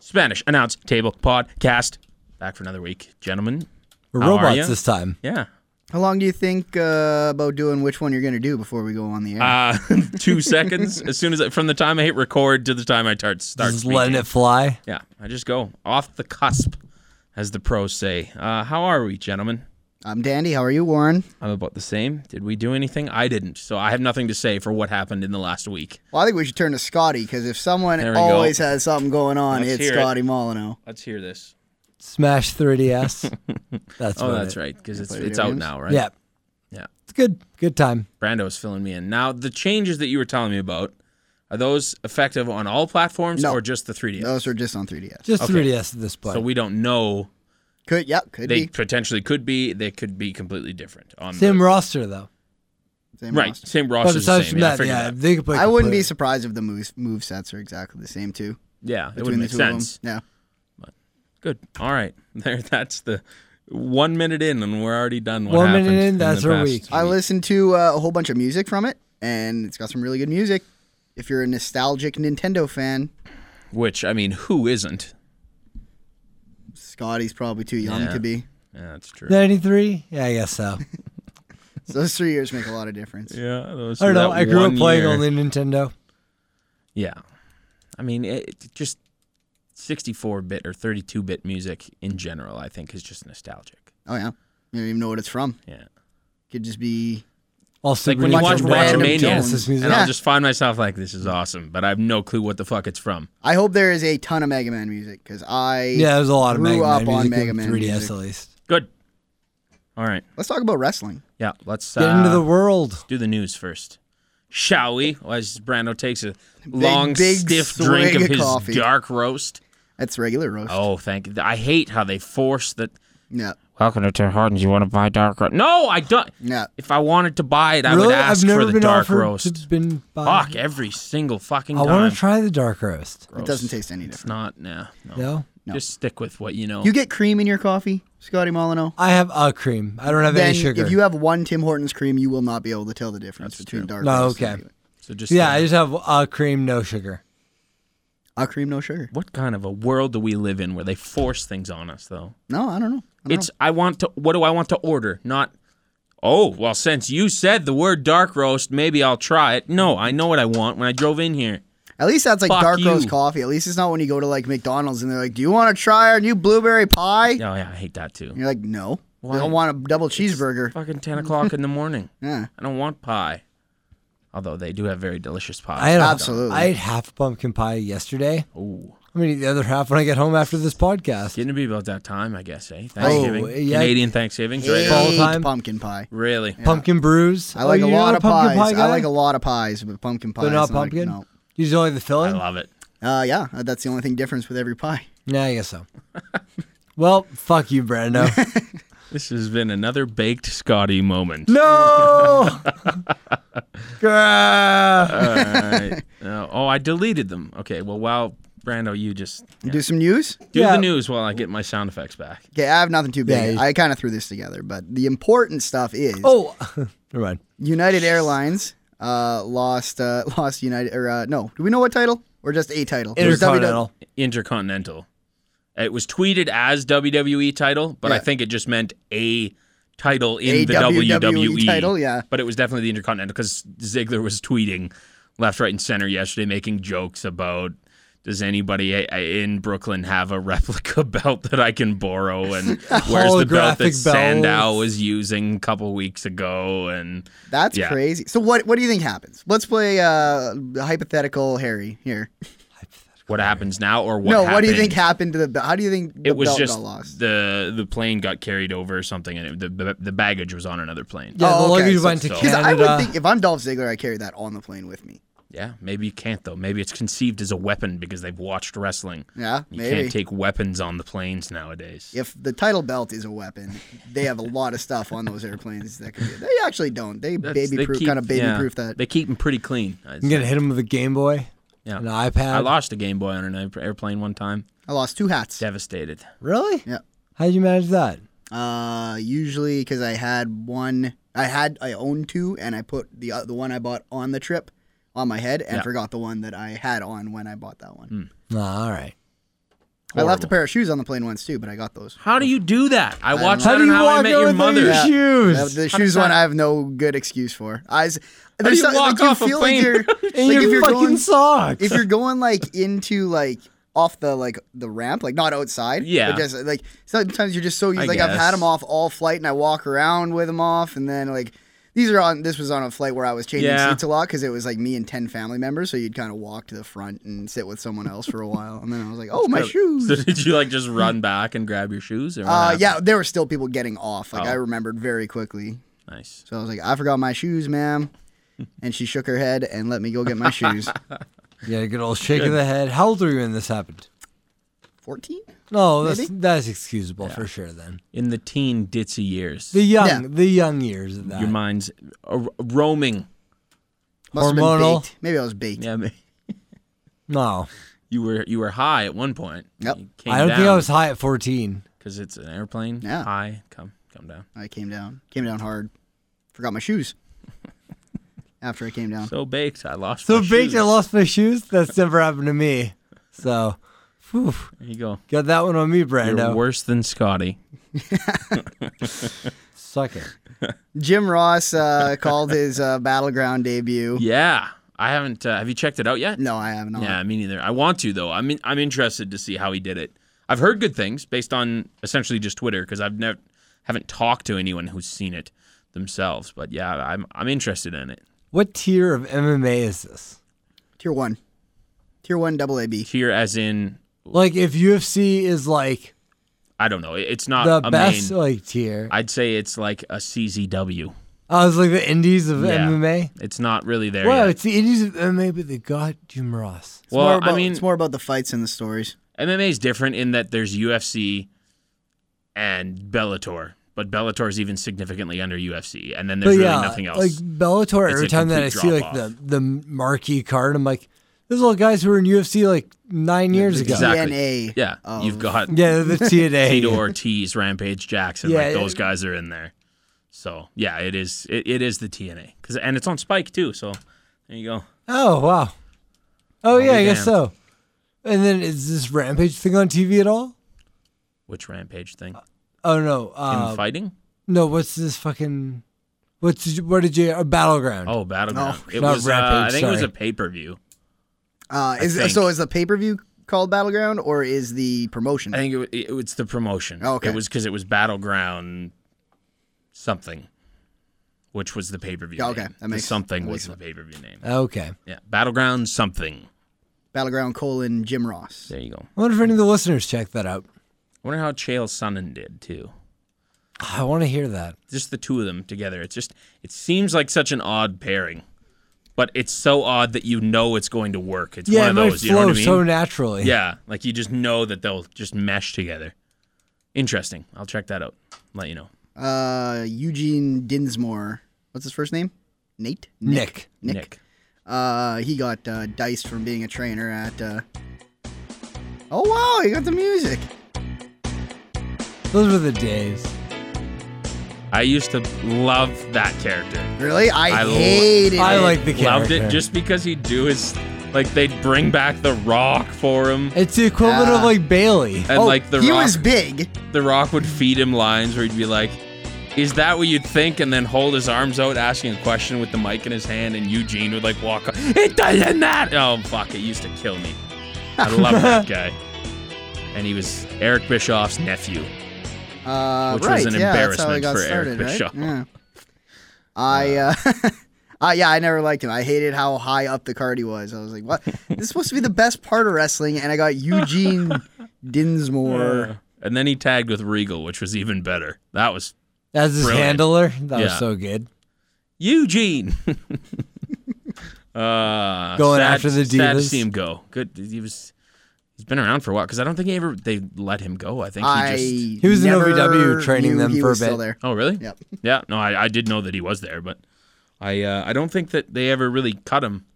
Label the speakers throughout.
Speaker 1: Spanish Announce Table Podcast. Back for another week, gentlemen.
Speaker 2: We're
Speaker 1: How are
Speaker 2: robots
Speaker 1: ya?
Speaker 2: this time.
Speaker 1: Yeah.
Speaker 3: How long do you think uh, about doing which one you're going to do before we go on the air?
Speaker 1: Uh, two seconds. As soon as I, from the time I hit record to the time I start start
Speaker 2: Just
Speaker 1: speaking.
Speaker 2: letting it fly.
Speaker 1: Yeah, I just go off the cusp, as the pros say. Uh, how are we, gentlemen?
Speaker 3: I'm Dandy. How are you, Warren?
Speaker 1: I'm about the same. Did we do anything? I didn't, so I have nothing to say for what happened in the last week.
Speaker 3: Well, I think we should turn to Scotty because if someone
Speaker 1: There we go.
Speaker 3: always has something going on,
Speaker 1: Let's
Speaker 3: it's
Speaker 1: hear it.
Speaker 3: Scotty Molyneux.
Speaker 1: Let's hear this.
Speaker 2: Smash 3DS. That's
Speaker 1: Oh,
Speaker 2: about
Speaker 1: that's
Speaker 2: it.
Speaker 1: right, because it's
Speaker 3: video
Speaker 1: it's out
Speaker 3: games?
Speaker 1: now, right?
Speaker 2: Yeah.
Speaker 1: Yeah.
Speaker 2: It's good. Good time.
Speaker 1: Brando's filling me in. Now, the changes that you were telling me about are those effective on all platforms
Speaker 3: No.
Speaker 1: or just the 3DS?
Speaker 3: Those are just on 3DS.
Speaker 2: Just
Speaker 1: Okay.
Speaker 2: 3DS at this point.
Speaker 1: So we don't know.
Speaker 3: Could yep, could
Speaker 1: They
Speaker 3: be
Speaker 1: potentially could be. They could be completely different. On the-
Speaker 2: Same roster though.
Speaker 3: same
Speaker 1: right?
Speaker 3: roster.
Speaker 1: Same
Speaker 2: But
Speaker 1: roster.
Speaker 2: besides
Speaker 1: Same.
Speaker 2: from
Speaker 1: Yeah, I
Speaker 2: that,
Speaker 1: figured
Speaker 2: yeah,
Speaker 1: that.
Speaker 2: they could play.
Speaker 3: I wouldn't be
Speaker 2: completely.
Speaker 3: surprised if the move move sets are exactly the same too
Speaker 1: yeah. It would
Speaker 3: between the
Speaker 1: make
Speaker 3: two
Speaker 1: sense.
Speaker 3: of them. Yeah.
Speaker 1: Good. All right. There. That's the one minute in, and we're already done. What
Speaker 2: One minute
Speaker 1: happened
Speaker 2: in,
Speaker 1: the
Speaker 2: that's our
Speaker 1: past
Speaker 2: week.
Speaker 3: I listened to uh, a whole bunch of music from it, and it's got some really good music. If you're a nostalgic Nintendo fan,
Speaker 1: Which I mean, who isn't?
Speaker 3: Scotty's probably too young
Speaker 1: Yeah.
Speaker 3: to be.
Speaker 1: Yeah, that's true.
Speaker 2: 93? Yeah, I guess so.
Speaker 3: So those three years make a lot of difference.
Speaker 1: yeah. Those,
Speaker 2: I don't know.
Speaker 1: that
Speaker 2: I grew up
Speaker 1: one
Speaker 2: playing
Speaker 1: year-
Speaker 2: only Nintendo.
Speaker 1: Yeah. I mean, it, it just 64 bit or 32 bit music in general, I think, is just nostalgic.
Speaker 3: Oh yeah, you don't even know what it's from.
Speaker 1: Yeah.
Speaker 3: Could just be
Speaker 2: Also,
Speaker 1: Like when you watch
Speaker 3: bunch of random
Speaker 1: Watchmania,
Speaker 3: tones.
Speaker 2: this
Speaker 1: and
Speaker 2: music.
Speaker 1: I'll
Speaker 3: Yeah.
Speaker 1: just find myself like, this is awesome, but I have no clue what the fuck it's from.
Speaker 3: I hope there is a ton of Mega Man music because I
Speaker 2: Yeah, there's a lot of
Speaker 3: Grew
Speaker 2: Mega
Speaker 3: up
Speaker 2: Man
Speaker 3: on
Speaker 2: music
Speaker 3: Mega
Speaker 2: in
Speaker 3: Man
Speaker 2: 3DS
Speaker 3: music.
Speaker 2: at least.
Speaker 1: Good. All right.
Speaker 3: Let's talk about wrestling.
Speaker 1: Yeah. Let's
Speaker 2: Get into
Speaker 1: uh,
Speaker 2: the world.
Speaker 1: do the news first, shall we? As Brando takes a long,
Speaker 3: big
Speaker 1: stiff
Speaker 3: swig
Speaker 1: drink of
Speaker 3: of
Speaker 1: his
Speaker 3: coffee.
Speaker 1: dark roast.
Speaker 3: That's regular roast.
Speaker 1: Oh, thank you. I hate how they force that.
Speaker 3: No,
Speaker 1: Welcome to Tim Hortons. You want to buy dark roast? No, I don't.
Speaker 3: no.
Speaker 1: If I wanted to buy it, I
Speaker 2: really?
Speaker 1: would ask
Speaker 2: I've never
Speaker 1: for the
Speaker 2: been
Speaker 1: dark
Speaker 2: offered
Speaker 1: roast.
Speaker 2: To been by-
Speaker 1: Fuck every single fucking
Speaker 2: I
Speaker 1: time.
Speaker 2: want to try the dark roast.
Speaker 3: It doesn't taste any
Speaker 1: It's
Speaker 3: different.
Speaker 1: not. Nah, no.
Speaker 2: No,
Speaker 1: Just stick with what you know.
Speaker 3: You get cream in your coffee, Scotty Molyneux.
Speaker 2: I have a cream. I don't have
Speaker 3: Then
Speaker 2: any sugar.
Speaker 3: if you have one Tim Hortons cream, you will not be able to tell the difference between dark
Speaker 2: No,
Speaker 3: roast and
Speaker 2: okay.
Speaker 3: regular.
Speaker 1: so just
Speaker 2: yeah,
Speaker 1: uh,
Speaker 2: I just have a cream, no sugar.
Speaker 3: A Uh, cream, no sugar.
Speaker 1: what kind of a world do we live in where they force things on us though?
Speaker 3: No, I don't know. I don't
Speaker 1: It's I want to. What do I want to order? Not. Oh well, since you said the word dark roast, maybe I'll try it. No, I know what I want. When I drove in here,
Speaker 3: know. at least that's like
Speaker 1: fuck
Speaker 3: dark
Speaker 1: you.
Speaker 3: roast coffee. At least it's not when you go to like McDonald's and they're like, "Do you want to try our new blueberry pie?"
Speaker 1: oh yeah, I hate that too.
Speaker 3: And you're like, "No,
Speaker 1: Why?
Speaker 3: I don't want a double cheeseburger."
Speaker 1: Fucking ten o'clock in the morning.
Speaker 3: Yeah.
Speaker 1: I don't want pie. Although they do have very delicious pies.
Speaker 2: I had a-
Speaker 3: Absolutely.
Speaker 2: I ate half a pumpkin pie yesterday.
Speaker 1: Ooh.
Speaker 2: I'm gonna eat the other half when I get home after this podcast.
Speaker 1: Getting to be about that time, I guess, eh? Thanksgiving.
Speaker 2: Oh, yeah.
Speaker 1: Canadian Thanksgiving.
Speaker 3: Hate
Speaker 1: Right
Speaker 2: Full time.
Speaker 3: pumpkin pie.
Speaker 1: Really?
Speaker 2: Pumpkin brews.
Speaker 3: I like
Speaker 2: oh,
Speaker 3: a
Speaker 2: you're not
Speaker 3: lot
Speaker 2: a
Speaker 3: of pies.
Speaker 2: pumpkin Pie guy?
Speaker 3: I like a lot of pies, but pumpkin pie.
Speaker 2: They're
Speaker 3: is
Speaker 2: not
Speaker 3: like-
Speaker 2: pumpkin.
Speaker 3: no.
Speaker 2: You just don't like the
Speaker 1: I
Speaker 2: filling.
Speaker 1: love it.
Speaker 3: Uh, yeah, uh, that's the only thing difference with every pie.
Speaker 2: yeah, I guess so. well, fuck you, Brando.
Speaker 1: This has been another baked Scotty moment.
Speaker 2: no. Grah.
Speaker 1: All right. Uh, oh, I deleted them. Okay. Well, wow, Brando, you just yeah.
Speaker 3: Do some news?
Speaker 1: do
Speaker 2: Yeah.
Speaker 1: the news while I get my sound effects back.
Speaker 3: Okay, I have nothing too
Speaker 2: Yeah,
Speaker 3: big.
Speaker 2: you-
Speaker 3: I kind of threw this together, but the important stuff is
Speaker 2: oh, never mind.
Speaker 3: United Airlines uh, lost uh, lost United or uh, no? Do we know what title or just a title? It was WW
Speaker 2: Intercontinental.
Speaker 1: Intercontinental. It was tweeted as WWE title, but I
Speaker 3: Yeah.
Speaker 1: think it just meant a title in
Speaker 3: A
Speaker 1: the E. WWE,
Speaker 3: WWE E? title, yeah.
Speaker 1: But it was definitely the Intercontinental because Ziggler was tweeting left, right, and center yesterday, making jokes about does anybody a- a- in Brooklyn have a replica belt that I can borrow? And where's the belt that
Speaker 2: Holographic
Speaker 1: Sandow
Speaker 2: belts.
Speaker 1: was using a couple weeks ago? And
Speaker 3: That's
Speaker 1: Yeah.
Speaker 3: crazy. So what what do you think happens? Let's play uh, hypothetical Harry here.
Speaker 1: what happens now, or what?
Speaker 3: no, what do you
Speaker 1: happened?
Speaker 3: think happened to the? be- How do you think the
Speaker 1: It was
Speaker 3: belt
Speaker 1: just
Speaker 3: got lost?
Speaker 1: the the plane got carried over or something, and it, the the baggage was on another plane.
Speaker 2: Yeah,
Speaker 3: Oh,
Speaker 2: the
Speaker 3: okay,
Speaker 2: luggage
Speaker 3: so-
Speaker 2: went to
Speaker 1: so-
Speaker 3: Because
Speaker 2: Canada.
Speaker 3: I would think if I'm Dolph Ziggler, I carry that on the plane with me.
Speaker 1: Yeah, maybe you can't though. Maybe it's conceived as a weapon because they've watched wrestling.
Speaker 3: Yeah,
Speaker 1: You
Speaker 3: maybe.
Speaker 1: can't take weapons on the planes nowadays.
Speaker 3: if the title belt is a weapon, they have a lot of stuff on those airplanes that could be. They actually don't. They
Speaker 1: That's-
Speaker 3: baby
Speaker 1: they
Speaker 3: proof,
Speaker 1: keep-
Speaker 3: kind of baby
Speaker 1: yeah,
Speaker 3: proof that.
Speaker 1: They keep them pretty clean. I,
Speaker 2: I'm gonna hit him with a Game Boy,
Speaker 1: yeah.
Speaker 2: an iPad.
Speaker 1: I lost a Game Boy on an air- airplane one time.
Speaker 3: I lost two hats.
Speaker 1: Devastated.
Speaker 2: Really?
Speaker 3: Yeah.
Speaker 2: How'd you manage that?
Speaker 3: Uh, usually because I had one, I had I owned two, and I put the uh, the one I bought on the trip on my head,
Speaker 1: Yeah.
Speaker 3: and
Speaker 1: Hmm.
Speaker 3: forgot the one that I had on when I bought that one.
Speaker 2: Ah, all right.
Speaker 3: I
Speaker 1: horrible.
Speaker 3: left a pair of shoes on the plane once too, but I got those.
Speaker 1: How do you do that? I watched that
Speaker 2: How
Speaker 3: know.
Speaker 2: do
Speaker 1: on
Speaker 2: you
Speaker 1: How I
Speaker 2: walk
Speaker 1: Met
Speaker 2: out
Speaker 1: Your
Speaker 2: with
Speaker 1: Mother.
Speaker 2: these shoes?
Speaker 3: Uh, the
Speaker 1: How does
Speaker 3: shoes one
Speaker 1: that-
Speaker 3: I have no good excuse for. I s- there's
Speaker 1: you
Speaker 3: some-
Speaker 1: walk off a
Speaker 3: feel
Speaker 1: plane
Speaker 3: like you're, like
Speaker 2: in your
Speaker 3: if you're
Speaker 2: fucking
Speaker 3: going,
Speaker 2: socks.
Speaker 3: if you're going like into like off the like the ramp, like not outside.
Speaker 1: Yeah.
Speaker 3: But just like sometimes you're just so used.
Speaker 1: I
Speaker 3: like I've
Speaker 1: guess.
Speaker 3: had them off all flight, and I walk around with them off, and then like these are on. This was on a flight where I was changing
Speaker 1: Yeah.
Speaker 3: seats a lot because it was like me and ten family members, so you'd kind of walk to the front and sit with someone else for a while, and then I was like, oh my shoes.
Speaker 1: So did you like just run back and grab your shoes? Or what
Speaker 3: Uh,
Speaker 1: happened?
Speaker 3: yeah, there were still people getting off. Like
Speaker 1: Oh.
Speaker 3: I remembered very quickly.
Speaker 1: Nice.
Speaker 3: So I was like, I forgot my shoes, ma'am. And she shook her head and let me go get my shoes.
Speaker 2: yeah, good old shake of the head. How old were you when this happened?
Speaker 3: 14?
Speaker 2: No, that's
Speaker 3: Maybe?
Speaker 2: that's excusable for sure. Then
Speaker 1: In the teen ditzy years,
Speaker 2: the young,
Speaker 3: Yeah.
Speaker 2: the young years of that.
Speaker 1: your mind's a- roaming.
Speaker 3: Must have been
Speaker 2: Hormonal.
Speaker 3: baked. Maybe I was baked.
Speaker 1: Yeah, ma-
Speaker 2: no,
Speaker 1: you were you were high at one point.
Speaker 3: Yep.
Speaker 1: You came
Speaker 2: I don't
Speaker 1: down
Speaker 2: think I was high at fourteen.
Speaker 1: because it's an airplane.
Speaker 3: Yeah.
Speaker 1: High, come come down.
Speaker 3: I came down. Came down hard. Forgot my shoes. After I came down.
Speaker 1: So baked, I lost.
Speaker 2: So
Speaker 1: my
Speaker 2: baked,
Speaker 1: shoes.
Speaker 2: I lost my shoes. That's never happened to me. So, whew,
Speaker 1: There you go.
Speaker 2: got that one on me,
Speaker 1: You're
Speaker 2: Brando.
Speaker 1: worse than Scotty.
Speaker 2: Suck it.
Speaker 3: Jim Ross uh, called his uh, Battleground debut.
Speaker 1: Yeah, I haven't. Uh, have you checked it out yet?
Speaker 3: No, I have not.
Speaker 1: Yeah, me neither. I want to though. I'm in, I'm interested to see how he did it. I've heard good things based on essentially just Twitter because I've never haven't talked to anyone who's seen it themselves. But yeah, I'm I'm interested in it.
Speaker 2: What tier of MMA is this?
Speaker 3: Tier 1. Tier 1 double AB.
Speaker 1: Here, as in,
Speaker 2: Like, if UFC is like
Speaker 1: I don't know. It- It's not
Speaker 2: the
Speaker 1: a
Speaker 2: best
Speaker 1: main.
Speaker 2: like tier,
Speaker 1: I'd say it's like a CZW.
Speaker 2: I was like the indies of
Speaker 1: Yeah.
Speaker 2: MMA.
Speaker 1: It's not really there.
Speaker 2: Wow,
Speaker 1: yet.
Speaker 2: it's the indies of MMA, but they got Jim Ross.
Speaker 3: It's
Speaker 1: well,
Speaker 3: more about,
Speaker 1: I mean,
Speaker 3: it's more about the fights and the stories.
Speaker 1: MMA is different in that there's UFC and Bellator, but Bellator is even significantly under UFC, and then there's
Speaker 2: but
Speaker 1: really
Speaker 2: yeah,
Speaker 1: nothing else.
Speaker 2: like Bellator.
Speaker 1: It's
Speaker 2: every
Speaker 1: a
Speaker 2: time that I
Speaker 1: complete
Speaker 2: see like
Speaker 1: drop-off.
Speaker 2: the the marquee card, I'm like, those are all guys who were in UFC like nine years ago.
Speaker 1: Exactly.
Speaker 3: DNA.
Speaker 1: yeah,
Speaker 3: of-
Speaker 1: you've got
Speaker 2: Yeah, the TNA.
Speaker 1: Tito Ortiz, Rampage Jackson,
Speaker 2: Yeah,
Speaker 1: like those
Speaker 2: it-
Speaker 1: guys are in there. So yeah, it is it, it is the TNA 'Cause- and it's on Spike too. So there you go.
Speaker 2: Oh wow. Oh yeah,
Speaker 1: be
Speaker 2: I guess
Speaker 1: damned.
Speaker 2: so. And then is this Rampage thing on TV at all?
Speaker 1: Which Rampage thing? Him
Speaker 2: Oh no. Uh,
Speaker 1: fighting?
Speaker 2: no, what's this fucking? What's what did you? Uh, Battleground.
Speaker 1: Oh, Battleground.
Speaker 3: no,
Speaker 1: it
Speaker 2: not
Speaker 1: was uh, I
Speaker 2: Rampage,
Speaker 1: think it was a
Speaker 2: sorry.
Speaker 1: pay per view.
Speaker 3: Uh, is,
Speaker 1: think.
Speaker 3: so is the pay per view called Battleground or is the promotion?
Speaker 1: I think it, wa- it, it's the promotion.
Speaker 3: Oh, okay.
Speaker 1: It was because it was Battleground something, which was the pay per view.
Speaker 3: Yeah, Oh, okay. That makes-
Speaker 1: something
Speaker 3: that
Speaker 1: was
Speaker 3: makes
Speaker 1: the pay per view name.
Speaker 2: Okay.
Speaker 1: Yeah, Battleground something.
Speaker 3: Battleground colon Jim Ross.
Speaker 1: There you go.
Speaker 2: I wonder if any of the listeners check that out.
Speaker 1: I wonder how Chael Sonnen did too.
Speaker 2: I want to hear that.
Speaker 1: Just the two of them together. It's just it seems like such an odd pairing, but it's so odd that you know it's going to work. It's
Speaker 2: Yeah,
Speaker 1: one of
Speaker 2: it might
Speaker 1: those. You know
Speaker 2: flow
Speaker 1: what I mean?
Speaker 2: so naturally.
Speaker 1: yeah, like you just know that they'll just mesh together. Interesting. I'll check that out. Let you know.
Speaker 3: Uh, Eugene Dinsmore. What's his first name? Nate.
Speaker 2: Nick.
Speaker 3: Nick.
Speaker 1: Nick.
Speaker 3: Uh, he got uh, diced from being a trainer at. Uh... Oh wow, he got the music.
Speaker 2: Those were the days.
Speaker 1: I used to love that character.
Speaker 3: Really, I,
Speaker 1: I lo-
Speaker 3: hated
Speaker 2: I
Speaker 3: it.
Speaker 2: like the character.
Speaker 1: Loved it just because he'd do his like they'd bring back the rock for him.
Speaker 2: It's the equivalent of
Speaker 3: Yeah.
Speaker 2: like Bailey.
Speaker 1: And
Speaker 3: Oh,
Speaker 1: like the
Speaker 3: he
Speaker 1: rock
Speaker 3: was big.
Speaker 1: the rock would feed him lines where he'd be like, Is that what you'd think? and then hold his arms out asking a question with the mic in his hand and Eugene would like walk up It doesn't that Oh fuck, it used to kill me. I love that guy. And he was Eric Bischoff's nephew.
Speaker 3: Uh,
Speaker 1: Which was
Speaker 3: right,
Speaker 1: an
Speaker 3: yeah, that's how I
Speaker 1: embarrassment
Speaker 3: got
Speaker 1: for Eric
Speaker 3: started, right?
Speaker 1: Bischoff.
Speaker 3: Yeah. I. Uh, Uh, yeah, I never liked him. I hated how high up the card he was. I was like, "What? this is supposed to be the best part of wrestling," and I got Eugene Dinsmore.
Speaker 1: And then he tagged with Regal, which was even better. That was
Speaker 2: As his
Speaker 1: Brilliant.
Speaker 2: handler. That was
Speaker 1: Yeah.
Speaker 2: so good.
Speaker 1: Eugene. uh,
Speaker 2: Going
Speaker 1: sad-
Speaker 2: after the
Speaker 1: Sad to
Speaker 2: divas.
Speaker 1: see him go. Good. He was. He's been around for a while because I don't think he ever they let him go. I think he
Speaker 3: I
Speaker 1: just.
Speaker 2: He was in
Speaker 3: never
Speaker 2: OVW training
Speaker 3: knew
Speaker 2: them
Speaker 3: he
Speaker 2: for a
Speaker 3: was Still
Speaker 2: bit.
Speaker 3: there.
Speaker 1: Oh really?
Speaker 3: Yep.
Speaker 1: Yeah. No, I, I did know that he was there, but I uh, I don't think that they ever really cut him.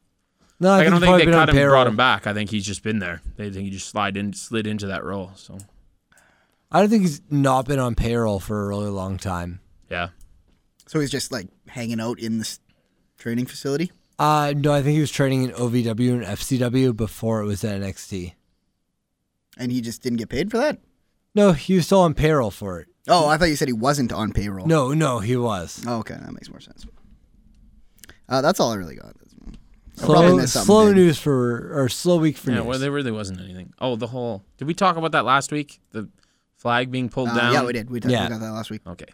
Speaker 2: No, I,
Speaker 1: Like, I,
Speaker 2: think
Speaker 1: don't
Speaker 2: he's
Speaker 1: think
Speaker 2: probably
Speaker 1: they
Speaker 2: been on
Speaker 1: cut him and brought
Speaker 2: payroll.
Speaker 1: him back. I think he's just been there. They think he just slide in slid into that role. So
Speaker 2: I don't think he's not been on payroll for a really long time.
Speaker 1: yeah.
Speaker 3: So he's just like hanging out in this training facility.
Speaker 2: Uh, no, I think he was training in OVW and FCW before it was at NXT.
Speaker 3: and he just didn't get paid for that.
Speaker 2: No, he was still on payroll for it.
Speaker 3: Oh, I thought you said he wasn't on payroll.
Speaker 2: No, no, he was.
Speaker 3: Oh, okay, that makes more sense. Uh, that's all I really got. I probably
Speaker 2: Slow,
Speaker 3: missed something
Speaker 2: slow
Speaker 3: big.
Speaker 2: news for or slow week for
Speaker 1: Yeah,
Speaker 2: news.
Speaker 1: well, there really wasn't anything. Oh, the whole. Did we talk about that last week? The flag being pulled
Speaker 3: Uh,
Speaker 1: down.
Speaker 3: yeah, we did. We, talked
Speaker 2: Yeah.
Speaker 3: we got that last week.
Speaker 1: Okay,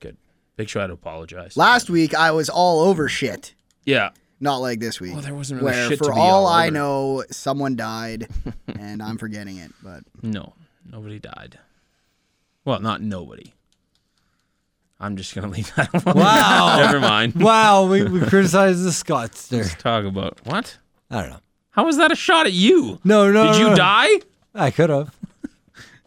Speaker 1: good. Big show. I had to apologize.
Speaker 3: Last week I was all over shit.
Speaker 1: yeah,
Speaker 3: Not like this week.
Speaker 1: Well, there wasn't really
Speaker 3: where
Speaker 1: shit
Speaker 3: for
Speaker 1: to be all
Speaker 3: all, I
Speaker 1: over.
Speaker 3: know, someone died, and I'm forgetting it. But
Speaker 1: no, nobody died. Well, not nobody. I'm just gonna leave that alone.
Speaker 2: Wow.
Speaker 1: Never mind.
Speaker 2: wow, we, we criticized the Scots there.
Speaker 1: Talk about what?
Speaker 2: I don't know.
Speaker 1: How was that a shot at you?
Speaker 2: No, no.
Speaker 1: Did
Speaker 2: no,
Speaker 1: you
Speaker 2: no.
Speaker 1: die?
Speaker 2: I could have.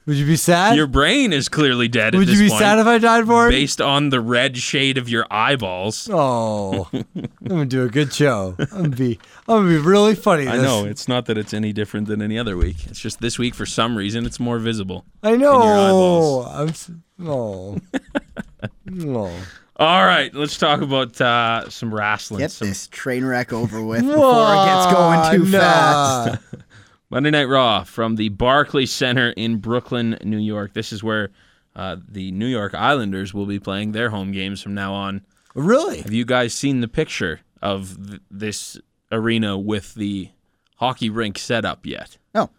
Speaker 2: Would you be sad?
Speaker 1: Your brain is clearly dead at
Speaker 2: Would
Speaker 1: this
Speaker 2: you be
Speaker 1: point,
Speaker 2: sad if I died for it?
Speaker 1: based on the red shade of your eyeballs.
Speaker 2: Oh, I'm gonna do a good show. I'm gonna be, I'm gonna be really funny.
Speaker 1: I
Speaker 2: this.
Speaker 1: know it's not that it's any different than any other week. It's just this week, for some reason, it's more visible.
Speaker 2: I know.
Speaker 1: eyeballs.
Speaker 2: I'm. s- Oh. oh.
Speaker 1: All right, let's talk about uh, some wrestling.
Speaker 3: get
Speaker 1: some
Speaker 3: this train wreck over with before it gets going too
Speaker 2: Nah.
Speaker 3: fast.
Speaker 1: Monday Night Raw from the Barclays Center in Brooklyn, New York. This is where uh, the New York Islanders will be playing their home games from now on.
Speaker 2: Really?
Speaker 1: Have you guys seen the picture of th- this arena with the hockey rink set up yet?
Speaker 3: No.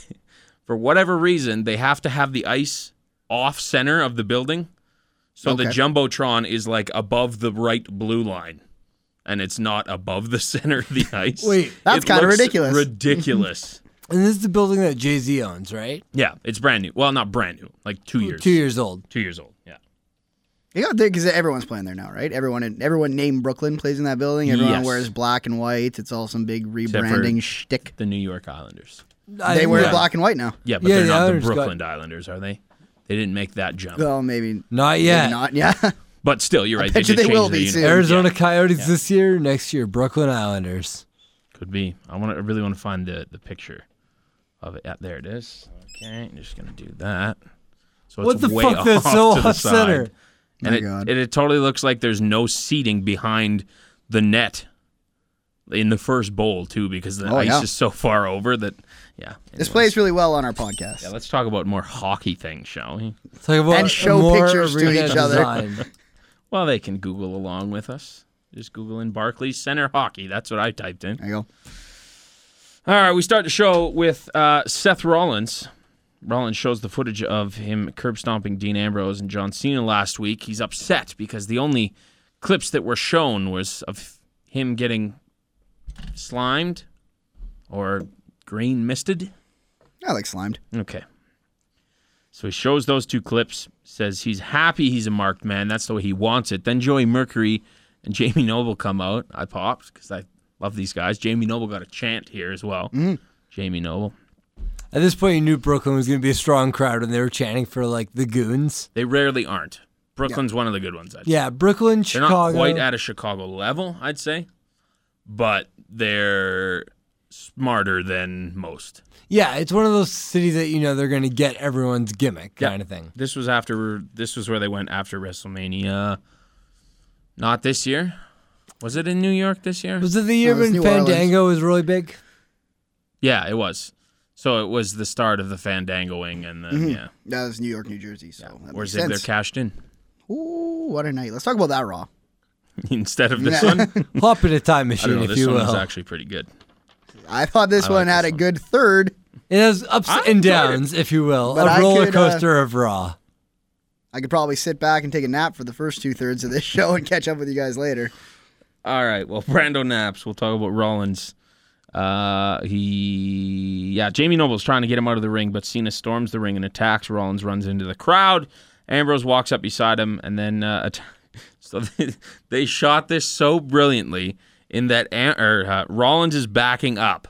Speaker 1: For whatever reason, they have to have the ice off center of the building. So the
Speaker 3: Okay.
Speaker 1: Jumbotron is like above the right blue line and it's not above the center of the ice.
Speaker 2: Wait,
Speaker 3: that's
Speaker 1: It
Speaker 3: kinda
Speaker 1: looks
Speaker 3: ridiculous.
Speaker 1: Ridiculous.
Speaker 2: and this is the building that Jay Z owns, right?
Speaker 1: Yeah, it's brand new. Well, not brand new, like two years.
Speaker 2: Two years old.
Speaker 1: Two years old. Yeah.
Speaker 3: You got there because everyone's playing there now, right? Everyone, in, everyone named Brooklyn plays in that building. Everyone
Speaker 1: Yes.
Speaker 3: wears black and white. It's all some big
Speaker 1: for-
Speaker 3: rebranding shtick.
Speaker 1: The New York Islanders.
Speaker 2: I-
Speaker 3: They wear
Speaker 2: yeah.
Speaker 3: black and white now.
Speaker 1: Yeah, but
Speaker 2: Yeah,
Speaker 1: they're
Speaker 2: the
Speaker 1: not
Speaker 2: Islanders
Speaker 1: the
Speaker 2: got-
Speaker 1: Brooklyn Islanders, are they? They didn't make that jump.
Speaker 3: Well, maybe,
Speaker 2: Not
Speaker 3: maybe
Speaker 2: yet.
Speaker 3: not. Yeah,
Speaker 1: But still, you're right.
Speaker 3: bet you
Speaker 1: did
Speaker 3: they
Speaker 1: change
Speaker 3: will
Speaker 1: their
Speaker 3: be
Speaker 1: uni-
Speaker 3: soon.
Speaker 2: Arizona Coyotes this year. Next year, Brooklyn Islanders.
Speaker 1: Could be. I want. to. I really want to find the the picture of it. Yeah, there it is. Okay, I'm just gonna do that. So
Speaker 2: What
Speaker 1: it's
Speaker 2: the
Speaker 1: way
Speaker 2: fuck?
Speaker 1: Off
Speaker 2: That's so
Speaker 1: to the
Speaker 2: off center.
Speaker 1: side. And
Speaker 3: My
Speaker 1: it,
Speaker 3: God.
Speaker 1: it, it totally looks like there's no seating behind the net in the first bowl too, because the
Speaker 3: Oh,
Speaker 1: ice
Speaker 3: yeah.
Speaker 1: is so far over that. Yeah. anyways.
Speaker 3: this plays really well on our podcast.
Speaker 1: Yeah, let's talk about more hockey things, shall we?
Speaker 2: Talk about
Speaker 3: And show
Speaker 2: more
Speaker 3: pictures to
Speaker 2: arena
Speaker 3: each other.
Speaker 2: design.
Speaker 1: Well, they can Google along with us. Just Google in Barclays Center hockey. That's what I typed in.
Speaker 3: there you go.
Speaker 1: All right, we start the show with uh, Seth Rollins. Rollins shows the footage of him curb stomping Dean Ambrose and John Cena last week. He's upset because the only clips that were shown was of him getting slimed or green misted.
Speaker 3: I like slimed.
Speaker 1: Okay. So he shows those two clips, says he's happy he's a marked man. That's the way he wants it. Then Joey Mercury and Jamie Noble come out. I popped because I love these guys. Jamie Noble got a chant here as well.
Speaker 2: Mm-hmm.
Speaker 1: Jamie Noble.
Speaker 2: At this point, you knew Brooklyn was going to be a strong crowd, and they were chanting for like the goons.
Speaker 1: They rarely aren't. Brooklyn's one of the good ones. I'd say.
Speaker 2: Yeah, Brooklyn,
Speaker 1: They're
Speaker 2: Chicago.
Speaker 1: not quite at a Chicago level, I'd say, but they're smarter than most.
Speaker 2: yeah, it's one of those cities that you know they're going to get everyone's gimmick
Speaker 1: Yeah.
Speaker 2: kind of thing.
Speaker 1: This was after. This was where they went after WrestleMania. Not this year. Was it in New York this year?
Speaker 2: Was it the year
Speaker 3: No, it's
Speaker 2: when
Speaker 3: New Orleans.
Speaker 2: Fandango was really big?
Speaker 1: Yeah, it was. So it was the start of the fandangoing, and
Speaker 2: Mm-hmm.
Speaker 1: then yeah,
Speaker 3: That was New York, New Jersey. So that
Speaker 1: or
Speaker 3: makes
Speaker 1: Ziggler
Speaker 3: sense.
Speaker 1: cashed in
Speaker 3: Ooh, what a night! Let's talk about that Raw.
Speaker 1: instead of this
Speaker 3: Yeah.
Speaker 1: one.
Speaker 2: Hop in a time
Speaker 1: I don't
Speaker 2: machine,
Speaker 1: know.
Speaker 2: if
Speaker 1: This
Speaker 2: you
Speaker 1: one
Speaker 2: will.
Speaker 1: was actually pretty good.
Speaker 3: I thought this
Speaker 1: like
Speaker 3: one had
Speaker 1: this
Speaker 3: a
Speaker 1: one.
Speaker 3: good third.
Speaker 2: It has ups
Speaker 1: I
Speaker 2: and
Speaker 1: enjoyed it.
Speaker 2: downs, if you will.
Speaker 3: But
Speaker 2: a
Speaker 3: I
Speaker 2: roller
Speaker 3: could, uh,
Speaker 2: coaster of Raw.
Speaker 3: I could probably sit back and take a nap for the first two thirds of this show and catch up with you guys later.
Speaker 1: All right. Well, Brando Naps. We'll talk about Rollins. Uh, he yeah. Jamie Noble's trying to get him out of the ring, but Cena storms the ring and attacks. Rollins runs into the crowd. Ambrose walks up beside him, and then uh, att- so they, they shot this so brilliantly in that Am- or, uh, Rollins is backing up,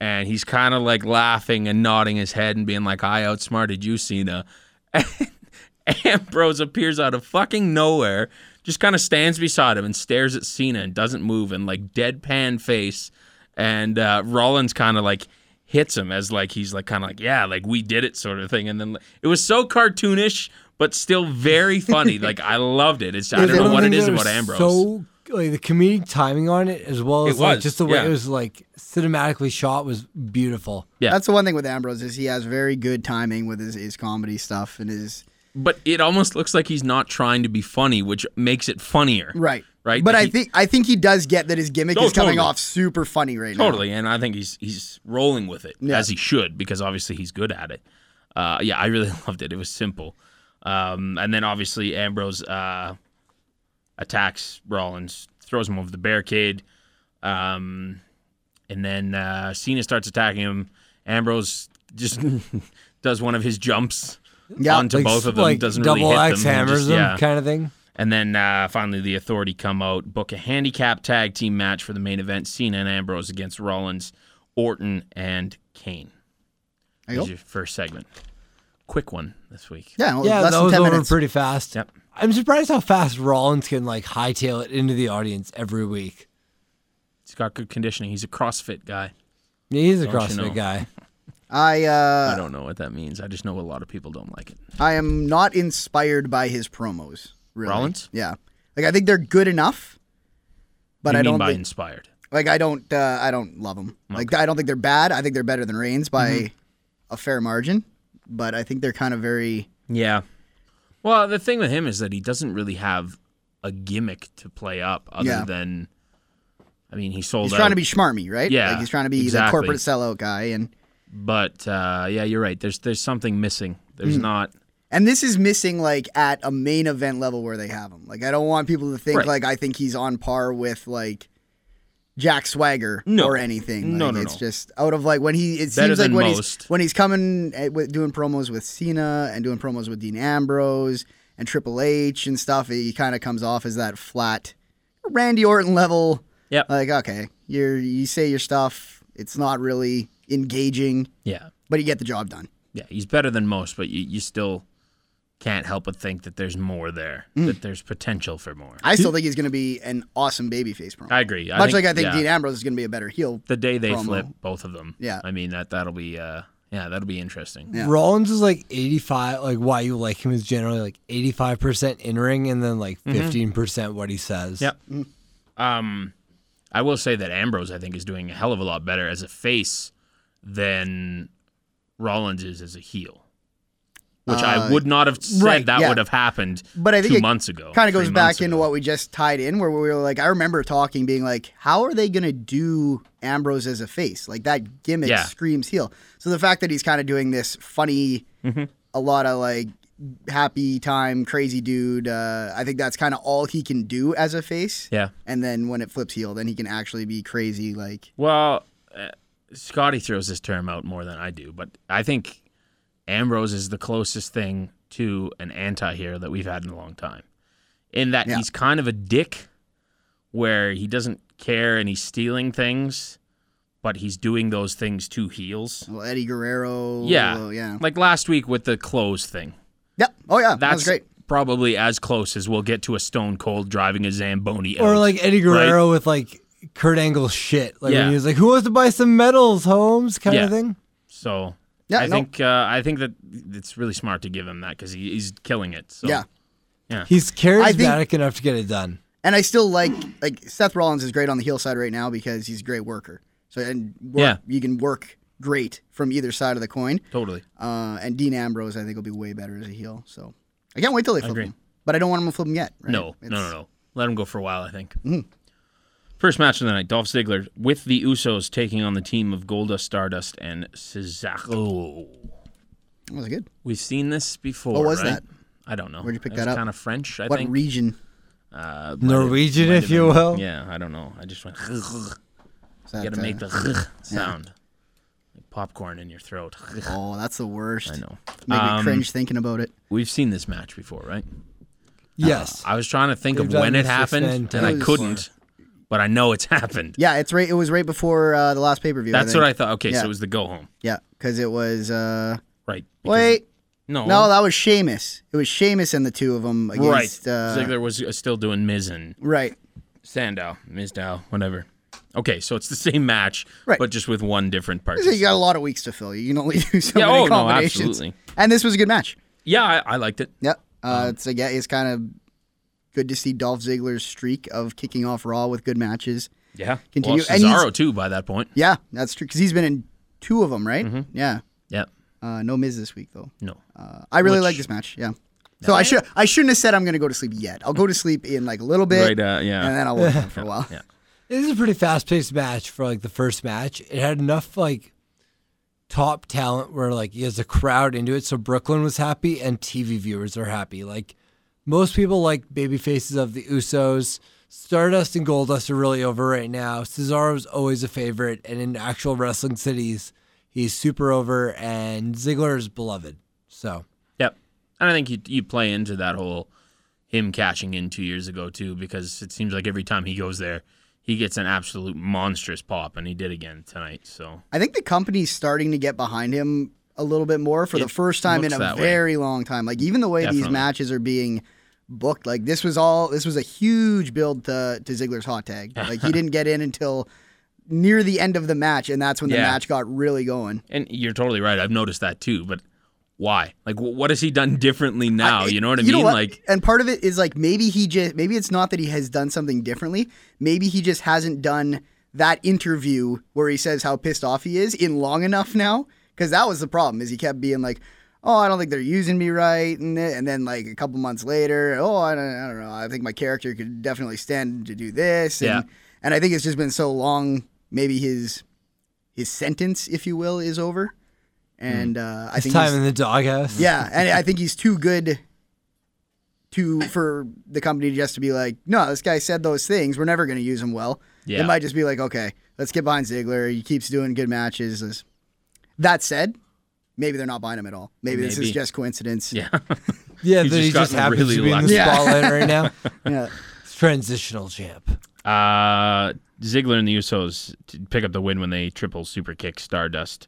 Speaker 1: and he's kind of like laughing and nodding his head and being like, "I outsmarted you, Cena." Ambrose appears out of fucking nowhere, just kind of stands beside him and stares at Cena and doesn't move and like deadpan face. And uh, Rollins kind of like hits him as like he's like kind of like yeah like we did it sort of thing. And then like, it was so cartoonish but still very funny. like I loved it. It's I
Speaker 2: It's
Speaker 1: don't know
Speaker 2: one of
Speaker 1: what
Speaker 2: the
Speaker 1: it
Speaker 2: things
Speaker 1: is
Speaker 2: that
Speaker 1: about
Speaker 2: are
Speaker 1: Ambrose.
Speaker 2: So like the comedic timing on it, as well
Speaker 1: It
Speaker 2: as like,
Speaker 1: was,
Speaker 2: just the way
Speaker 1: yeah.
Speaker 2: it was like cinematically shot, was beautiful.
Speaker 1: Yeah.
Speaker 3: That's the one thing with Ambrose is he has very good timing with his, his comedy stuff and his
Speaker 1: But it almost looks like he's not trying to be funny, which makes it funnier.
Speaker 3: right,
Speaker 1: Right,
Speaker 3: But
Speaker 1: that
Speaker 3: I
Speaker 1: he-
Speaker 3: think I think he does get that his gimmick
Speaker 1: Oh,
Speaker 3: is coming
Speaker 1: totally.
Speaker 3: off super funny right now.
Speaker 1: Totally, and I think he's he's rolling with it
Speaker 3: Yeah.
Speaker 1: as he should because obviously he's good at it. Uh, yeah, I really loved it. It was simple, um, and then obviously Ambrose uh, attacks Rollins, throws him over the barricade, um, and then uh, Cena starts attacking him. Ambrose just does one of his jumps
Speaker 3: Yeah,
Speaker 1: onto
Speaker 2: like,
Speaker 1: both of them,
Speaker 2: like
Speaker 1: doesn't
Speaker 2: double
Speaker 1: really hit
Speaker 2: axe
Speaker 1: them. and
Speaker 2: hammers
Speaker 1: just-
Speaker 2: them,
Speaker 1: yeah.
Speaker 2: kind of thing.
Speaker 1: And then uh, finally, the authority come out, book a handicap tag team match for the main event: Cena and Ambrose against Rollins, Orton, and Kane.
Speaker 3: There you
Speaker 1: There's
Speaker 3: go.
Speaker 1: your first segment. Quick one this week.
Speaker 3: Yeah, well,
Speaker 2: Yeah,
Speaker 3: less
Speaker 2: that
Speaker 3: than
Speaker 2: was
Speaker 3: ten
Speaker 2: over
Speaker 3: minutes.
Speaker 2: pretty fast.
Speaker 1: Yep.
Speaker 2: I'm surprised how fast Rollins can like hightail it into the audience every week.
Speaker 1: He's got good conditioning. He's a CrossFit guy.
Speaker 2: Yeah, he's a
Speaker 1: Don't you
Speaker 2: CrossFit
Speaker 1: know?
Speaker 2: guy.
Speaker 3: I
Speaker 1: I
Speaker 3: uh,
Speaker 1: don't know what that means. I just know a lot of people don't like it.
Speaker 3: I am not inspired by his promos. Really.
Speaker 1: Rollins?
Speaker 3: Yeah, like I think they're good enough,
Speaker 1: What
Speaker 3: but
Speaker 1: do you
Speaker 3: I
Speaker 1: mean
Speaker 3: don't
Speaker 1: by
Speaker 3: think,
Speaker 1: inspired?
Speaker 3: like I don't uh, I don't love them. Like I don't think they're bad. I think they're better than Reigns by
Speaker 1: Mm-hmm.
Speaker 3: a fair margin, but I think they're kind of very
Speaker 1: Yeah. Well, the thing with him is that he doesn't really have a gimmick to play up, other
Speaker 3: Yeah.
Speaker 1: than, I mean, he sold
Speaker 3: he's
Speaker 1: out.
Speaker 3: trying to be schmarmy, right?
Speaker 1: Yeah,
Speaker 3: like he's trying to be
Speaker 1: exactly.
Speaker 3: the corporate sellout guy, and
Speaker 1: but uh, yeah, you're right. There's there's something missing. There's
Speaker 3: Mm. Uh,
Speaker 1: not.
Speaker 3: and this is missing like at a main event level where they have him. Like I don't want people to think
Speaker 1: Right.
Speaker 3: like I think he's on par with like. Jack Swagger
Speaker 1: No.
Speaker 3: or anything.
Speaker 1: No,
Speaker 3: Like,
Speaker 1: no,
Speaker 3: it's
Speaker 1: no.
Speaker 3: just out of like when he. It
Speaker 1: Better
Speaker 3: seems like
Speaker 1: than
Speaker 3: when he's
Speaker 1: most.
Speaker 3: when he's coming at, with, doing promos with Cena and doing promos with Dean Ambrose and Triple H and stuff. He kind of comes off as that flat Randy Orton level.
Speaker 1: Yep.
Speaker 3: Like okay, you're you say your stuff. It's not really engaging,
Speaker 1: Yeah.
Speaker 3: but you get the job done.
Speaker 1: Yeah, he's better than most, but you, you still can't help but think that there's more there,
Speaker 3: Mm.
Speaker 1: that there's potential for more.
Speaker 3: I still think he's going to be an awesome babyface promo.
Speaker 1: I agree. I
Speaker 3: Much
Speaker 1: think-
Speaker 3: like I think
Speaker 1: yeah.
Speaker 3: Dean Ambrose is going to be a better heel.
Speaker 1: The day they
Speaker 3: promo.
Speaker 1: flip both of them.
Speaker 3: Yeah.
Speaker 1: I mean that that'll be uh yeah, that'll be interesting.
Speaker 3: Yeah.
Speaker 2: Rollins is like 85. Like why you like him is generally like 85 percent in ring, and then like 15 percent what he says.
Speaker 1: Mm-hmm. Yep. Um I will say that Ambrose I think is doing a hell of a lot better as a face than Rollins is as a heel. Which I would not have said
Speaker 3: Uh, right,
Speaker 1: that
Speaker 3: yeah.
Speaker 1: would have happened
Speaker 3: But I think
Speaker 1: two
Speaker 3: it
Speaker 1: months ago.
Speaker 3: Kind of goes
Speaker 1: three
Speaker 3: back
Speaker 1: months
Speaker 3: into
Speaker 1: ago.
Speaker 3: what we just tied in, where we were like, I remember talking, being like, how are they going to do Ambrose as a face? Like that gimmick
Speaker 1: Yeah.
Speaker 3: screams heel. So the fact that he's kind of doing this funny, a lot of like happy time, crazy dude, uh, I think that's kind of all he can do as a face.
Speaker 1: Yeah.
Speaker 3: And then when it flips heel, then he can actually be crazy. Like,
Speaker 1: Well, uh, Scotty throws this term out more than I do, but I think Ambrose is the closest thing to an anti-hero that we've had in a long time. In that
Speaker 3: Yeah.
Speaker 1: he's kind of a dick where he doesn't care and he's stealing things, but he's doing those things to heels.
Speaker 3: well, Eddie Guerrero.
Speaker 1: Yeah.
Speaker 3: well, yeah.
Speaker 1: Like last week with the clothes thing.
Speaker 3: Yeah. Oh, yeah. that
Speaker 1: That's
Speaker 3: was great.
Speaker 1: probably as close as we'll get to a stone cold driving a Zamboni.
Speaker 2: Or
Speaker 1: out.
Speaker 2: like Eddie Guerrero with like Kurt Angle shit. Like
Speaker 1: Yeah.
Speaker 2: when he was like, "Who wants to buy some medals, Holmes?" kind
Speaker 1: Yeah.
Speaker 2: of thing.
Speaker 1: So
Speaker 3: Yeah,
Speaker 1: I
Speaker 3: no.
Speaker 1: think uh, I think that it's really smart to give him that because he, he's killing it. So.
Speaker 3: Yeah.
Speaker 2: He's
Speaker 3: I think-
Speaker 2: charismatic enough to get it done.
Speaker 3: And I still like like Seth Rollins is great on the heel side right now because he's a great worker. So and work,
Speaker 1: Yeah.
Speaker 3: you can work great from either side of the coin.
Speaker 1: Totally.
Speaker 3: Uh, and Dean Ambrose I think will be way better as a heel. So I can't wait till they flip
Speaker 1: agree.
Speaker 3: him. But I don't want him to flip him yet. Right?
Speaker 1: No,
Speaker 3: It's- Mm-hmm.
Speaker 1: no, no, no. Let him go for a while, I think. First match of the night Dolph Ziggler with the Usos taking on the team of Goldust, Stardust, and Cesaro.
Speaker 3: That was good.
Speaker 1: We've seen this before.
Speaker 3: Oh. What was
Speaker 1: right?
Speaker 3: that?
Speaker 1: I don't know.
Speaker 3: Where'd you pick
Speaker 1: It
Speaker 3: that
Speaker 1: was
Speaker 3: up?
Speaker 1: Kind of French, I
Speaker 3: What
Speaker 1: think.
Speaker 3: region
Speaker 1: Uh, might have-
Speaker 2: Norwegian,
Speaker 1: might have
Speaker 2: if you
Speaker 1: been-
Speaker 2: will.
Speaker 1: Yeah, I don't know. I just went. Got
Speaker 3: is that?
Speaker 1: to
Speaker 3: uh,
Speaker 1: make the sound. Like popcorn in your throat.
Speaker 3: Oh, that's the worst.
Speaker 1: I know.
Speaker 3: Make
Speaker 1: Um,
Speaker 3: me cringe thinking about it.
Speaker 1: We've seen this match before, right?
Speaker 2: Yes.
Speaker 1: I was trying to think
Speaker 2: They've
Speaker 1: of
Speaker 2: done
Speaker 1: when it
Speaker 2: this to Sven
Speaker 1: happened, and I
Speaker 3: Taylor.
Speaker 1: couldn't, but I know it's happened.
Speaker 3: Yeah, it's right. It was right before uh, the last pay per view.
Speaker 1: That's what I thought. Okay, so
Speaker 3: Yeah.
Speaker 1: it was the go home,
Speaker 3: Yeah, because it was. Uh,
Speaker 1: right? because-
Speaker 3: wait,
Speaker 1: no,
Speaker 3: no, that was Sheamus. It was Sheamus and the two of them
Speaker 1: right.
Speaker 3: against. Uh,
Speaker 1: Ziggler was uh, still doing Miz and
Speaker 3: Right.
Speaker 1: Sandow, Mizdow, whatever. Okay, so it's the same match,
Speaker 3: Right.
Speaker 1: but just with one different part.
Speaker 3: So you got a lot of weeks to fill. You can only do so
Speaker 1: Yeah,
Speaker 3: many
Speaker 1: oh, no,
Speaker 3: combinations.
Speaker 1: absolutely. Um,
Speaker 3: And this was a good match.
Speaker 1: Yeah, I, I liked it.
Speaker 3: Yep. Uh, it's again, it's kind of good to see Dolph Ziggler's streak of kicking off Raw with good matches.
Speaker 1: Yeah.
Speaker 3: Continue-
Speaker 1: Lost
Speaker 3: and he's-
Speaker 1: Cesaro too by that point.
Speaker 3: Yeah, that's true because he's been in two of them, right?
Speaker 1: Mm-hmm.
Speaker 3: Yeah.
Speaker 1: Yeah.
Speaker 3: Uh, no Miz this week though.
Speaker 1: No.
Speaker 3: Uh, I really
Speaker 1: Which-
Speaker 3: like this match. Yeah. So I should I shouldn't have said I'm gonna go to sleep yet. I'll go to sleep in like a little bit,
Speaker 1: Right, uh, yeah.
Speaker 3: and then I'll work on it for a while.
Speaker 1: yeah.
Speaker 2: This is a pretty fast paced match for like the first match. It had enough like top talent where like he has a crowd into it. So Brooklyn was happy and TV viewers are happy. Like most people like baby faces of the Usos. Stardust and Goldust are really over right now. Cesaro's always a favorite, and in actual wrestling cities, he's super over, and Ziggler is beloved. So
Speaker 1: Yep. And I think you you play into that whole him cashing in two years ago too, because it seems like every time he goes there, he gets an absolute monstrous pop, and he did again tonight. So
Speaker 3: I think the company's starting to get behind him a little bit more for the
Speaker 1: It
Speaker 3: first time in
Speaker 1: looks
Speaker 3: a
Speaker 1: that way.
Speaker 3: very long time. Like even the way these
Speaker 1: Definitely.
Speaker 3: matches are being booked, like this was all this was a huge build to to Ziggler's hot tag. Like he didn't get in until near the end of the match, and that's when the
Speaker 1: Yeah.
Speaker 3: match got really going.
Speaker 1: And you're totally right. I've noticed that too. But why? Like, wh- what has he done differently now? you know what I mean? Like,
Speaker 3: and part of it is like maybe he just maybe it's not that he has done something differently. Maybe he just hasn't done that interview where he says how pissed off he is in long enough now. Because that was the problem is he kept being like, "Oh, I don't think they're using me right," and th- and then like a couple months later, "Oh, I don't, I don't know. I think my character could definitely stand to do this." And,
Speaker 1: Yeah.
Speaker 3: And I think it's just been so long. Maybe his his sentence, if you will, is over. And uh, I
Speaker 2: Hmm. his
Speaker 3: think
Speaker 2: time
Speaker 3: he's-
Speaker 2: in the doghouse.
Speaker 3: yeah, and I think he's too good to for the company just to be like, no, this guy said those things. We're never going to use him well.
Speaker 1: Yeah.
Speaker 3: It might just be like, okay, let's get behind Ziggler. He keeps doing good matches. This- That said, maybe they're not buying him at all. Maybe, this is
Speaker 1: Maybe.
Speaker 3: just coincidence.
Speaker 1: yeah,
Speaker 2: yeah.
Speaker 1: He's
Speaker 2: That
Speaker 1: just
Speaker 2: he just
Speaker 1: gotten
Speaker 2: happens
Speaker 1: really
Speaker 2: to be in the
Speaker 1: lucky.
Speaker 3: Yeah.
Speaker 2: spotlight right now.
Speaker 3: Yeah.
Speaker 2: Transitional champ.
Speaker 1: uh, Ziggler and the Usos t- pick up the win when they triple super kick Stardust,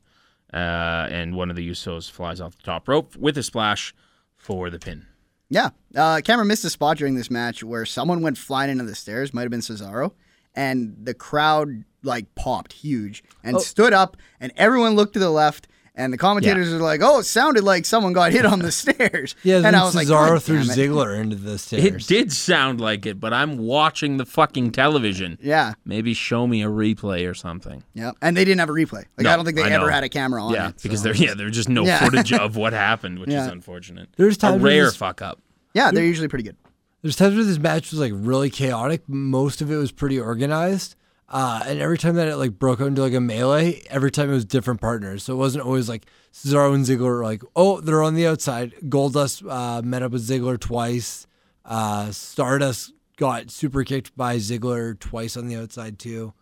Speaker 1: uh, and one of the Usos flies off the top rope with a splash for the pin.
Speaker 3: Yeah. Uh, Cameron missed a spot during this match where someone went flying into the stairs, might have been Cesaro, and the crowd like popped huge and stood up, and everyone looked to the left. And the commentators were like, "Oh, it sounded like someone got hit on the stairs."
Speaker 2: Yeah,
Speaker 3: and
Speaker 2: then
Speaker 3: I was like,
Speaker 2: Cesaro
Speaker 3: "God
Speaker 2: threw
Speaker 3: damn it."
Speaker 2: Ziggler into the
Speaker 1: It
Speaker 2: stairs.
Speaker 1: did sound like it, but I'm watching the fucking television.
Speaker 3: Yeah,
Speaker 1: Maybe show me a replay or something.
Speaker 3: yeah, and they didn't have a replay. Like
Speaker 1: No,
Speaker 3: I don't think they
Speaker 1: I
Speaker 3: ever
Speaker 1: know.
Speaker 3: had a camera on
Speaker 1: yeah,
Speaker 3: it.
Speaker 1: because there yeah there's just no
Speaker 3: Yeah.
Speaker 1: footage of what happened, which
Speaker 3: Yeah.
Speaker 1: is unfortunate.
Speaker 2: There's times
Speaker 1: a
Speaker 2: when
Speaker 1: rare
Speaker 2: this-
Speaker 1: fuck up.
Speaker 3: Yeah, they're usually pretty good.
Speaker 2: There's times where this match was like really chaotic. Most of it was pretty organized. Uh, and every time that it like broke out into like a melee, every time it was different partners. So it wasn't always like Cesaro and Ziggler were like, oh, they're on the outside. Goldust uh, met up with Ziggler twice. Uh, Stardust got super kicked by Ziggler twice on the outside too.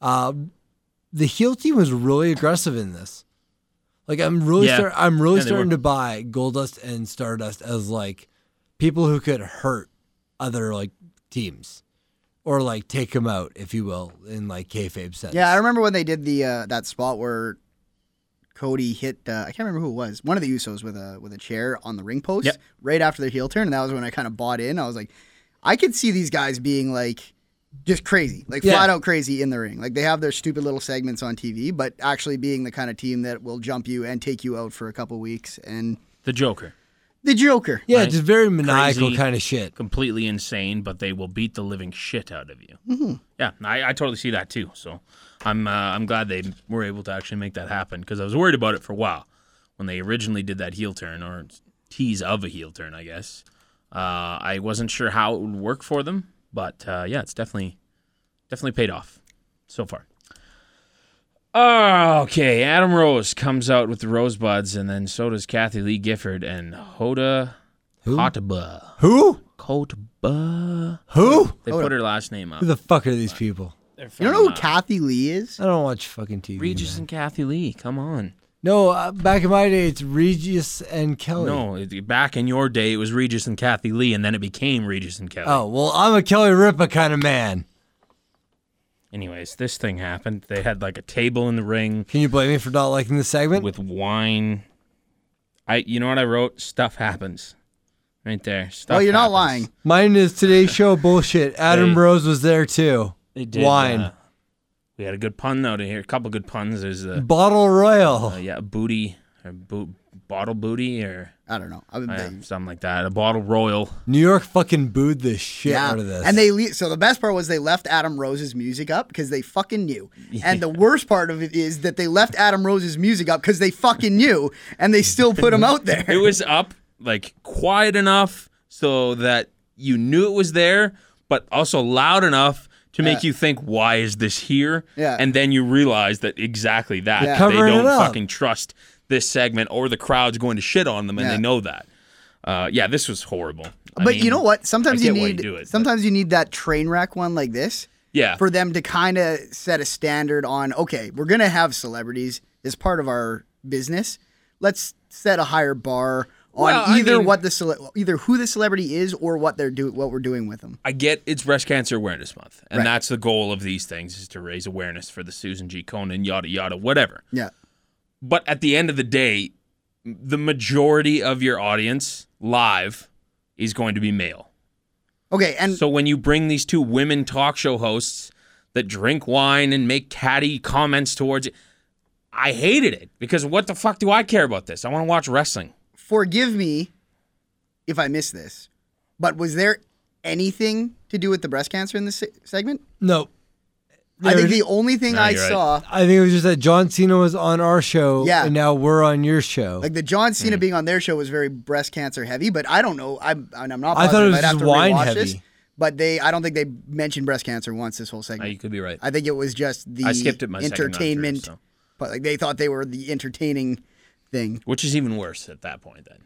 Speaker 2: Um, the heel team was really aggressive in this. Like I'm really,
Speaker 1: Yeah.
Speaker 2: start, I'm really
Speaker 1: Yeah, they
Speaker 2: starting
Speaker 1: were.
Speaker 2: to buy Goldust and Stardust as like people who could hurt other like teams, or like take them out, if you will, in like kayfabe sense.
Speaker 3: Yeah, I remember when they did the uh, that spot where Cody hit uh, I can't remember who it was, one of the Usos with a with a chair on the ring post
Speaker 1: Yep.
Speaker 3: right after their heel turn, and that was when I kind of bought in. I was like, I could see these guys being like just crazy, like
Speaker 2: Yeah.
Speaker 3: flat out crazy in the ring. Like they have their stupid little segments on TV, but actually being the kind of team that will jump you and take you out for a couple weeks. And
Speaker 1: The Joker.
Speaker 3: the Joker,
Speaker 2: yeah, just very maniacal
Speaker 1: Crazy.
Speaker 2: kind of shit.
Speaker 1: completely insane, but they will beat the living shit out of you. Yeah, I, I totally see that too. So I'm uh, I'm glad they were able to actually make that happen because I was worried about it for a while when they originally did that heel turn or tease of a heel turn, I guess. Uh, I wasn't sure how it would work for them, but uh, yeah, it's definitely definitely paid off so far. Okay, Adam Rose comes out with the rosebuds, and then so does Kathy Lee Gifford and Hoda Kotb.
Speaker 2: Who?
Speaker 1: Kotba.
Speaker 2: Who?
Speaker 1: They put her last name up.
Speaker 2: Who the fuck are these people?
Speaker 3: you don't know who Kathy Lee is?
Speaker 2: I don't watch fucking TV.
Speaker 1: Regis
Speaker 2: man.
Speaker 1: and Kathy Lee. Come on.
Speaker 2: No, uh, back in my day, it's Regis and Kelly.
Speaker 1: No, it- back in your day, it was Regis and Kathy Lee, and then it became Regis and Kelly.
Speaker 2: Oh well, I'm a Kelly Ripa kind of man.
Speaker 1: Anyways, this thing happened. They had like a table in the ring
Speaker 2: Can you blame me for not liking this segment?
Speaker 1: with wine. I, you know what I wrote? Stuff happens, right there. Stuff.
Speaker 3: Well, you're not
Speaker 1: happens.
Speaker 3: lying.
Speaker 2: Mine is today's show bullshit. Adam
Speaker 1: Hey.
Speaker 2: Rose was there too.
Speaker 1: They did,
Speaker 2: Wine.
Speaker 1: uh, we had a good pun though to hear. A couple good puns. There's the
Speaker 2: Bottle Royal.
Speaker 1: uh, yeah booty or boot bottle booty or
Speaker 3: I don't know. I mean,
Speaker 1: Oh, yeah,
Speaker 3: they-
Speaker 1: something like that. A bottle royal.
Speaker 2: New York fucking booed the shit
Speaker 3: yeah.
Speaker 2: out of this.
Speaker 3: And they le- so the best part was they left Adam Rose's music up because they fucking knew. And the worst part of it is that they left Adam Rose's music up because they fucking knew, and they still put him out there.
Speaker 1: It was up like quiet enough so that you knew it was there, but also loud enough to make you think, why is this here?
Speaker 3: Yeah.
Speaker 1: And then you realize that exactly that
Speaker 3: They're
Speaker 1: they
Speaker 2: covering
Speaker 1: don't
Speaker 2: it up.
Speaker 1: fucking trust this segment or the crowd's going to shit on them, and
Speaker 3: Yeah.
Speaker 1: they know that. Uh, yeah, this was horrible. I
Speaker 3: but you
Speaker 1: mean,
Speaker 3: know what? Sometimes
Speaker 1: I
Speaker 3: you
Speaker 1: get why
Speaker 3: need
Speaker 1: do it, but-
Speaker 3: sometimes you need that train wreck one like this.
Speaker 1: Yeah.
Speaker 3: for them to kind of set a standard on okay, we're going to have celebrities as part of our business. Let's set a higher bar on
Speaker 1: Well, I
Speaker 3: either
Speaker 1: mean-
Speaker 3: what the cele- either who the celebrity is or what they're do what we're doing with them.
Speaker 1: I get it's Breast Cancer Awareness Month, and that's the goal of these things is to raise awareness for the Susan G. Conan, yada yada, whatever.
Speaker 3: Yeah.
Speaker 1: But at the end of the day, the majority of your audience live is going to be male.
Speaker 3: Okay, and
Speaker 1: So when you bring these two women talk show hosts that drink wine and make catty comments towards it, I hated it because what the fuck do I care about this? I want to watch wrestling.
Speaker 3: forgive me if I miss this, but was there anything to do with the breast cancer in this se- segment?
Speaker 2: no.
Speaker 3: I think
Speaker 2: There-
Speaker 3: the only thing
Speaker 1: No,
Speaker 3: I
Speaker 1: you're right.
Speaker 3: saw
Speaker 2: I think it was just that John Cena was on our show,
Speaker 3: Yeah.
Speaker 2: and now we're on your show.
Speaker 3: like the John Cena
Speaker 1: Hmm.
Speaker 3: being on their show was very breast cancer heavy, but I don't know. I'm and I'm not.
Speaker 2: I
Speaker 3: Positive.
Speaker 2: thought it was
Speaker 3: I'd have
Speaker 2: just
Speaker 3: to
Speaker 2: wine
Speaker 3: rewatch
Speaker 2: heavy.
Speaker 3: This, but they, I don't think they mentioned breast cancer once this whole segment.
Speaker 1: could be right.
Speaker 3: I think it was just the
Speaker 1: I skipped it my second run through,
Speaker 3: entertainment,
Speaker 1: so.
Speaker 3: but like they thought they were the entertaining thing.
Speaker 1: Which is even worse at that point then.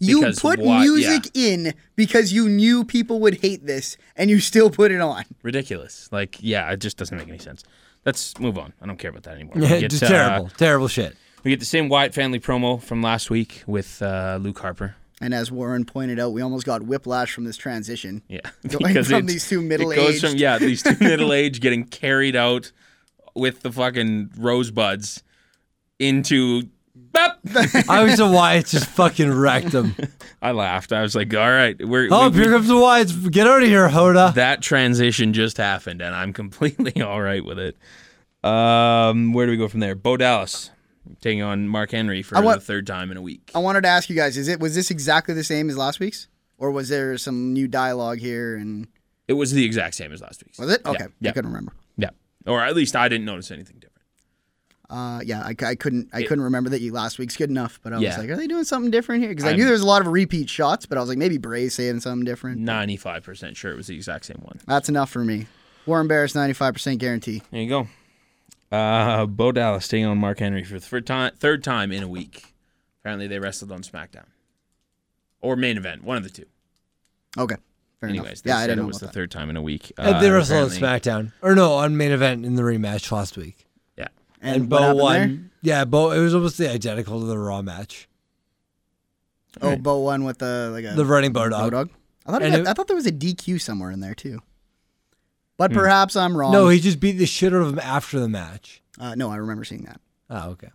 Speaker 3: You
Speaker 1: Because
Speaker 3: put
Speaker 1: why-
Speaker 3: music in because you knew people would hate this, and you still put it on.
Speaker 1: Ridiculous. Like, yeah, it just doesn't make any sense. Let's move on. I don't care about that anymore.
Speaker 2: Yeah,
Speaker 1: We get,
Speaker 2: just
Speaker 1: uh,
Speaker 2: terrible, terrible shit.
Speaker 1: We get the same Wyatt family promo from last week with uh, Luke Harper.
Speaker 3: And as Warren pointed out, we almost got whiplash from this transition.
Speaker 1: Yeah,
Speaker 3: Going from
Speaker 1: it's-
Speaker 3: these two
Speaker 1: It goes
Speaker 3: middle-aged-
Speaker 1: from yeah, these two middle aged getting carried out with the fucking rosebuds into. Bop!
Speaker 2: I was the Wyatts just fucking wrecked them.
Speaker 1: I laughed. I was like, "All right, we're,
Speaker 2: Oh,
Speaker 1: we- we-
Speaker 2: here comes the Wyatts. Get out of here, Hoda.
Speaker 1: that transition just happened, and I'm completely all right with it." Um, where do we go from there? Bo Dallas taking on Mark Henry for
Speaker 3: I want-
Speaker 1: the third time in a week.
Speaker 3: I wanted to ask you guys: Is it was this exactly the same as last week's, or was there some new dialogue here? And
Speaker 1: It was the exact same as last week's.
Speaker 3: was it
Speaker 1: Yeah,
Speaker 3: okay?
Speaker 1: Yeah,
Speaker 3: I couldn't remember.
Speaker 1: yeah. Or at least I didn't notice anything different.
Speaker 3: Uh, yeah, I, c- I couldn't. I couldn't remember that you last week's good enough. But I was
Speaker 1: Yeah.
Speaker 3: like, are they doing something different here? Because I knew
Speaker 1: I'm-
Speaker 3: there was a lot of repeat shots, but I was like, maybe Bray's saying something different.
Speaker 1: Ninety-five percent sure it was the exact same one.
Speaker 3: That's enough for me. Warren Barris, ninety-five percent guarantee.
Speaker 1: There you go. Uh, Bo Dallas taking on Mark Henry for the third time, third time in a week. Apparently, they wrestled on SmackDown or main event, one of the two.
Speaker 3: Okay, fair
Speaker 1: Anyways,
Speaker 3: enough.
Speaker 1: they
Speaker 3: Yeah, I
Speaker 1: said
Speaker 3: didn't
Speaker 1: it
Speaker 3: know
Speaker 1: was the
Speaker 3: about that.
Speaker 1: third time in a week. Uh,
Speaker 2: And they wrestled on
Speaker 1: apparently-
Speaker 2: SmackDown, or no, on main event in the rematch last week.
Speaker 1: Yeah,
Speaker 3: And,
Speaker 2: Bo
Speaker 3: what happened
Speaker 2: Yeah, Bo. It was almost the identical to the Raw match.
Speaker 3: There? Oh, Bo won with the like a
Speaker 2: The running Bo
Speaker 3: Bo
Speaker 2: dog.
Speaker 3: dog. I thought it
Speaker 2: And
Speaker 3: got,
Speaker 2: it-
Speaker 3: I thought there was a DQ somewhere in there too. But
Speaker 1: Hmm.
Speaker 3: perhaps I'm wrong.
Speaker 2: No, he just beat the shit out of him after the match.
Speaker 3: uh, no, I remember seeing that.
Speaker 2: Oh, okay.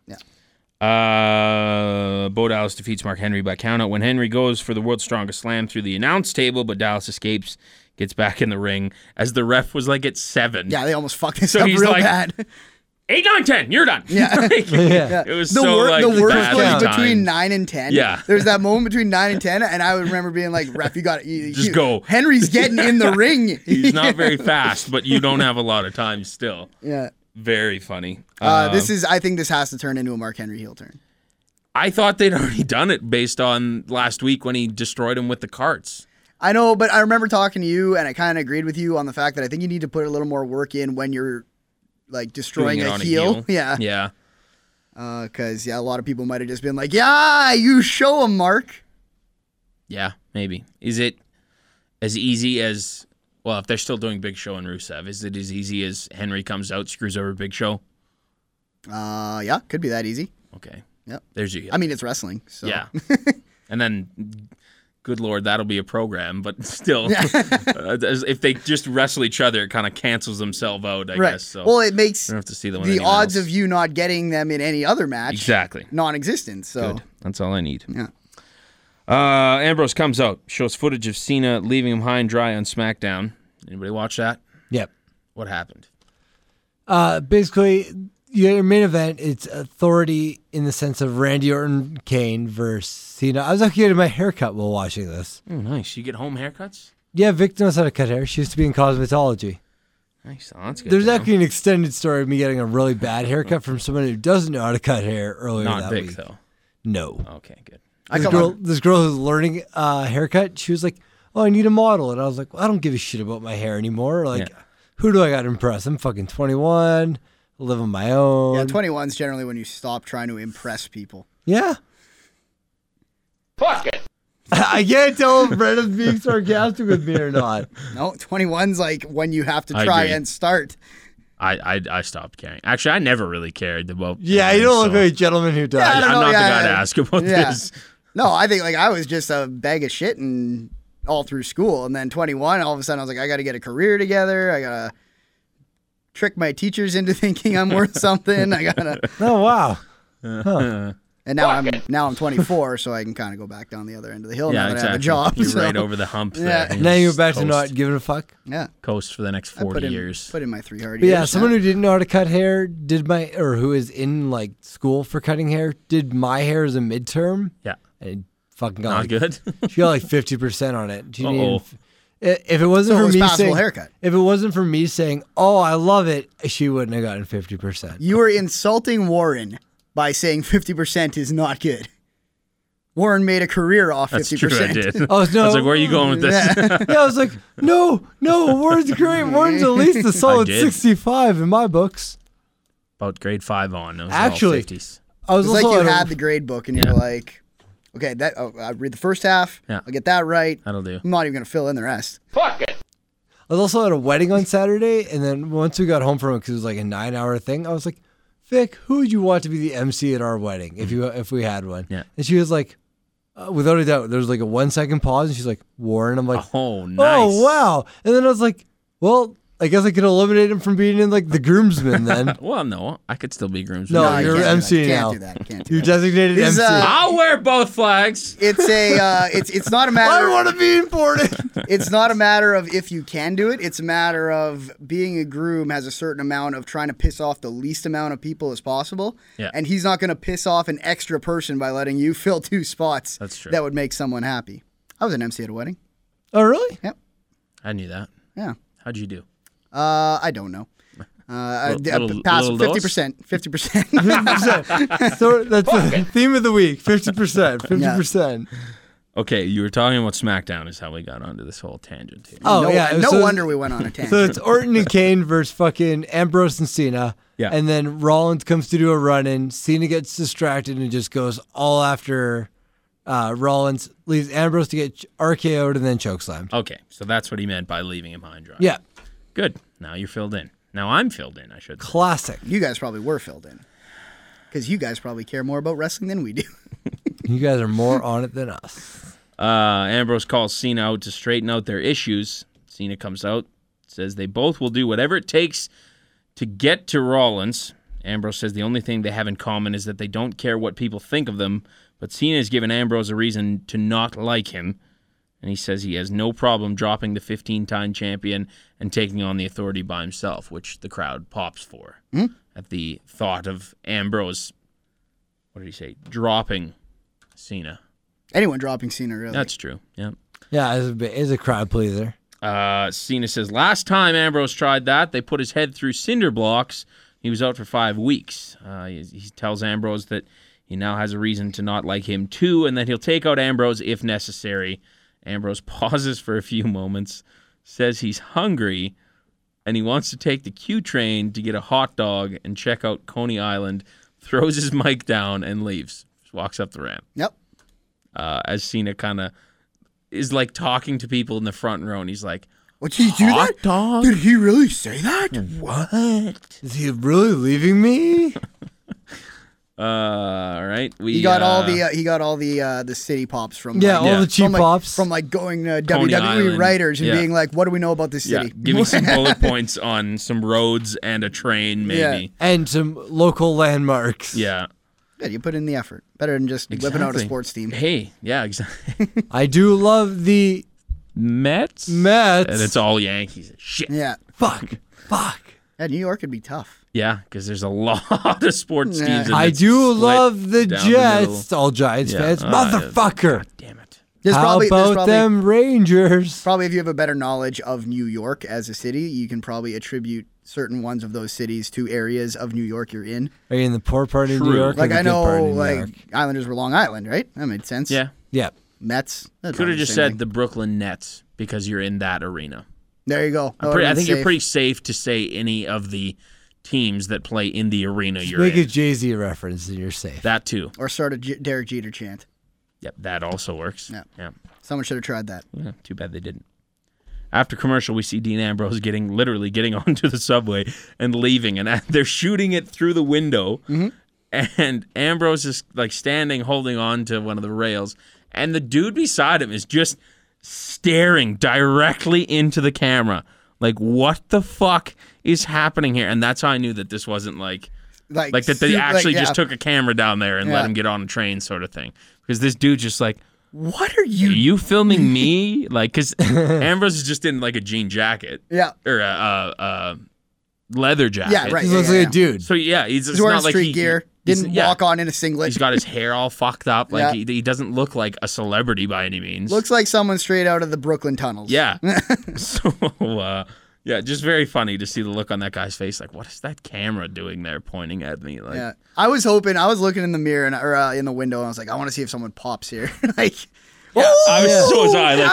Speaker 1: Uh, Bo Dallas defeats Mark Henry by countout when Henry goes for the world's strongest slam through the announce table, but Dallas escapes, gets back in the ring as the ref was like at seven.
Speaker 3: Yeah, they almost fucked this
Speaker 1: So
Speaker 3: up
Speaker 1: he's
Speaker 3: real
Speaker 1: like-
Speaker 3: bad.
Speaker 1: eight, nine, ten, you're done.
Speaker 3: Yeah.
Speaker 1: Like,
Speaker 2: Yeah.
Speaker 1: It was
Speaker 3: the
Speaker 1: so
Speaker 3: wor-
Speaker 1: like
Speaker 3: the worst
Speaker 1: badly
Speaker 3: was
Speaker 1: timed.
Speaker 3: between nine and ten.
Speaker 1: Yeah.
Speaker 3: there was that moment between nine and ten, and I would remember being like, "Ref, you got it. You,
Speaker 1: Just
Speaker 3: you-
Speaker 1: go."
Speaker 3: Henry's getting in the ring.
Speaker 1: He's not very fast, but you don't have a lot of time still.
Speaker 3: yeah.
Speaker 1: Very funny.
Speaker 3: Uh,
Speaker 1: Um,
Speaker 3: this is. I think this has to turn into a Mark Henry heel turn.
Speaker 1: I thought they'd already done it based on last week when he destroyed him with the carts.
Speaker 3: I know, but I remember talking to you, and I kind of agreed with you on the fact that I think you need to put a little more work in when you're like
Speaker 1: doing
Speaker 3: destroying
Speaker 1: it
Speaker 3: a
Speaker 1: on
Speaker 3: heel. Yeah.
Speaker 1: Yeah.
Speaker 3: Because Uh, yeah. a lot of people might have just been like, "Yeah, you show him, Mark."
Speaker 1: Yeah. Maybe. Is it as easy as well, if they're still doing Big Show and Rusev, is it as easy as Henry comes out, screws over Big Show?
Speaker 3: Uh, yeah, could be that easy.
Speaker 1: Okay.
Speaker 3: Yep.
Speaker 1: There's your heel.
Speaker 3: I mean, it's wrestling. So.
Speaker 1: Yeah. and then good lord, that'll be a program, but still uh, as- if they just wrestle each other, it kind of cancels themselves out, I
Speaker 3: Right.
Speaker 1: guess. So
Speaker 3: Well, it makes
Speaker 1: we don't have to see them. with
Speaker 3: the
Speaker 1: anyone
Speaker 3: odds
Speaker 1: else.
Speaker 3: of you not getting them in any other match
Speaker 1: Exactly.
Speaker 3: non-existent. So
Speaker 1: Good. That's all I need.
Speaker 3: Yeah.
Speaker 1: Uh, Ambrose comes out, shows footage of Cena leaving him high and dry on SmackDown. Anybody watch that?
Speaker 2: Yep.
Speaker 1: What happened?
Speaker 2: Uh, basically, your main event, it's authority in the sense of Randy Orton, Kane versus Cena. I was actually getting my haircut while watching this.
Speaker 1: Oh, nice. You get home haircuts?
Speaker 2: Yeah, Vic knows how to cut hair. She used to be in cosmetology.
Speaker 1: Nice. Oh, that's good.
Speaker 2: There's
Speaker 1: to know.
Speaker 2: actually an extended story of me getting a really bad haircut from someone who doesn't know how to cut hair earlier
Speaker 1: not
Speaker 2: that
Speaker 1: big
Speaker 2: week.
Speaker 1: though. Oh.
Speaker 2: No.
Speaker 1: Okay, good.
Speaker 3: I
Speaker 2: this
Speaker 3: cut
Speaker 2: girl,
Speaker 3: my,
Speaker 2: this girl who's learning uh, haircut, she was like, "Oh, I need a model," and I was like, well, "I don't give a shit about my hair anymore. Like,
Speaker 1: Yeah.
Speaker 2: who do I got to impress? I'm fucking 21, I live on my own.
Speaker 3: yeah, 21's generally when you stop trying to impress people.
Speaker 2: Yeah.
Speaker 4: Fuck it.
Speaker 2: I can't tell if Brennan's being sarcastic with me or not.
Speaker 3: No, 21's like when you have to
Speaker 1: I
Speaker 3: try
Speaker 1: agree.
Speaker 3: and start.
Speaker 1: I, I I stopped caring. Actually, I never really cared about.
Speaker 2: Yeah, you don't look like a gentleman who does.
Speaker 3: Yeah, I don't
Speaker 1: I'm
Speaker 3: know,
Speaker 1: not
Speaker 3: yeah,
Speaker 1: the guy to
Speaker 3: yeah.
Speaker 1: ask about
Speaker 3: Yeah.
Speaker 1: this.
Speaker 3: No, I think like I was just a bag of shit and all through school, and then 21, all of a sudden I was like, I got to get a career together. I gotta trick my teachers into thinking I'm worth something. I gotta,
Speaker 2: Oh wow.
Speaker 3: and now I'm now I'm 24, so I can kind of go back down the other end of the hill
Speaker 1: Yeah,
Speaker 3: now that
Speaker 1: exactly.
Speaker 3: I have a job.
Speaker 1: You're
Speaker 3: so,
Speaker 1: right oh, over the hump.
Speaker 3: Yeah.
Speaker 1: There. You
Speaker 2: Now you're
Speaker 1: just
Speaker 2: back to
Speaker 1: coast-
Speaker 2: not giving a fuck.
Speaker 3: Yeah,
Speaker 1: coast for the next
Speaker 3: I put
Speaker 1: forty
Speaker 3: in,
Speaker 1: years.
Speaker 3: Put in my three hard
Speaker 2: But
Speaker 3: years.
Speaker 2: yeah, someone who didn't know how to cut hair did my, or who is in like school for cutting hair, did my hair as a midterm.
Speaker 1: yeah,
Speaker 2: And fucking got
Speaker 1: not
Speaker 2: like,
Speaker 1: good.
Speaker 2: She got like fifty percent on it. She
Speaker 1: Uh-oh.
Speaker 2: didn't- If it wasn't
Speaker 3: So it
Speaker 2: for
Speaker 3: was
Speaker 2: me
Speaker 3: passable
Speaker 2: saying,
Speaker 3: haircut.
Speaker 2: if it wasn't for me saying, "Oh, I love it," she wouldn't have gotten fifty percent.
Speaker 3: you were insulting Warren by saying 50% is not good. Warren made a career off
Speaker 1: That's
Speaker 3: 50%.
Speaker 1: true. I did.
Speaker 2: Oh, no.
Speaker 1: I was like, where are you going with this?
Speaker 3: Yeah.
Speaker 2: yeah, I was like, "No, no, Warren's great. Warren's at least a solid
Speaker 1: did.
Speaker 2: sixty-five in my books."
Speaker 1: about grade five on. It was
Speaker 2: Actually-
Speaker 1: all 50s.
Speaker 2: I was
Speaker 3: It's like
Speaker 2: also
Speaker 3: you
Speaker 2: at a-
Speaker 3: had the grade book and
Speaker 1: Yeah.
Speaker 3: you're like, okay, that oh, I read the first half.
Speaker 1: Yeah.
Speaker 3: I'll get that right.
Speaker 1: that'll do.
Speaker 3: I'm not even going to fill in the rest.
Speaker 4: Fuck it.
Speaker 2: I was also at a wedding on Saturday, and then once we got home from it, because it was like a nine-hour thing, I was like, "Vic, who would you want to be the MC at our wedding if you if we had one?"
Speaker 1: Mm-hmm. Yeah.
Speaker 2: and she was like, uh, "Without a doubt." There was like a one-second pause, and she's like, "Warren." I'm like,
Speaker 1: Oh, nice.
Speaker 2: "Oh wow!" And then I was like, "Well, I guess I could eliminate him from being in like the groomsmen then."
Speaker 1: Well, no, I could still be groomsman.
Speaker 2: No,
Speaker 3: I
Speaker 2: you're
Speaker 3: can't do that.
Speaker 2: MC now.
Speaker 3: Can't do that. Can't do
Speaker 2: You're
Speaker 3: that.
Speaker 2: designated
Speaker 3: Is,
Speaker 2: MC.
Speaker 3: uh,
Speaker 1: I'll wear both flags.
Speaker 3: It's a uh, it's it's not a
Speaker 2: I
Speaker 3: matter
Speaker 2: want to be important.
Speaker 3: it's not a matter of if you can do it. It's a matter of being a groom has a certain amount of trying to piss off the least amount of people as possible.
Speaker 1: Yeah.
Speaker 3: And he's not going to piss off an extra person by letting you fill two spots.
Speaker 1: That's true.
Speaker 3: That would make someone happy. I was an MC at a wedding.
Speaker 2: oh really?
Speaker 1: I knew that.
Speaker 3: Yeah.
Speaker 1: How'd you do?
Speaker 3: Uh, I don't know. Uh,
Speaker 1: Little- little-
Speaker 3: past
Speaker 1: little dose?
Speaker 3: fifty percent, fifty percent.
Speaker 2: 50%. so that's the theme of the week: fifty percent, fifty percent.
Speaker 1: Okay, you were talking about SmackDown is how we got onto this whole tangent here.
Speaker 2: Oh
Speaker 3: no,
Speaker 2: yeah,
Speaker 3: no
Speaker 2: so-
Speaker 3: wonder we went on a
Speaker 2: So
Speaker 3: tangent.
Speaker 2: it's Orton and Kane versus fucking Ambrose and Cena.
Speaker 1: Yeah.
Speaker 2: And then Rollins comes to do a run in. Cena gets distracted and just goes all after uh, Rollins, leaves Ambrose to get ch- RKO'd and then chokeslammed.
Speaker 1: Okay, so that's what he meant by leaving him high and dry.
Speaker 2: Yeah.
Speaker 1: Good. Now you're filled in. Now I'm filled in, I should say.
Speaker 2: Classic.
Speaker 3: you guys probably were filled in, because you guys probably care more about wrestling than we do.
Speaker 2: You guys are more on it than us.
Speaker 1: Uh, Ambrose calls Cena out to straighten out their issues. Cena comes out, says they both will do whatever it takes to get to Rollins. Ambrose says the only thing they have in common is that they don't care what people think of them, but Cena has given Ambrose a reason to not like him. And he says he has no problem dropping the 15 time champion and taking on the authority by himself, which the crowd pops for at the thought of Ambrose, what did he say, dropping Cena.
Speaker 3: Anyone dropping Cena really?
Speaker 1: That's true. Yeah.
Speaker 2: Yeah, it's a, bit, it's a crowd pleaser.
Speaker 1: Uh, Cena says, last time Ambrose tried that, they put his head through cinder blocks. He was out for five weeks. Uh, he, he tells Ambrose that he now has a reason to not like him too, and that he'll take out Ambrose if necessary. Ambrose pauses for a few moments, says he's hungry, and he wants to take the Q train to get a hot dog and check out Coney Island, throws his mic down, and leaves. Just walks up the ramp
Speaker 3: yep.
Speaker 1: uh, as Cena kind of is like talking to people in the front row, and he's like,
Speaker 3: What did he do
Speaker 1: Hot
Speaker 3: that?
Speaker 1: dog?
Speaker 3: Did he really say that?
Speaker 1: What?
Speaker 2: Is he really leaving me?
Speaker 1: Uh, all right. We
Speaker 3: He got all
Speaker 1: uh,
Speaker 3: the uh, he got all the uh, the city pops from
Speaker 2: Yeah,
Speaker 3: like,
Speaker 2: all
Speaker 1: Yeah.
Speaker 2: the cheap
Speaker 3: from, like,
Speaker 2: pops.
Speaker 3: from like going uh,
Speaker 1: Coney
Speaker 3: WWE
Speaker 1: Island.
Speaker 3: writers and
Speaker 1: Yeah.
Speaker 3: being like, what do we know about this
Speaker 1: yeah,
Speaker 3: city?
Speaker 1: giving some bullet points on some roads and a train, maybe.
Speaker 2: and some local landmarks.
Speaker 1: Yeah.
Speaker 3: Good, you put in the effort. Better than just whipping out a
Speaker 1: Exactly.
Speaker 3: sports team.
Speaker 1: Hey, yeah, exactly.
Speaker 2: I do love the
Speaker 1: Mets,
Speaker 2: Mets.
Speaker 1: and it's all Yankees. Shit.
Speaker 3: Yeah,
Speaker 2: fuck, fuck.
Speaker 3: yeah. New York would be tough.
Speaker 1: Yeah, because there's a lot of sports
Speaker 3: Yeah.
Speaker 1: teams. and
Speaker 2: I
Speaker 1: it's
Speaker 2: do
Speaker 1: split
Speaker 2: love the
Speaker 1: down middle.
Speaker 2: Jets, all Giants
Speaker 1: Yeah,
Speaker 2: fans.
Speaker 1: uh,
Speaker 2: Motherfucker.
Speaker 1: God damn it.
Speaker 3: There's
Speaker 2: How
Speaker 3: probably, there's
Speaker 2: about
Speaker 3: probably,
Speaker 2: them Rangers?
Speaker 3: Probably if you have a better knowledge of New York as a city, you can probably attribute certain ones of those cities to areas of New York you're in.
Speaker 2: Are you in the poor part of New
Speaker 1: True.
Speaker 2: York? or
Speaker 3: Like
Speaker 2: the
Speaker 3: I
Speaker 2: good part
Speaker 3: know,
Speaker 2: of New
Speaker 3: like
Speaker 2: York?
Speaker 3: Islanders were Long Island, right? That made sense.
Speaker 1: Yeah.
Speaker 2: yeah.
Speaker 3: Mets. that's
Speaker 1: Could
Speaker 3: not
Speaker 1: have just
Speaker 3: same
Speaker 1: said
Speaker 3: thing.
Speaker 1: the Brooklyn Nets because you're in that arena.
Speaker 3: There you go.
Speaker 1: Pretty- I
Speaker 3: That would've been
Speaker 1: think you're
Speaker 3: Oh, safe.
Speaker 1: pretty safe to say any of the teams that play in the arena you're
Speaker 2: Make a
Speaker 1: in.
Speaker 2: Jay Z reference and you're safe.
Speaker 1: That too.
Speaker 3: Or start a J- Derek Jeter chant.
Speaker 1: Yep, that also works.
Speaker 3: Yeah.
Speaker 1: yeah.
Speaker 3: Someone should have tried that.
Speaker 1: Yeah, too bad they didn't. After commercial, we see Dean Ambrose getting literally getting onto the subway and leaving, and they're shooting it through the window. And Ambrose is like standing, holding on to one of the rails, and the dude beside him is just staring directly into the camera. Like, what the fuck is happening here? And that's how I knew that this wasn't like
Speaker 3: Like,
Speaker 1: like that they
Speaker 3: super- like,
Speaker 1: actually just
Speaker 3: yeah.
Speaker 1: took a camera down there and let
Speaker 3: Yeah.
Speaker 1: him get on a train sort of thing because this dude just like what are you you filming me like because ambrose is just in like a jean jacket
Speaker 3: Yeah.
Speaker 1: or a, a, a leather jacket
Speaker 3: Yeah, right.
Speaker 2: He looks
Speaker 3: yeah,
Speaker 2: like
Speaker 3: yeah.
Speaker 2: a dude.
Speaker 1: so yeah he's,
Speaker 3: He's
Speaker 1: it's
Speaker 3: wearing
Speaker 1: not like
Speaker 3: street
Speaker 1: he,
Speaker 3: gear.
Speaker 1: he's-
Speaker 3: Didn't
Speaker 1: yeah,
Speaker 3: walk on in a singlet.
Speaker 1: he's got his hair all fucked up like
Speaker 3: Yeah.
Speaker 1: he, he doesn't look like a celebrity by any means
Speaker 3: Looks like someone straight out of the Brooklyn tunnels.
Speaker 1: yeah so uh yeah, just very funny to see the look on that guy's face. Like, what is that camera doing there, pointing at me? Like,
Speaker 3: Yeah. I was hoping. I was looking in the mirror and or uh, in the window, and I was like, I want to see if someone pops here. like,
Speaker 1: I was so was I. Like,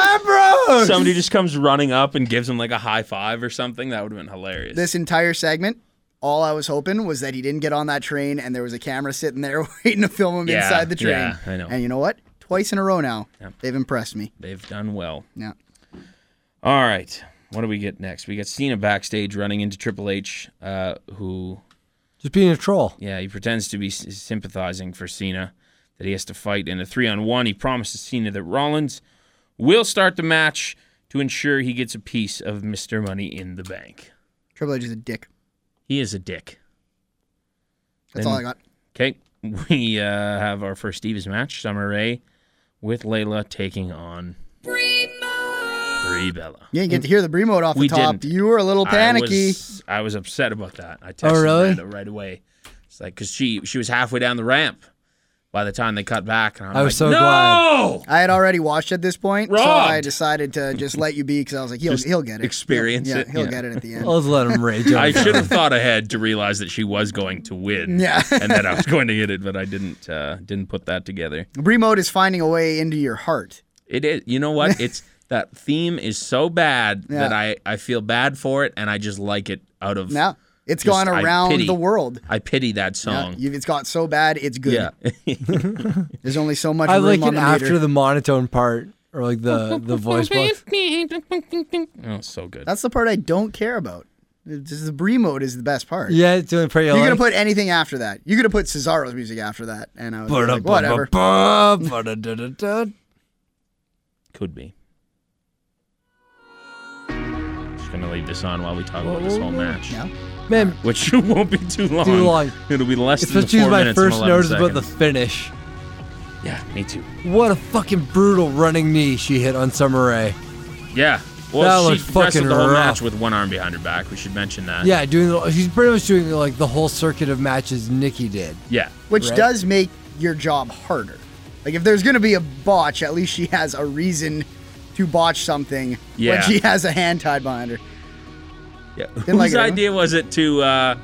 Speaker 2: Ambrose!
Speaker 1: somebody just comes running up and gives him like a high five or something, that would have been hilarious.
Speaker 3: this entire segment, all I was hoping was that he didn't get on that train and there was a camera sitting there waiting to film him
Speaker 1: Yeah,
Speaker 3: inside the train.
Speaker 1: yeah, I know.
Speaker 3: And you know what? Twice in a row now, they've impressed me.
Speaker 1: They've done well.
Speaker 3: Yeah.
Speaker 1: All right. What do we get next? We got Cena backstage running into Triple H, uh, who,
Speaker 2: Just being a troll.
Speaker 1: yeah, he pretends to be s- sympathizing for Cena, that he has to fight in a three on one. He promises Cena that Rollins will start the match to ensure he gets a piece of Mr. Money in the Bank.
Speaker 3: Triple H is a dick.
Speaker 1: He is a dick.
Speaker 3: That's
Speaker 1: Then-
Speaker 3: all I got.
Speaker 1: Okay, we uh, have our first Divas match, Summer Rae with Layla taking on Brie Bella.
Speaker 3: You didn't get to hear the Brie mode off
Speaker 1: We
Speaker 3: the top.
Speaker 1: didn't.
Speaker 3: You were a little
Speaker 1: I
Speaker 3: panicky.
Speaker 1: was, I was upset about that. I texted
Speaker 2: Oh, really?
Speaker 1: Miranda right away. It's like because she she was halfway down the ramp by the time they cut back, and I'm
Speaker 2: I was
Speaker 1: like,
Speaker 2: so
Speaker 1: no,
Speaker 3: I had already watched at this point, so
Speaker 1: Robbed.
Speaker 3: I decided to just let you be because I was like, he'll, he'll get it.
Speaker 1: experience
Speaker 3: yeah,
Speaker 1: it,
Speaker 3: He'll
Speaker 1: yeah.
Speaker 3: get it at the end.
Speaker 2: Let's let him rage.
Speaker 1: I
Speaker 2: on.
Speaker 1: should have thought ahead to realize that she was going to win,
Speaker 3: Yeah.
Speaker 1: and that I was going to get it, but I didn't uh, didn't put that together.
Speaker 3: Brie mode is finding a way into your heart.
Speaker 1: It is. You know what? It's that theme is so bad
Speaker 3: Yeah.
Speaker 1: that I I feel bad for it, and I just like it out of
Speaker 3: Now it's
Speaker 1: Just-
Speaker 3: gone
Speaker 1: I pity.
Speaker 3: around the world.
Speaker 1: I pity that
Speaker 3: Yeah,
Speaker 1: song.
Speaker 3: you- it's got so bad, it's good.
Speaker 1: Yeah.
Speaker 3: There's only so much
Speaker 2: I
Speaker 3: room
Speaker 2: like
Speaker 3: on
Speaker 2: it
Speaker 3: the
Speaker 2: after
Speaker 3: meter.
Speaker 2: the monotone part or like the, the voice box.
Speaker 1: oh, so good.
Speaker 3: That's the part I don't care about. This is the Brie mode is the best part.
Speaker 2: Yeah, it's doing pretty.
Speaker 3: You're
Speaker 2: like.
Speaker 3: gonna put anything after that. You're gonna put Cesaro's music after that, and I was like, whatever.
Speaker 2: Whatever.
Speaker 1: Could be. Just gonna leave this on while we talk about this whole match,
Speaker 3: Yeah.
Speaker 2: Man,
Speaker 1: which won't be too long.
Speaker 2: Too long.
Speaker 1: It'll be less than
Speaker 2: especially
Speaker 1: four
Speaker 2: was my
Speaker 1: minutes. and
Speaker 2: first
Speaker 1: 11
Speaker 2: notice about the
Speaker 1: seconds.
Speaker 2: finish.
Speaker 1: Yeah, me too.
Speaker 2: What a fucking brutal running knee she hit on Summer Rae.
Speaker 1: Yeah.
Speaker 2: That
Speaker 1: Well,
Speaker 2: looked
Speaker 1: she
Speaker 2: fucking
Speaker 1: wrestled the whole
Speaker 2: rough.
Speaker 1: match with one arm behind her back. We should mention that.
Speaker 2: Yeah, doing the, she's pretty much doing like the whole circuit of matches Nikki did.
Speaker 1: Yeah.
Speaker 3: Which
Speaker 2: Right.
Speaker 3: does make your job harder. Like if there's gonna be a botch, at least she has a reason to botch something
Speaker 1: Yeah.
Speaker 3: when she has a hand tied behind her.
Speaker 1: Yeah. Whose
Speaker 3: Didn't like it, huh?
Speaker 1: idea was it to, uh,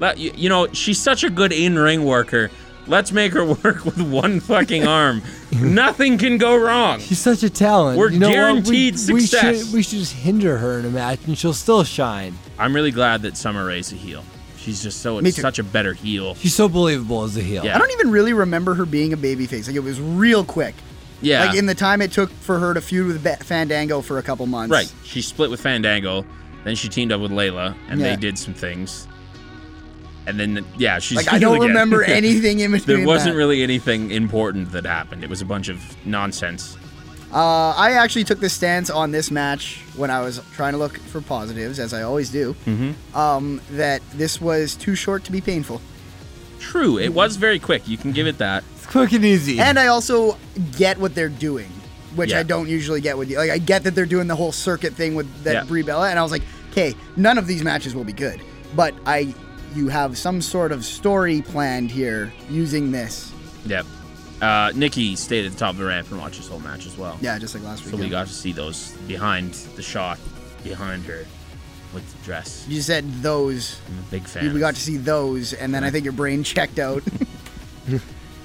Speaker 1: let you, you know, she's such a good in ring worker. Let's make her work with one fucking arm. Nothing can go wrong.
Speaker 2: She's such a talent.
Speaker 1: We're
Speaker 2: you know what?
Speaker 1: guaranteed
Speaker 2: we, We
Speaker 1: success.
Speaker 2: should, we should just hinder her in a match and she'll still shine.
Speaker 1: I'm really glad that Summer Rae's a heel. She's just so
Speaker 3: Me too.
Speaker 1: such a better heel.
Speaker 2: She's so believable as a heel.
Speaker 1: Yeah.
Speaker 3: I don't even really remember her being a babyface. Like it was real quick.
Speaker 1: Yeah.
Speaker 3: Like in the time it took for her to feud with Ba- Fandango for a couple months.
Speaker 1: Right. She split with Fandango, then she teamed up with Layla, and
Speaker 3: Yeah.
Speaker 1: they did some things. And then, yeah, she's.
Speaker 3: Like I
Speaker 1: heel
Speaker 3: don't
Speaker 1: again.
Speaker 3: remember anything in between.
Speaker 1: there wasn't
Speaker 3: that.
Speaker 1: really anything important that happened. It was a bunch of nonsense.
Speaker 3: Uh, I actually took this stance on this match when I was trying to look for positives, as I always do.
Speaker 1: Mm-hmm.
Speaker 3: Um, that this was too short to be painful,
Speaker 1: True, it was very quick. You can give it that.
Speaker 2: It's quick and easy.
Speaker 3: and uh, I also get what they're doing, which
Speaker 1: Yeah.
Speaker 3: I don't usually get with you. Like I get that they're doing the whole circuit thing with that
Speaker 1: Yeah.
Speaker 3: Brie Bella, and I was like, okay, none of these matches will be good, but I you have some sort of story planned here using this.
Speaker 1: Yep. Uh, Nikki stayed at the top of the ramp and watched this whole match as well.
Speaker 3: Yeah, just like last week.
Speaker 1: So we got to see those behind the shot, behind her with the dress.
Speaker 3: You said those.
Speaker 1: I'm a big fan.
Speaker 3: We got to see those, and then I think your brain checked out.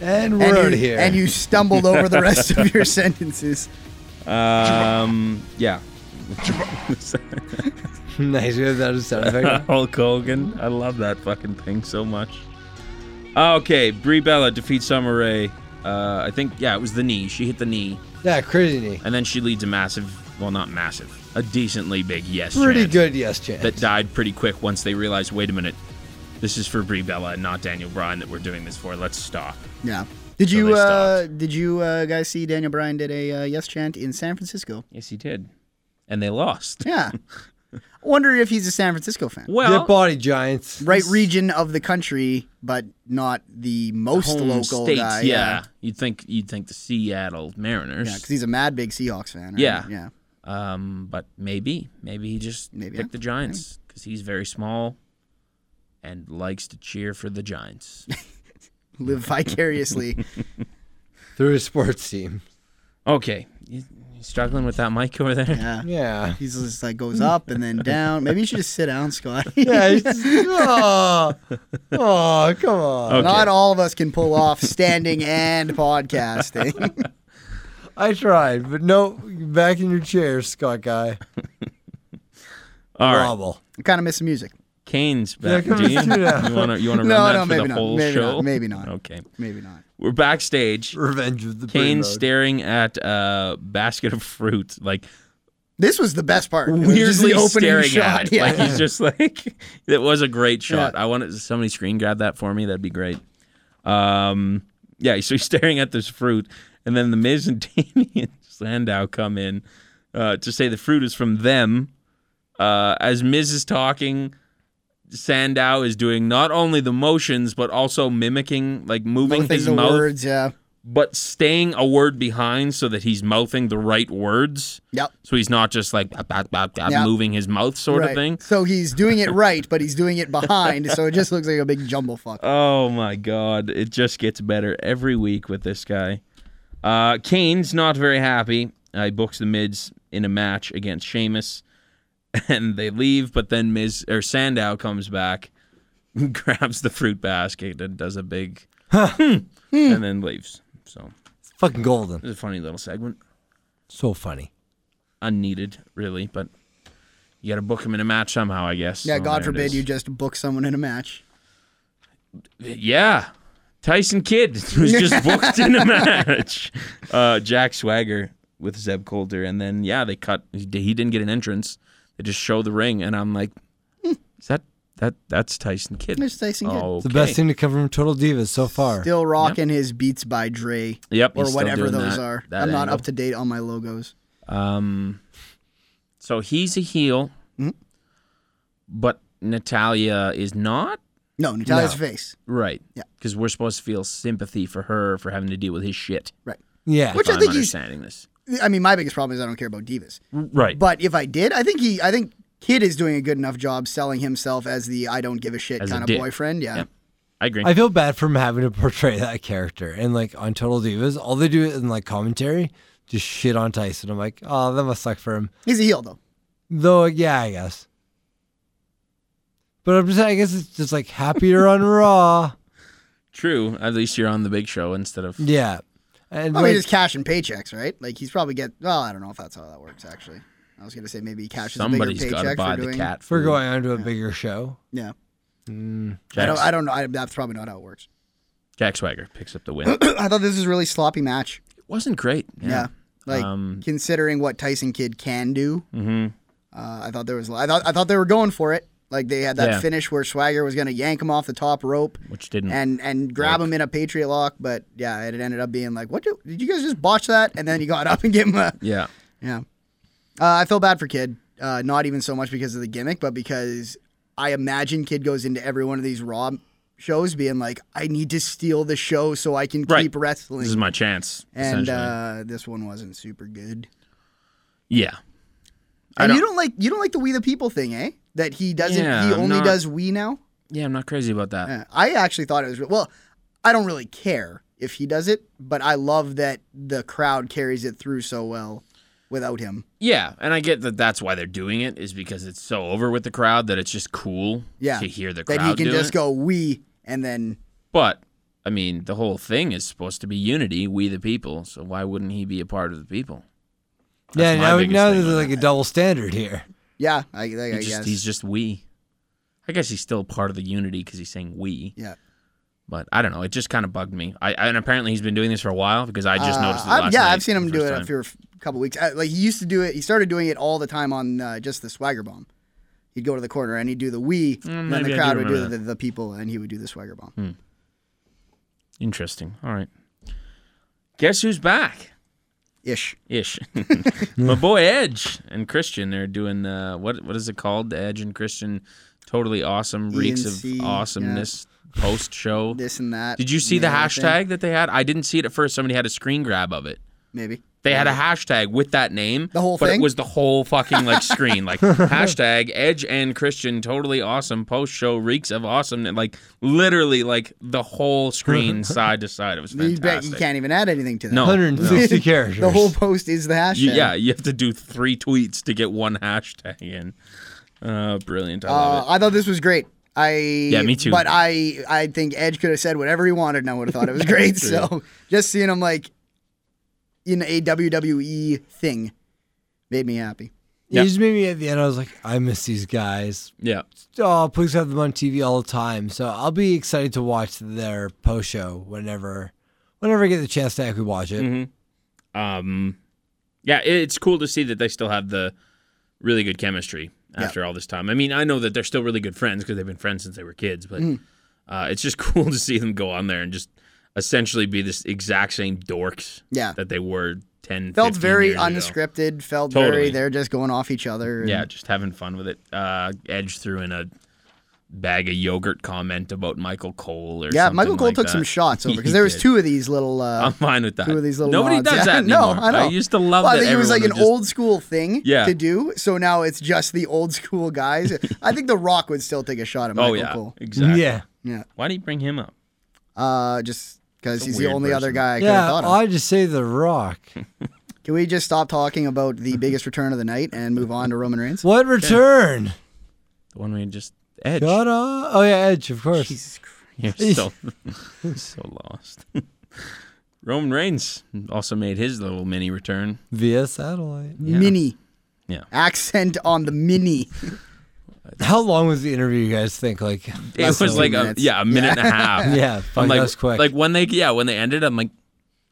Speaker 2: And we're
Speaker 3: and,
Speaker 2: out
Speaker 3: you,
Speaker 2: here.
Speaker 3: and you stumbled over the rest of your sentences.
Speaker 1: um, yeah.
Speaker 2: nice. We have that as a sound effect.
Speaker 1: Hulk Hogan. I love that fucking thing so much. Ah, Okay, Brie Bella defeats Summer Rae. Uh, I think, yeah, it was the knee. She hit the knee.
Speaker 2: yeah, crazy knee.
Speaker 1: And then she leads a massive, well, not massive, a decently big yes
Speaker 2: Pretty
Speaker 1: chant
Speaker 2: good, yes, chance.
Speaker 1: That died pretty quick once they realized, wait a minute, this is for Brie Bella and not Daniel Bryan that we're doing this for. Let's stop.
Speaker 3: Yeah. Did
Speaker 1: So
Speaker 3: you
Speaker 1: they
Speaker 3: uh, did you uh, guys see Daniel Bryan did a uh, yes chant in San Francisco?
Speaker 1: Yes, he did. And they lost.
Speaker 3: Yeah. Wonder if he's a San Francisco fan.
Speaker 1: Well,
Speaker 2: Good body, Giants.
Speaker 3: Right region of the country, but not the most
Speaker 1: home
Speaker 3: local
Speaker 1: states,
Speaker 3: guy.
Speaker 1: yeah. You'd think you'd think the Seattle Mariners.
Speaker 3: Yeah, because he's a mad big Seahawks fan. Right?
Speaker 1: Yeah.
Speaker 3: Yeah.
Speaker 1: Um, but maybe, maybe he just
Speaker 3: Maybe,
Speaker 1: picked
Speaker 3: yeah.
Speaker 1: the Giants because he's very small and likes to cheer for the Giants.
Speaker 3: Live vicariously.
Speaker 2: Through a sports team.
Speaker 1: okay, you, you struggling with that mic over there?
Speaker 3: Yeah.
Speaker 2: Yeah.
Speaker 3: He's just like goes up and then down. Maybe you should just sit down, Scott.
Speaker 2: Yeah. it's just- oh, oh, come on.
Speaker 1: Okay.
Speaker 3: Not all of us can pull off standing and podcasting.
Speaker 2: I tried, but no, back in your chair, Scott guy.
Speaker 1: All right,
Speaker 2: Wobble.
Speaker 3: I kind of miss the music.
Speaker 1: Kane's back.
Speaker 2: come
Speaker 1: Do you?
Speaker 2: on, sit down.
Speaker 1: You want to you want to
Speaker 3: No,
Speaker 1: run
Speaker 3: no,
Speaker 1: that for
Speaker 3: maybe
Speaker 1: the
Speaker 3: not.
Speaker 1: whole
Speaker 3: Maybe
Speaker 1: show?
Speaker 3: not. Maybe not.
Speaker 1: Okay,
Speaker 3: Maybe not.
Speaker 1: we're backstage.
Speaker 2: Revenge of the
Speaker 1: Kane
Speaker 2: Bird Mode.
Speaker 1: staring at a basket of fruit, like
Speaker 3: This was the best part. It was just
Speaker 1: weirdly
Speaker 3: the opening
Speaker 1: staring
Speaker 3: shot.
Speaker 1: at it.
Speaker 3: Yeah.
Speaker 1: Like he's just like, it was a great shot. I want to somebody screen grab that for me. That'd be great. Um, yeah, so he's staring at this fruit, and then the Miz and Damian Sandow come in uh, to say the fruit is from them. Uh, as Miz is talking, Sandow is doing not only the motions but also mimicking, like moving
Speaker 3: Mouthing
Speaker 1: his
Speaker 3: the
Speaker 1: mouth,
Speaker 3: words. Yeah.
Speaker 1: but staying a word behind so that he's mouthing the right words.
Speaker 3: Yep.
Speaker 1: So he's not just like bap, bap, bap, bap,
Speaker 3: Yeah.
Speaker 1: moving his mouth sort
Speaker 3: right.
Speaker 1: of thing.
Speaker 3: So he's doing it right, but he's doing it behind, so it just looks like a big jumble fuck.
Speaker 1: Oh my god, it just gets better every week with this guy. Uh, Kane's not very happy. Uh, he books the Mids in a match against Sheamus, and they leave. But then Miz or Sandow comes back, grabs the fruit basket, and does a big, hmm, and then leaves. So
Speaker 2: It's fucking golden.
Speaker 1: it was a funny little segment.
Speaker 2: So funny.
Speaker 1: Unneeded, really, but you got to book him in a match somehow, I guess.
Speaker 3: Yeah,
Speaker 1: So
Speaker 3: God
Speaker 1: there it
Speaker 3: forbid
Speaker 1: is.
Speaker 3: you just book someone in a match.
Speaker 1: Yeah. Tyson Kidd was just booked in a match. Uh, Jack Swagger with Zeb Coulter. And then, yeah, they cut. He di- he didn't get an entrance. They just show the ring. And I'm like, is that, that that's Tyson Kidd?
Speaker 3: There's Tyson Kidd.
Speaker 1: Oh,
Speaker 2: It's the best thing to come from Total Divas so far.
Speaker 3: Still rocking his beats by Dre.
Speaker 1: Yep,
Speaker 3: Or
Speaker 1: he's still
Speaker 3: whatever
Speaker 1: doing
Speaker 3: those
Speaker 1: that-
Speaker 3: are.
Speaker 1: that
Speaker 3: I'm not
Speaker 1: angle.
Speaker 3: up to date on my logos.
Speaker 1: Um, so he's a heel,
Speaker 3: Mm-hmm.
Speaker 1: but Natalia is not.
Speaker 3: No, Natalia's face.
Speaker 1: Right.
Speaker 3: Yeah.
Speaker 1: Because we're supposed to feel sympathy for her for having to deal with his shit.
Speaker 3: Right.
Speaker 2: yeah.
Speaker 3: Which
Speaker 1: If
Speaker 3: I
Speaker 1: I'm
Speaker 3: think he's-
Speaker 1: understanding this.
Speaker 3: I mean, my biggest problem is I don't care about divas.
Speaker 1: Right.
Speaker 3: But if I did, I think he, I think Kid is doing a good enough job selling himself as the I don't give a shit
Speaker 1: As a
Speaker 3: kind of
Speaker 1: dick.
Speaker 3: boyfriend. Yeah.
Speaker 1: Yep. I agree.
Speaker 2: I feel bad for him having to portray that character. And like on Total Divas, all they do in like commentary, just shit on Tyson. I'm like, oh, that must suck for him.
Speaker 3: He's a heel though.
Speaker 2: Though, yeah, I guess. But I'm just, I guess it's just like happier on Raw.
Speaker 1: True. At least you're on the big show instead of.
Speaker 2: Yeah. And
Speaker 3: I mean,
Speaker 2: like,
Speaker 3: he's cashing paychecks, right? Like he's probably get. Well, I don't know if that's how that works actually. I was gonna say maybe he cashes
Speaker 1: Somebody's
Speaker 3: a bigger
Speaker 1: got
Speaker 3: paycheck
Speaker 1: to buy
Speaker 3: for
Speaker 1: the
Speaker 3: doing.
Speaker 1: cat
Speaker 2: if we're
Speaker 1: food.
Speaker 2: going on to a bigger show,
Speaker 3: Yeah. I
Speaker 1: Jack,
Speaker 3: don't. I don't know. I, that's probably not how it works.
Speaker 1: Jack Swagger picks up the win. it
Speaker 3: I thought this was a really sloppy match.
Speaker 1: wasn't great. Yeah.
Speaker 3: Yeah. Like
Speaker 1: Um,
Speaker 3: considering what Tyson Kidd can do,
Speaker 1: hmm
Speaker 3: uh, I thought there was. I thought I thought they were going for it. Like they had that
Speaker 1: Yeah.
Speaker 3: finish where Swagger was gonna yank him off the top rope
Speaker 1: Which didn't.
Speaker 3: and and grab him in a Patriot lock, but yeah, it ended up being like, what do, did you guys just botch that? And then he got up and gave him a
Speaker 1: yeah.
Speaker 3: yeah. Uh, I feel bad for Kid. Uh, not even so much because of the gimmick, but because I imagine Kid goes into every one of these Raw shows being like, I need to steal the show so I can
Speaker 1: Right.
Speaker 3: keep wrestling.
Speaker 1: This is my chance.
Speaker 3: and
Speaker 1: essentially.
Speaker 3: uh, this one wasn't super good.
Speaker 1: yeah. I
Speaker 3: And
Speaker 1: don't-
Speaker 3: you don't like you don't like the We the People thing, eh? That he doesn't.
Speaker 1: Yeah,
Speaker 3: he
Speaker 1: I'm
Speaker 3: only
Speaker 1: not-
Speaker 3: does We now.
Speaker 1: Yeah, I'm not crazy about that.
Speaker 3: Yeah, Uh, I actually thought it was re- well. I don't really care if he does it, but I love that the crowd carries it through so well without him.
Speaker 1: Yeah, and I get that that's why they're doing it is because it's so over with the crowd that it's just cool
Speaker 3: Yeah,
Speaker 1: to hear the crowd
Speaker 3: That he can
Speaker 1: do
Speaker 3: just
Speaker 1: it.
Speaker 3: go we and then
Speaker 1: But I mean, the whole thing is supposed to be unity, we the people. So why wouldn't he be a part of the people?
Speaker 2: yeah,
Speaker 1: my
Speaker 2: now,
Speaker 1: biggest
Speaker 2: now
Speaker 1: thing
Speaker 2: there's
Speaker 1: with
Speaker 2: like a double standard here.
Speaker 3: yeah, I, I, I
Speaker 1: He just,
Speaker 3: guess
Speaker 1: He's just we. I guess he's still part of the unity because he's saying we.
Speaker 3: yeah.
Speaker 1: But I don't know. It just kind of bugged me. I, I and apparently he's been doing this for a while because I just
Speaker 3: Uh,
Speaker 1: noticed it
Speaker 3: I've-
Speaker 1: last
Speaker 3: yeah,
Speaker 1: night
Speaker 3: I've seen
Speaker 1: for
Speaker 3: him
Speaker 1: the
Speaker 3: do
Speaker 1: first
Speaker 3: it
Speaker 1: time.
Speaker 3: for a f- couple weeks. Uh, like he used to do it. He started doing it all the time on uh, just the Swagger Bomb. He'd go to the corner and he'd do the we, and then
Speaker 1: Mm, maybe
Speaker 3: the
Speaker 1: I do
Speaker 3: crowd would do
Speaker 1: remember Hmm.
Speaker 3: the, the people, and he would do the Swagger Bomb.
Speaker 1: Interesting. All right. Guess who's back?
Speaker 3: Ish.
Speaker 1: Ish. My boy Edge and Christian are doing uh, what what is it called? Edge and Christian totally awesome reeks
Speaker 3: ENC,
Speaker 1: of
Speaker 3: E yeah.
Speaker 1: awesomeness post show.
Speaker 3: This and that.
Speaker 1: Did you see
Speaker 3: and
Speaker 1: the
Speaker 3: everything.
Speaker 1: hashtag that they had? I didn't see it at first. Somebody had a screen grab of it.
Speaker 3: Maybe.
Speaker 1: They had a hashtag with that name.
Speaker 3: The whole
Speaker 1: but
Speaker 3: thing?
Speaker 1: it was the whole fucking like screen. Like hashtag Edge and Christian totally awesome post show reeks of awesome and like literally like the whole screen side to side. It was
Speaker 3: You, bet you
Speaker 1: fantastic.
Speaker 3: can't even add anything to that.
Speaker 1: No.
Speaker 2: 160 characters.
Speaker 3: the whole post is the hashtag.
Speaker 1: You- yeah, you have to do three tweets to get one hashtag in. Uh, brilliant. I
Speaker 3: Uh,
Speaker 1: love it.
Speaker 3: I thought this was great. I yeah,
Speaker 1: me too.
Speaker 3: But I I think Edge could have said whatever he wanted, and I would have thought it was great. so just seeing him like in a WWE thing made me happy.
Speaker 2: It
Speaker 1: Yeah.
Speaker 2: just made me at the end. I was like, I miss these guys.
Speaker 1: Yeah.
Speaker 2: Oh, please have them on TV all the time. So I'll be excited to watch their post show whenever, whenever I get the chance to actually watch
Speaker 1: Mm,
Speaker 2: it.
Speaker 1: Um, yeah, it- it's cool to see that they still have the really good chemistry after all this time. I mean, I know that they're still really good friends because they've been friends since they were kids, but
Speaker 3: Mm.
Speaker 1: uh, it's just cool to see them go on there and just essentially be this exact same dorks
Speaker 3: Yeah.
Speaker 1: that they were 10
Speaker 3: Felt
Speaker 1: 15
Speaker 3: very
Speaker 1: years ago.
Speaker 3: unscripted. Felt very
Speaker 1: Totally.
Speaker 3: they're just going off each other. and-
Speaker 1: Yeah, just having fun with it. Uh, Edge threw in a bag of yogurt comment about Michael Cole or
Speaker 3: yeah.
Speaker 1: something
Speaker 3: Michael Cole
Speaker 1: like
Speaker 3: took
Speaker 1: that.
Speaker 3: some shots over because
Speaker 1: He
Speaker 3: there was
Speaker 1: did. Um,
Speaker 3: two of these little. Uh,
Speaker 1: I'm fine with that.
Speaker 3: Two of these little
Speaker 1: Nobody
Speaker 3: nods.
Speaker 1: does
Speaker 3: Yeah,
Speaker 1: that
Speaker 3: no,
Speaker 1: anymore.
Speaker 3: I know.
Speaker 1: used to love
Speaker 3: well, I
Speaker 1: that
Speaker 3: think it was like an
Speaker 1: everyone would just-
Speaker 3: old school thing
Speaker 1: Yeah.
Speaker 3: to do. So now it's just the old school guys. I think The Rock would still take a shot at Michael
Speaker 1: Oh yeah,
Speaker 3: Cole.
Speaker 1: exactly.
Speaker 2: Yeah.
Speaker 3: Yeah.
Speaker 1: Why do you bring him up?
Speaker 3: Uh, just because
Speaker 1: a
Speaker 3: he's the
Speaker 1: weird
Speaker 3: only other
Speaker 1: person.
Speaker 3: guy I could have
Speaker 2: yeah.
Speaker 3: thought of.
Speaker 2: I just say The Rock.
Speaker 3: Can we just stop talking about the biggest return of the night and move on to Roman Reigns?
Speaker 2: What return?
Speaker 1: The one we just edged.
Speaker 2: God, uh, oh, yeah, Edge, of course.
Speaker 3: Jesus Christ.
Speaker 1: You're so so lost. Roman Reigns also made his little mini return.
Speaker 2: Via satellite.
Speaker 3: Mini.
Speaker 1: Yeah.
Speaker 3: Accent on the mini.
Speaker 2: How long was the interview, you guys think? Like,
Speaker 1: It was
Speaker 3: than
Speaker 1: like
Speaker 3: two
Speaker 1: a
Speaker 3: minutes.
Speaker 1: yeah a minute and a half.
Speaker 2: yeah,
Speaker 1: I'm
Speaker 2: fuck,
Speaker 1: like
Speaker 2: that was quick.
Speaker 1: like when they yeah when they ended I'm like.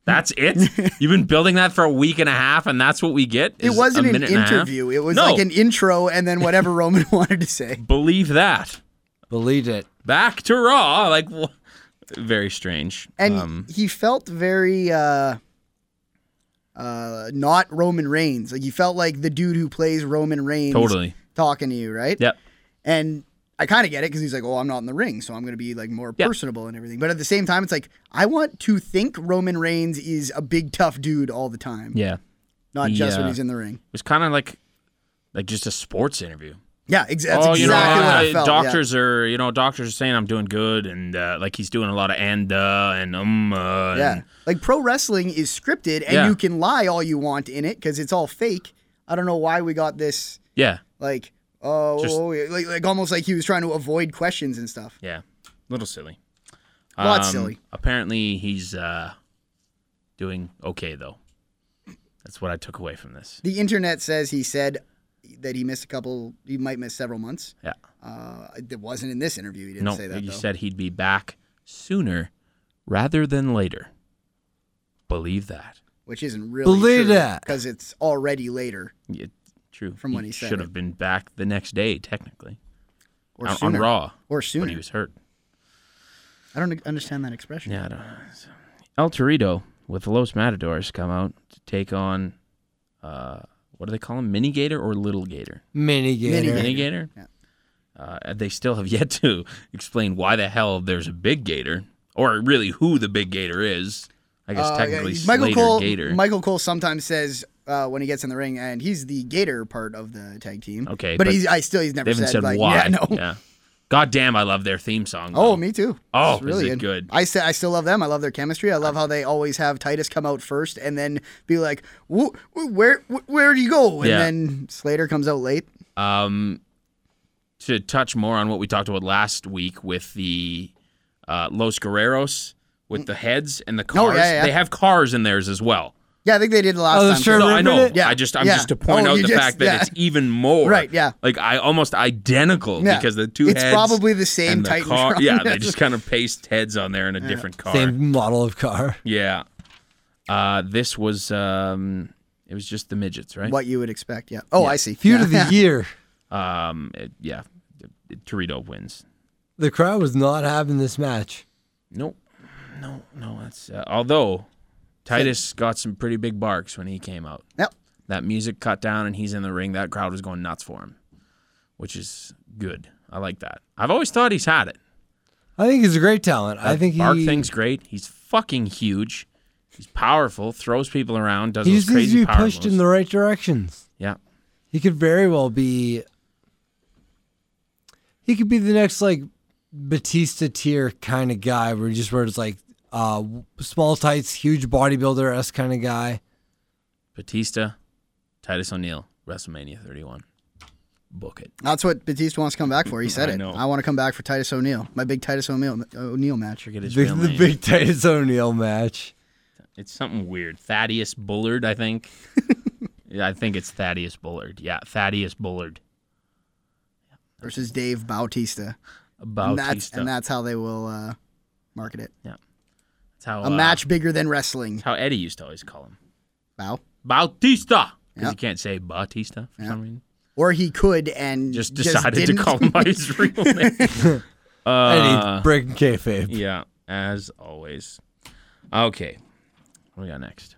Speaker 1: That's it. You've been building that for a week and a half, and that's what we get.
Speaker 3: It
Speaker 1: is
Speaker 3: wasn't
Speaker 1: a
Speaker 3: an
Speaker 1: minute and a half?
Speaker 3: interview. It was
Speaker 1: No.
Speaker 3: like an intro and then whatever Roman wanted to say.
Speaker 1: Believe that.
Speaker 2: Believed it.
Speaker 1: Back to Raw. Like, wha- very strange.
Speaker 3: And
Speaker 1: um,
Speaker 3: he felt very uh uh not Roman Reigns. Like you felt like the dude who plays Roman Reigns
Speaker 1: Totally.
Speaker 3: talking to you, right?
Speaker 1: yep.
Speaker 3: And I kind of get it because he's like, oh, I'm not in the ring, so I'm going to be like more
Speaker 1: Yeah.
Speaker 3: personable and everything. But at the same time, it's like, I want to think Roman Reigns is a big, tough dude all the time,
Speaker 1: Yeah.
Speaker 3: not just when
Speaker 1: Yeah.
Speaker 3: he's in the ring.
Speaker 1: It was kind of like like just a sports interview.
Speaker 3: Yeah, ex- that's
Speaker 1: oh,
Speaker 3: exactly
Speaker 1: you know,
Speaker 3: what I
Speaker 1: uh,
Speaker 3: felt.
Speaker 1: doctors are you know doctors are saying I'm doing good, and uh, like he's doing a lot of and uh, and um uh,
Speaker 3: Yeah.
Speaker 1: and-
Speaker 3: yeah. Like pro wrestling is scripted and
Speaker 1: Yeah.
Speaker 3: you can lie all you want in it because it's all fake. I don't know why we got this,
Speaker 1: yeah,
Speaker 3: like, oh,
Speaker 1: Just-
Speaker 3: oh, yeah, like, like almost like he was trying to avoid questions and stuff.
Speaker 1: yeah, little silly. Um,
Speaker 3: Lot silly.
Speaker 1: Apparently he's uh, doing okay though. That's what I took away from this.
Speaker 3: The internet says he said that he missed a couple, he might miss several months.
Speaker 1: Yeah,
Speaker 3: Uh, it wasn't in this interview. He didn't
Speaker 1: no,
Speaker 3: say that.
Speaker 1: you
Speaker 3: though.
Speaker 1: said he'd be back sooner rather than later. Believe that.
Speaker 3: which isn't really
Speaker 2: Believe that.
Speaker 3: because it's already later
Speaker 1: Yeah, true.
Speaker 3: From when he said
Speaker 1: should
Speaker 3: it.
Speaker 1: have been back the next day, technically
Speaker 3: or
Speaker 1: on, on
Speaker 3: sooner
Speaker 1: Raw,
Speaker 3: or
Speaker 1: but
Speaker 3: sooner.
Speaker 1: he was hurt.
Speaker 3: I don't understand that expression.
Speaker 1: Yeah, I don't know. So, El Torito with Los Matadors come out to take on, uh, what do they call him? Mini Gator or Little Gator?
Speaker 2: Mini
Speaker 3: Mini-
Speaker 2: Gator.
Speaker 1: Mini Gator?
Speaker 3: Yeah.
Speaker 1: Uh, they still have yet to explain why the hell there's a big gator, or really who the big gator is. I guess
Speaker 3: Uh,
Speaker 1: technically
Speaker 3: yeah,
Speaker 1: Slater
Speaker 3: Michael Cole.
Speaker 1: Gator.
Speaker 3: Michael Cole sometimes says uh, when he gets in the ring, and he's the Gator part of the tag team.
Speaker 1: Okay,
Speaker 3: but,
Speaker 1: but
Speaker 3: he's I still he's never
Speaker 1: they haven't said,
Speaker 3: like
Speaker 1: why.
Speaker 3: yeah no
Speaker 1: Yeah. God damn, I love their theme song.
Speaker 3: Oh,
Speaker 1: though.
Speaker 3: me too.
Speaker 1: Oh,
Speaker 3: It's
Speaker 1: is it good?
Speaker 3: I st- I still love them. I love their chemistry. I love how they always have Titus come out first and then be like, "Wh- wh- "Where wh- where do you go?" And
Speaker 1: Yeah.
Speaker 3: then Slater comes out late.
Speaker 1: Um, to touch more on what we talked about last week with the uh, Los Guerreros with the heads and the cars,
Speaker 3: Mm. yeah, yeah.
Speaker 1: they have cars in theirs as well.
Speaker 3: Yeah, I think they did the last
Speaker 2: Oh, the
Speaker 3: time. too.
Speaker 2: shirt
Speaker 1: No, I know.
Speaker 2: Remember
Speaker 3: that?
Speaker 1: I just I'm
Speaker 3: Yeah.
Speaker 1: just to point
Speaker 3: Oh,
Speaker 1: out
Speaker 3: you
Speaker 1: the
Speaker 3: just-
Speaker 1: fact that
Speaker 3: yeah.
Speaker 1: it's even more
Speaker 3: Right, yeah.
Speaker 1: Like I almost identical
Speaker 3: Yeah.
Speaker 1: because the two
Speaker 3: It's
Speaker 1: heads
Speaker 3: probably the same
Speaker 1: and
Speaker 3: Titan
Speaker 1: car.
Speaker 3: drum.
Speaker 1: Yeah, they just kind of paste heads on there in a different car.
Speaker 2: Same model of car.
Speaker 1: Yeah. Uh, this was um, it was just the midgets, right?
Speaker 3: What you would expect. Yeah. Oh, I see.
Speaker 2: Feud
Speaker 3: Yeah.
Speaker 2: of the year.
Speaker 1: Um, it- yeah, it- Torito wins.
Speaker 2: The crowd was not having this match.
Speaker 1: Nope. No, no, that's uh, although Titus got some pretty big barks when he came out.
Speaker 3: Yep.
Speaker 1: That music cut down and he's in the ring. That crowd was going nuts for him, which is good. I like that. I've always thought he's had it.
Speaker 2: I think he's a great talent. I
Speaker 1: That
Speaker 2: think
Speaker 1: bark
Speaker 2: he,
Speaker 1: thing's great. He's fucking huge. He's powerful. Throws people around. Does
Speaker 2: he
Speaker 1: those
Speaker 2: just needs
Speaker 1: crazy
Speaker 2: to be
Speaker 1: power
Speaker 2: pushed
Speaker 1: moves.
Speaker 2: in the right directions.
Speaker 1: yeah.
Speaker 2: He could very well be. He could be the next like Batista tier kind of guy, where he just where it's like uh, small tights, huge bodybuilder s kind of guy.
Speaker 1: Batista, Titus O'Neil, WrestleMania 31. Book it.
Speaker 3: That's what Batista wants to come back for. He said
Speaker 1: I
Speaker 3: it.
Speaker 1: know.
Speaker 3: I want to come back for Titus O'Neil, my big Titus O'Neil O'Neil match.
Speaker 1: Forget his
Speaker 2: The,
Speaker 1: real
Speaker 2: the
Speaker 1: name.
Speaker 2: big Titus O'Neil match.
Speaker 1: It's something weird. Thaddeus Bullard, I think. yeah, I think it's Thaddeus Bullard. Yeah, Thaddeus Bullard.
Speaker 3: versus Dave Bautista.
Speaker 1: About
Speaker 3: And that's, and that's how they will uh, market it.
Speaker 1: how
Speaker 3: A
Speaker 1: uh,
Speaker 3: match bigger than wrestling.
Speaker 1: that's how Eddie used to always call him
Speaker 3: Bow.
Speaker 1: Bautista because
Speaker 3: Yeah.
Speaker 1: you can't say Bautista for some reason.
Speaker 3: Or he could and
Speaker 1: Just decided to
Speaker 3: didn't.
Speaker 1: call him by his real name.
Speaker 2: and
Speaker 1: uh,
Speaker 2: he's breaking kayfabe.
Speaker 1: yeah, as always. Okay, what we got next?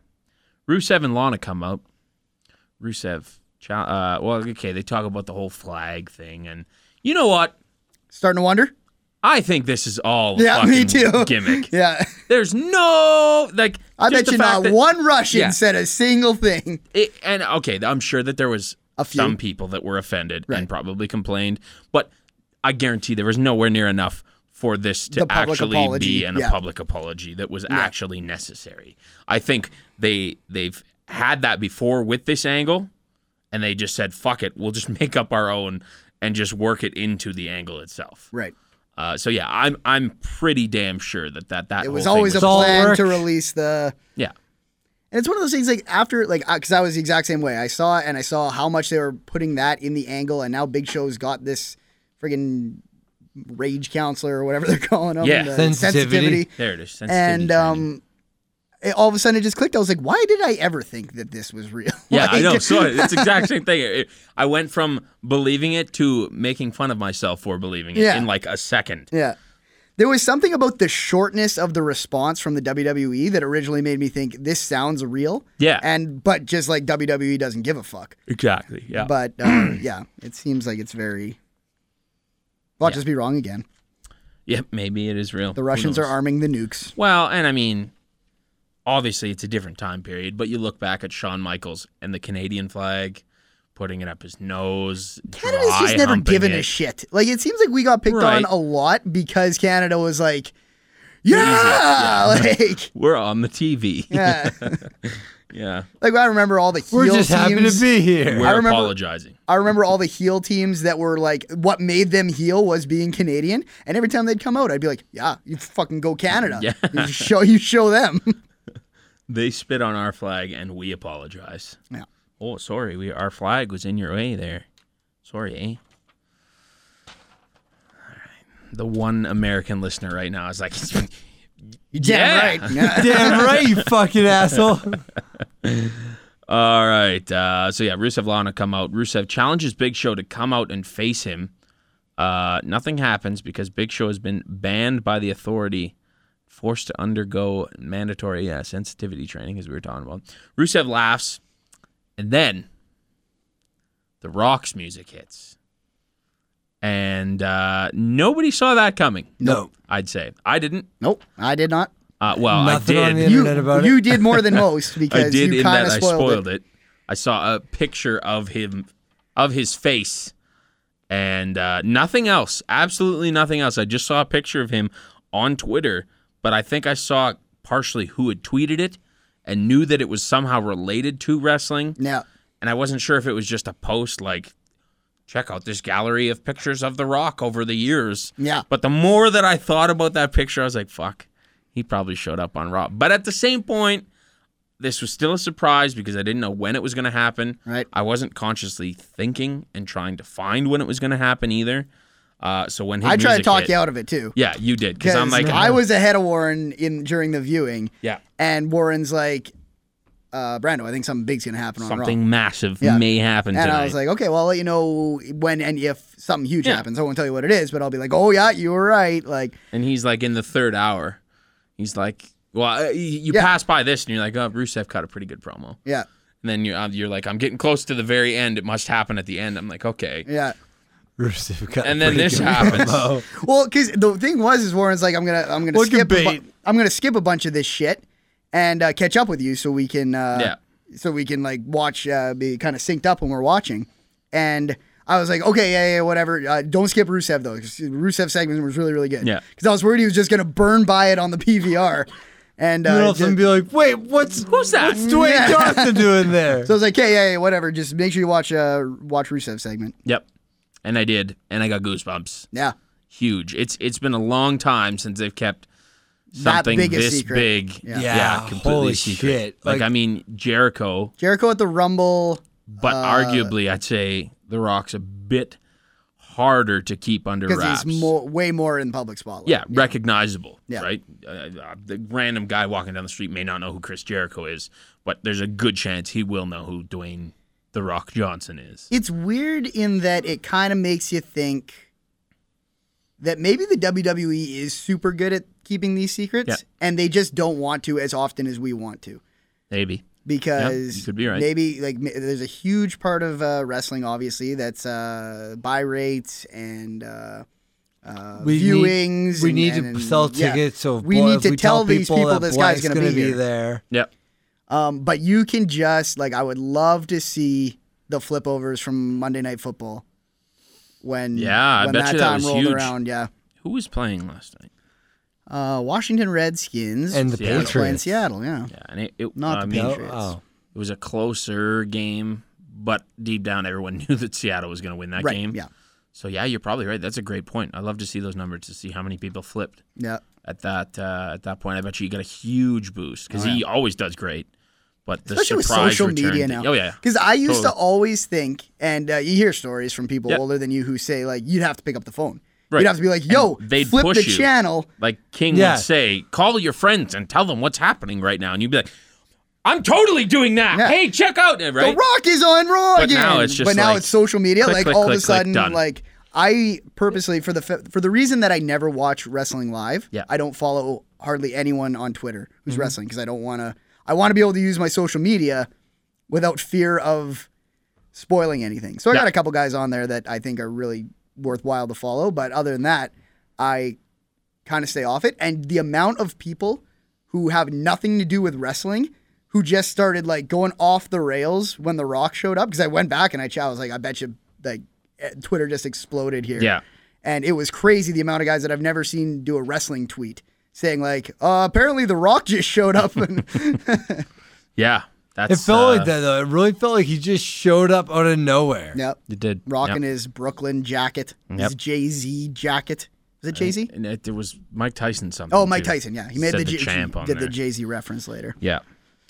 Speaker 1: Rusev and Lana come out. Rusev, cha- uh, well, okay, they talk about the whole flag thing, and you know what?
Speaker 3: Starting to wonder?
Speaker 1: I think this is all a
Speaker 3: Yeah,
Speaker 1: fucking
Speaker 3: me too.
Speaker 1: gimmick.
Speaker 3: Yeah.
Speaker 1: There's no like.
Speaker 3: I
Speaker 1: just
Speaker 3: bet
Speaker 1: the
Speaker 3: you
Speaker 1: fact
Speaker 3: not
Speaker 1: that
Speaker 3: one Russian
Speaker 1: Yeah.
Speaker 3: said a single thing.
Speaker 1: it- and okay, I'm sure that there was
Speaker 3: A few.
Speaker 1: some people that were offended
Speaker 3: Right.
Speaker 1: and probably complained, but I guarantee there was nowhere near enough for this to
Speaker 3: The public
Speaker 1: actually be
Speaker 3: apology,
Speaker 1: an,
Speaker 3: yeah.
Speaker 1: a public apology that was actually necessary. I think they they've had that before with this angle, and they just said, "Fuck it, we'll just make up our own and just work it into the angle itself."
Speaker 3: Right.
Speaker 1: Uh, so yeah, I'm I'm pretty damn sure that that that
Speaker 3: It was
Speaker 1: whole thing
Speaker 3: always a
Speaker 2: was all
Speaker 3: plan
Speaker 2: work.
Speaker 3: to release the.
Speaker 1: yeah.
Speaker 3: And it's one of those things like after like because I was the exact same way. I saw it and I saw how much they were putting that in the angle, and now Big Show's got this friggin' rage counselor or whatever they're calling him.
Speaker 1: Yeah.
Speaker 3: the
Speaker 2: Sensitivity.
Speaker 1: There it is. sensitivity
Speaker 3: And
Speaker 1: training.
Speaker 3: um, it, all of a sudden it just clicked. I was like, why did I ever think that this was real?
Speaker 1: yeah, I
Speaker 3: Like,
Speaker 1: know. So it's the exact same thing. It- I went from believing it to making fun of myself for believing it
Speaker 3: Yeah.
Speaker 1: in like a second.
Speaker 3: Yeah. There was something about the shortness of the response from the WWE that originally made me think this sounds real.
Speaker 1: Yeah.
Speaker 3: And but just like WWE doesn't give a fuck.
Speaker 1: Exactly. Yeah.
Speaker 3: But uh, yeah, it seems like it's very. Well, I'll just be wrong again.
Speaker 1: yeah, maybe it is real.
Speaker 3: The Russians are
Speaker 1: armed.
Speaker 3: arming the nukes.
Speaker 1: Well, and I mean, obviously it's a different time period, but you look back at Shawn Michaels and the Canadian flag, putting it up his nose.
Speaker 3: Canada's
Speaker 1: dry
Speaker 3: just never
Speaker 1: humping
Speaker 3: given
Speaker 1: it.
Speaker 3: a shit. Like it seems like we got picked
Speaker 1: Right.
Speaker 3: on a lot because Canada was like, yeah, like
Speaker 1: We're on the TV.
Speaker 3: yeah.
Speaker 1: yeah.
Speaker 3: like I remember all the heel
Speaker 2: We're just
Speaker 3: teams.
Speaker 2: happy to be here.
Speaker 1: We're
Speaker 3: remember-
Speaker 1: apologizing.
Speaker 3: I remember all the heel teams that were like, what made them heel was being Canadian. And every time they'd come out, I'd be like, yeah, you fucking go Canada.
Speaker 1: Yeah.
Speaker 3: You show you show them.
Speaker 1: They spit on our flag and we apologize.
Speaker 3: Yeah.
Speaker 1: Oh, sorry. We our flag was in your way there. Sorry, eh? All right. The one American listener right now is like,
Speaker 3: Damn right. Yeah.
Speaker 2: Damn right, you fucking asshole.
Speaker 1: All right. Uh, so yeah, Rusev Lana come out. Rusev challenges Big Show to come out and face him. Uh, nothing happens because Big Show has been banned by the authority, forced to undergo mandatory yeah, sensitivity training, as we were talking about. Rusev laughs, and then the Rock's music hits, and uh, nobody saw that coming.
Speaker 2: No.
Speaker 1: I'd say I didn't.
Speaker 3: Nope. I did not.
Speaker 1: Uh, well,
Speaker 2: Nothing
Speaker 1: I
Speaker 2: on
Speaker 1: did.
Speaker 2: the
Speaker 3: You,
Speaker 2: Internet about it?
Speaker 3: you did more than most because
Speaker 1: I did
Speaker 3: you
Speaker 1: in
Speaker 3: kind
Speaker 1: that
Speaker 3: of
Speaker 1: I
Speaker 3: spoiled,
Speaker 1: spoiled
Speaker 3: it.
Speaker 1: it. I saw a picture of him, of his face, and uh, nothing else. Absolutely nothing else. I just saw a picture of him on Twitter, but I think I saw partially who had tweeted it and knew that it was somehow related to wrestling.
Speaker 3: Yeah.
Speaker 1: And I wasn't sure if it was just a post like, check out this gallery of pictures of The Rock over the years.
Speaker 3: Yeah.
Speaker 1: But the more that I thought about that picture, I was like, fuck, he probably showed up on Raw. But at the same point, this was still a surprise because I didn't know when it was going to happen.
Speaker 3: Right.
Speaker 1: I wasn't consciously thinking and trying to find when it was going to happen either. Uh, so when his
Speaker 3: I tried to
Speaker 1: music
Speaker 3: talk
Speaker 1: hit-
Speaker 3: you out of it too.
Speaker 1: Yeah, you did because I'm like,
Speaker 3: I was ahead of Warren in during the viewing,
Speaker 1: yeah,
Speaker 3: and Warren's like, uh, "Brando, I think something big's gonna happen on Raw."
Speaker 1: something massive
Speaker 3: Yeah.
Speaker 1: may happen
Speaker 3: And
Speaker 1: tonight.
Speaker 3: I was like, okay, well, I'll let you know when and if something huge
Speaker 1: Yeah.
Speaker 3: happens. I won't tell you what it is, but I'll be like, oh, yeah, you were right. Like,
Speaker 1: and he's like in the third hour, he's like, well, uh, y- you
Speaker 3: Yeah.
Speaker 1: pass by this and you're like, oh, Rusev cut a pretty good promo.
Speaker 3: yeah,
Speaker 1: And then you're uh, you're like, I'm getting close to the very end. It must happen at the end. I'm like, okay.
Speaker 3: yeah.
Speaker 2: Rusev got
Speaker 1: And then
Speaker 2: pretty
Speaker 1: this
Speaker 2: good
Speaker 1: happens.
Speaker 2: promo.
Speaker 3: Well, because the thing was, is Warren's like, I'm gonna, I'm gonna
Speaker 2: Look at
Speaker 3: skip, a bu-
Speaker 2: Bate.
Speaker 3: I'm gonna skip a bunch of this shit and uh, catch up with you so we can, uh,
Speaker 1: Yeah.
Speaker 3: so we can like watch, uh, be kind of synced up when we're watching. And I was like, okay, yeah, yeah, whatever. Uh, don't skip Rusev though. 'cause Rusev segment was really, really good.
Speaker 1: Yeah.
Speaker 3: Because I was worried he was just gonna burn by it on the PVR, and
Speaker 2: And
Speaker 3: uh,
Speaker 2: all of
Speaker 3: just-
Speaker 2: them be like, wait, what's
Speaker 1: Who's that?
Speaker 2: what's Dwayne
Speaker 3: Yeah.
Speaker 2: Johnson doing there?
Speaker 3: So I was like, hey, yeah, yeah, whatever. Just make sure you watch uh watch Rusev segment.
Speaker 1: Yep. And I did, and I got goosebumps.
Speaker 3: Yeah.
Speaker 1: Huge. It's it's been a long time since they've kept something
Speaker 3: big a
Speaker 1: this
Speaker 3: secret.
Speaker 1: big.
Speaker 3: Yeah.
Speaker 1: completely
Speaker 2: holy
Speaker 1: secret.
Speaker 2: shit!
Speaker 1: Like, I mean Jericho,
Speaker 3: Jericho at the Rumble.
Speaker 1: but
Speaker 3: Uh,
Speaker 1: arguably I'd say The Rock's a bit harder to keep under
Speaker 3: Because
Speaker 1: wraps.
Speaker 3: he's more, way more in the public spotlight.
Speaker 1: yeah, recognizable,
Speaker 3: Yeah.
Speaker 1: right? Uh, uh, the random guy walking down the street may not know who Chris Jericho is, but there's a good chance he will know who Dwayne The Rock Johnson is.
Speaker 3: It's weird in that it kind of makes you think that maybe the WWE is super good at keeping these secrets
Speaker 1: Yeah.
Speaker 3: and they just don't want to as often as we want to.
Speaker 1: Maybe.
Speaker 3: Because
Speaker 1: Yeah, you could be right.
Speaker 3: maybe like m- there's a huge part of uh, wrestling, obviously, that's uh, buy rates and uh, uh,
Speaker 2: We need-
Speaker 3: viewings.
Speaker 2: we
Speaker 3: and-
Speaker 2: need
Speaker 3: and-
Speaker 2: to sell
Speaker 3: yeah.
Speaker 2: tickets. So
Speaker 3: we
Speaker 2: boy,
Speaker 3: need
Speaker 2: if
Speaker 3: to
Speaker 2: we
Speaker 3: tell, these people,
Speaker 2: that
Speaker 3: this guy's
Speaker 2: Black's
Speaker 3: going to
Speaker 2: be,
Speaker 3: be there.
Speaker 2: there.
Speaker 1: Yep.
Speaker 3: Um, but you can just like I would love to see the flip overs from Monday Night Football when
Speaker 1: Yeah, I
Speaker 3: when
Speaker 1: bet
Speaker 3: that
Speaker 1: you that
Speaker 3: time
Speaker 1: was
Speaker 3: rolled
Speaker 1: huge.
Speaker 3: around. Yeah,
Speaker 1: Who was playing last night?
Speaker 3: uh, Washington Redskins
Speaker 2: And the
Speaker 1: Seattle.
Speaker 3: were playing
Speaker 2: Patriots.
Speaker 3: Seattle. Yeah,
Speaker 1: Yeah, and it, it
Speaker 3: Not
Speaker 1: I
Speaker 3: the
Speaker 1: mean,
Speaker 2: No?
Speaker 3: Patriots.
Speaker 2: Oh.
Speaker 1: It was a closer game, but deep down, everyone knew that Seattle was going to win that
Speaker 3: right.
Speaker 1: game.
Speaker 3: Yeah,
Speaker 1: So yeah, you're probably right. That's a great point. I'd love to see those numbers to see how many people flipped
Speaker 3: yeah.
Speaker 1: at that uh, at that point. I bet you, you got a huge boost because he always does great. But the
Speaker 3: Oh, Especially with
Speaker 1: surprise
Speaker 3: social
Speaker 1: return
Speaker 3: media
Speaker 1: thing-
Speaker 3: now.
Speaker 1: Oh yeah,
Speaker 3: Because I used to
Speaker 1: Totally.
Speaker 3: always think, and uh, you hear stories from people
Speaker 1: Yeah.
Speaker 3: older than you who say like you'd have to pick up the phone.
Speaker 1: Right.
Speaker 3: You'd have to be like, "Yo,
Speaker 1: they'd
Speaker 3: flip
Speaker 1: push
Speaker 3: the
Speaker 1: you.
Speaker 3: channel."
Speaker 1: like King
Speaker 2: Yeah.
Speaker 1: would say, call your friends and tell them what's happening right now, and you'd be like, I'm totally doing that.
Speaker 3: Yeah.
Speaker 1: Hey, check out it, right?
Speaker 3: The Rock is on Raw
Speaker 1: But
Speaker 3: again.
Speaker 1: now it's just
Speaker 3: but now
Speaker 1: like,
Speaker 3: it's social media.
Speaker 1: click,
Speaker 3: like
Speaker 1: click,
Speaker 3: all
Speaker 1: click,
Speaker 3: of a
Speaker 1: click,
Speaker 3: sudden,
Speaker 1: done.
Speaker 3: like I purposely for the fa- for the reason that I never watch wrestling live.
Speaker 1: Yeah. Mm-hmm.
Speaker 3: I don't follow hardly anyone on Twitter who's wrestling because I don't want to. I want to be able to use my social media without fear of spoiling anything. So I got
Speaker 1: Yeah.
Speaker 3: a couple guys on there that I think are really worthwhile to follow. But other than that, I kind of stay off it. And the amount of people who have nothing to do with wrestling who just started like going off the rails when The Rock showed up because I went back and I, ch- I was like, I bet you like eh, Twitter just exploded here.
Speaker 1: Yeah.
Speaker 3: And it was crazy the amount of guys that I've never seen do a wrestling tweet saying like, uh, apparently The Rock just showed up. And
Speaker 1: yeah, that's
Speaker 2: It felt
Speaker 1: uh,
Speaker 2: like that though. It really felt like he just showed up out of nowhere.
Speaker 3: yep,
Speaker 1: It did
Speaker 3: rocking his Brooklyn jacket, his
Speaker 1: Yep.
Speaker 3: Jay Z jacket. Is it Jay Z?
Speaker 1: And it, there was Mike Tyson something.
Speaker 3: Oh, Mike
Speaker 1: too.
Speaker 3: Tyson. Yeah, he made
Speaker 1: Said
Speaker 3: the, J-
Speaker 1: champ
Speaker 3: he
Speaker 1: on
Speaker 3: did
Speaker 1: there.
Speaker 3: the Jay Z reference later.
Speaker 1: yeah.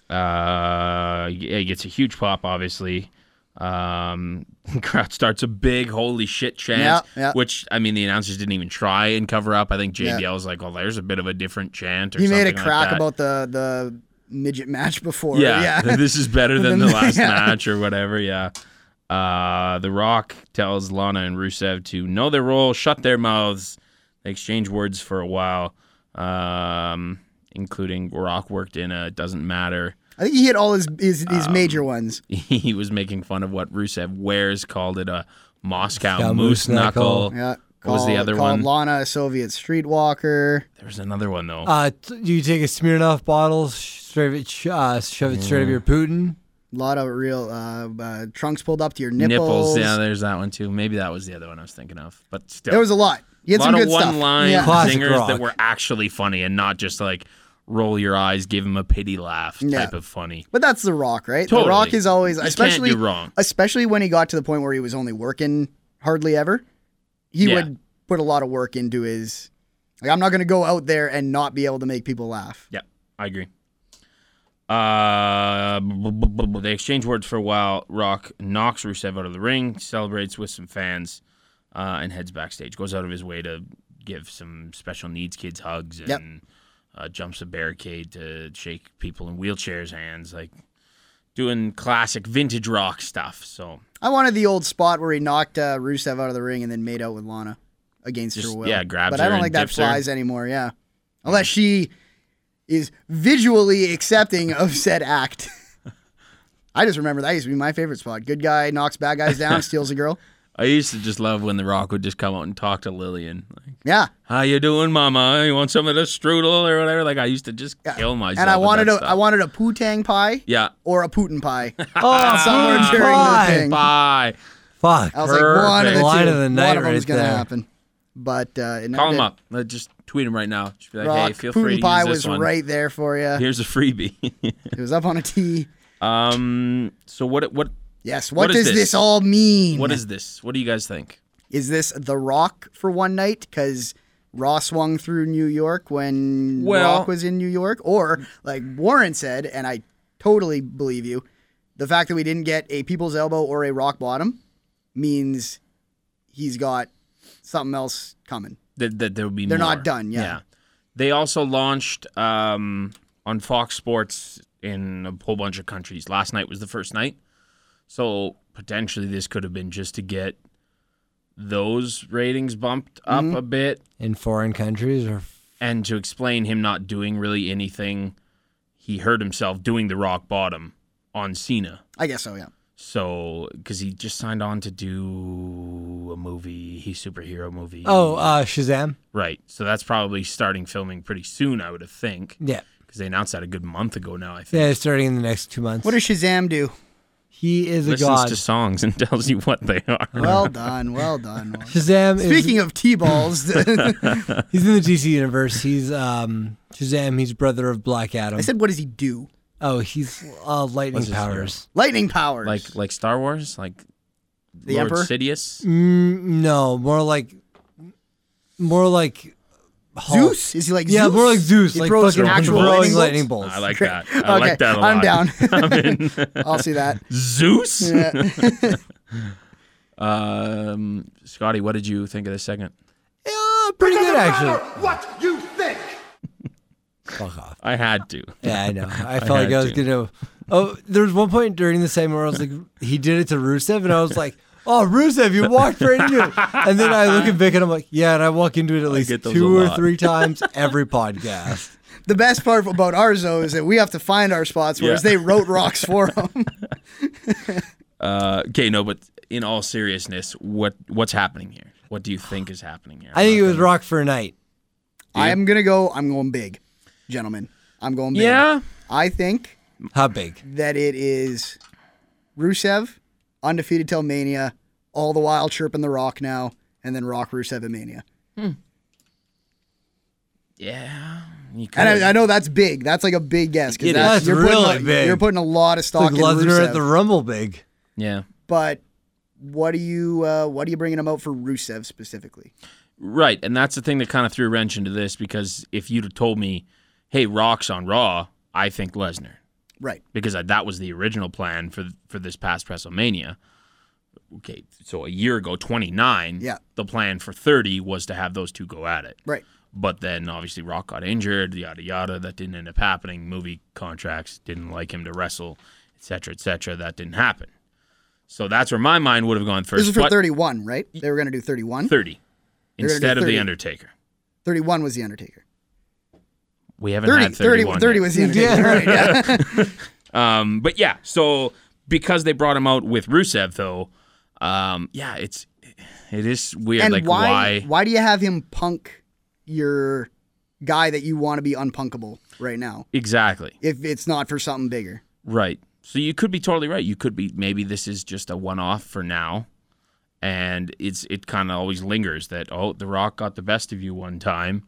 Speaker 1: Uh, yeah, he gets a huge pop, obviously. Um, crowd starts a big holy shit chant,
Speaker 3: Yeah, yeah.
Speaker 1: which I mean the announcers didn't even try and cover up. I think
Speaker 3: Yeah.
Speaker 1: JBL was like, "Well, there's a bit of a different chant." Or
Speaker 3: He made a
Speaker 1: something like
Speaker 3: crack
Speaker 1: that.
Speaker 3: about the the midget match before.
Speaker 1: yeah, this is better than
Speaker 3: Than
Speaker 1: the
Speaker 3: the-
Speaker 1: last
Speaker 3: yeah.
Speaker 1: match or whatever. Yeah. Uh, the Rock tells Lana and Rusev to know their role, shut their mouths. They exchange words for a while, um, including Rock worked in a doesn't matter.
Speaker 3: I think he hit all his his,
Speaker 1: Um,
Speaker 3: his major ones.
Speaker 1: He was making fun of what Rusev wears, called it a Moscow
Speaker 2: Yeah,
Speaker 1: moose
Speaker 2: moose
Speaker 1: knuckle.
Speaker 2: knuckle.
Speaker 3: Yeah.
Speaker 1: What was the
Speaker 3: Called-
Speaker 1: other
Speaker 3: called
Speaker 1: one?
Speaker 3: Lana a Soviet streetwalker.
Speaker 1: There was another one though.
Speaker 2: Uh, t- you take a Smirnoff bottle, sh- straight, uh, shove it straight up your Putin.
Speaker 3: A lot of real uh, uh, trunks pulled up to your nipples.
Speaker 1: Nipples. Yeah, there's that one too. Maybe that was the other one I was thinking of. But still,
Speaker 3: There was a lot. You
Speaker 1: a
Speaker 3: had
Speaker 1: lot
Speaker 3: some
Speaker 1: of
Speaker 3: good stuff.
Speaker 1: one-line
Speaker 3: Yeah.
Speaker 2: Classic
Speaker 1: zingers
Speaker 2: rock.
Speaker 1: that were actually funny and not just like roll your eyes, give him a pity laugh
Speaker 3: Yeah.
Speaker 1: type of funny.
Speaker 3: But that's the Rock, right? The
Speaker 1: Totally.
Speaker 3: Rock is always,
Speaker 1: You can't
Speaker 3: especially
Speaker 1: do wrong.
Speaker 3: especially when he got to the point where he was only working hardly ever. He
Speaker 1: Yeah.
Speaker 3: would put a lot of work into his. Like, I'm not going to go out there and not be able to make people laugh.
Speaker 1: Yeah, I agree. Uh, b- b- b- b- they exchange words for a while. Rock knocks Rusev out of the ring, celebrates with some fans, uh, and heads backstage. Goes out of his way to give some special needs kids hugs and
Speaker 3: Yep.
Speaker 1: uh, jumps a barricade to shake people in wheelchairs' hands, like doing classic vintage rock stuff. So
Speaker 3: I wanted the old spot where he knocked uh, Rusev out of the ring and then made out with Lana against
Speaker 1: Just,
Speaker 3: her will.
Speaker 1: yeah, grabs
Speaker 3: But I
Speaker 1: her
Speaker 3: don't
Speaker 1: and
Speaker 3: think that
Speaker 1: dips her.
Speaker 3: flies anymore. Yeah, unless she is visually accepting of said act. I just remember that used to be my favorite spot. Good guy knocks bad guys down, steals a girl.
Speaker 1: I used to just love when The Rock would just come out and talk to Lillian, like,
Speaker 3: Yeah,
Speaker 1: "How you doing, Mama? You want some of the strudel or whatever?" Like I used to just kill myself.
Speaker 3: and I
Speaker 1: with
Speaker 3: wanted
Speaker 1: that
Speaker 3: a
Speaker 1: stuff.
Speaker 3: I wanted a putang pie
Speaker 1: Yeah.
Speaker 3: or a Putin pie.
Speaker 2: Oh,
Speaker 3: Somewhere
Speaker 2: food
Speaker 3: during the
Speaker 2: pie.
Speaker 3: thing.
Speaker 1: Bye.
Speaker 2: Fuck.
Speaker 3: I was like, one of the
Speaker 1: Perfect.
Speaker 3: two.
Speaker 2: Line of the night
Speaker 3: one of them
Speaker 2: right
Speaker 3: was gonna
Speaker 2: there.
Speaker 3: happen. But uh, it never
Speaker 1: Call him
Speaker 3: did.
Speaker 1: up. Let's just tweet him right now. Just be like,
Speaker 3: Rock,
Speaker 1: hey, feel
Speaker 3: Putin
Speaker 1: free to
Speaker 3: pie
Speaker 1: use this
Speaker 3: was
Speaker 1: one.
Speaker 3: right there for you.
Speaker 1: Here's a freebie.
Speaker 3: It was up on a T.
Speaker 1: um. So what? What?
Speaker 3: Yes. What,
Speaker 1: What is this?
Speaker 3: does this? all mean?
Speaker 1: What is this? What do you guys think?
Speaker 3: Is this The Rock for one night? Because Raw swung through New York when
Speaker 1: Well-
Speaker 3: Rock was in New York, or like Warren said, and I totally believe you. The fact that we didn't get a People's Elbow or a Rock Bottom means he's got something else coming.
Speaker 1: That that there will be.
Speaker 3: They're
Speaker 1: more.
Speaker 3: not done, yeah.
Speaker 1: They also launched um on Fox Sports in a whole bunch of countries. Last night was the first night, so potentially this could have been just to get those ratings bumped up
Speaker 3: Mm-hmm.
Speaker 1: a bit.
Speaker 2: In foreign countries or
Speaker 1: and to explain him not doing really anything, he hurt himself doing the rock bottom on Cena.
Speaker 3: I guess so. Yeah.
Speaker 1: So, because he just signed on to do a movie, he superhero movie.
Speaker 2: oh uh, Shazam.
Speaker 1: right. So that's probably starting filming pretty soon, I would think,
Speaker 2: Yeah,
Speaker 1: because they announced that a good month ago now. I think
Speaker 2: yeah. Starting in the next two months.
Speaker 3: What does Shazam do?
Speaker 2: he is a
Speaker 1: listens
Speaker 2: god.
Speaker 1: to songs and tells you what they are.
Speaker 3: Well done. Well done. Well done.
Speaker 2: Shazam is
Speaker 3: Speaking of T-balls, I
Speaker 2: He's in the DC universe. He's um Shazam. He's brother of Black Adam.
Speaker 3: said, what does he do?
Speaker 2: oh, he's uh, lightning
Speaker 1: What's his
Speaker 2: powers.
Speaker 3: Lightning powers.
Speaker 1: Like like Star Wars, like
Speaker 3: the
Speaker 1: Lord
Speaker 3: Emperor.
Speaker 1: Sidious.
Speaker 2: Mm, no, more like more like Hulk.
Speaker 3: Zeus? Is he like
Speaker 2: Yeah,
Speaker 3: Zeus?
Speaker 2: more like Zeus,
Speaker 3: He
Speaker 2: like
Speaker 3: throws
Speaker 2: fucking
Speaker 3: actual
Speaker 2: throwing
Speaker 3: lightning
Speaker 2: lightning bolts.
Speaker 3: bolts?
Speaker 1: I like
Speaker 3: Great.
Speaker 1: that. I
Speaker 3: okay,
Speaker 1: like that a lot.
Speaker 3: I'm down.
Speaker 1: I'm in.
Speaker 3: I'll see that.
Speaker 1: Zeus.
Speaker 3: Yeah.
Speaker 1: Um, Scotty, what did you think of this segment?
Speaker 2: Yeah, pretty good actually.
Speaker 4: What you think?
Speaker 2: Fuck off.
Speaker 1: I had to.
Speaker 2: Yeah, I know. I felt like
Speaker 1: had
Speaker 2: I was
Speaker 1: to.
Speaker 2: gonna. Oh, there was one point during the segment where I was like, he did it to Rusev, and I was like. Oh, Rusev, you walked right into it. And then I look at Vic and I'm like, yeah, and I walk into it at least
Speaker 1: get those
Speaker 2: two
Speaker 1: a
Speaker 2: or
Speaker 1: lot.
Speaker 2: three times every podcast.
Speaker 3: The best part about ours though is that we have to find our spots, whereas
Speaker 1: Yeah.
Speaker 3: they wrote rocks for them.
Speaker 1: Uh, okay, no, but in all seriousness, what what's happening here? What do you think is happening here?
Speaker 2: I think it was Rock for a Night.
Speaker 3: I'm gonna go. I'm going big, gentlemen. I'm going big.
Speaker 1: Yeah,
Speaker 3: I think
Speaker 2: How big?
Speaker 3: that it is Rusev undefeated till Mania, all the while chirping the Rock now, and then Rock Rusev at Mania.
Speaker 1: yeah. You could.
Speaker 3: And I, I know that's big. That's like a big guess because
Speaker 1: It
Speaker 3: that's,
Speaker 2: is.
Speaker 3: you're
Speaker 2: That's
Speaker 3: putting
Speaker 2: really
Speaker 3: a,
Speaker 2: big.
Speaker 3: You're putting a lot of stock
Speaker 2: Like
Speaker 3: in
Speaker 2: Lesnar
Speaker 3: Rusev.
Speaker 2: at the Rumble big.
Speaker 1: yeah.
Speaker 3: but what are you uh, what are you bringing him out for Rusev specifically?
Speaker 1: Right, and that's the thing that kind of threw a wrench into this because if you'd have told me, "Hey, Rock's on Raw," I think Lesnar
Speaker 3: Right.
Speaker 1: because I, that was the original plan for for this past WrestleMania. Okay, so a year ago, 29.
Speaker 3: Yeah.
Speaker 1: The plan for 30 was to have those two go at it.
Speaker 3: Right.
Speaker 1: But then obviously Rock got injured, yada yada. That didn't end up happening. Movie contracts didn't like him to wrestle, et cetera, et cetera. That didn't happen. So that's where my mind would have gone first.
Speaker 3: This is for
Speaker 1: What-
Speaker 3: 31, right? They were going to do 31.
Speaker 1: 30
Speaker 3: They're gonna do
Speaker 1: instead of
Speaker 3: 30.
Speaker 1: The Undertaker.
Speaker 3: 31 was The Undertaker.
Speaker 1: We haven't
Speaker 3: 30,
Speaker 1: had
Speaker 3: 30,
Speaker 1: 31
Speaker 3: 30
Speaker 1: yet.
Speaker 3: was The Undertaker.
Speaker 2: Yeah.
Speaker 3: Right, yeah.
Speaker 1: Um, but yeah, so because they brought him out with Rusev, though, um, yeah, it's it is weird.
Speaker 3: and
Speaker 1: like
Speaker 3: why,
Speaker 1: why?
Speaker 3: why do you have him punk your guy that you want to be unpunkable right now
Speaker 1: Exactly.
Speaker 3: if it's not for something bigger?
Speaker 1: Right. So you could be totally right. You could be maybe this is just a one-off for now, and it's it kind of always lingers that oh, The Rock got the best of you one time,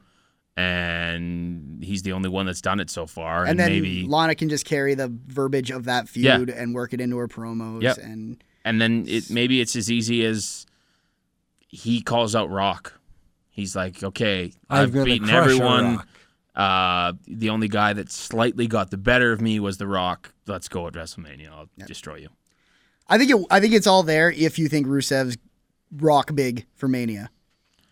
Speaker 1: and he's the only one that's done it so far, and,
Speaker 3: and then
Speaker 1: maybe
Speaker 3: Lana can just carry the verbiage of that
Speaker 1: Yeah.
Speaker 3: feud and work it into her promos.
Speaker 1: Yep.
Speaker 3: And
Speaker 1: and then it maybe it's as easy as he calls out Rock. He's like, okay,
Speaker 2: I'm
Speaker 1: I've
Speaker 2: gonna
Speaker 1: beaten
Speaker 2: crush a
Speaker 1: everyone.
Speaker 2: rock.
Speaker 1: Uh, the only guy that slightly got the better of me was The Rock. Let's go at WrestleMania. I'll destroy you.
Speaker 3: I think it, I think it's all there if you think Rusev's rock big for Mania.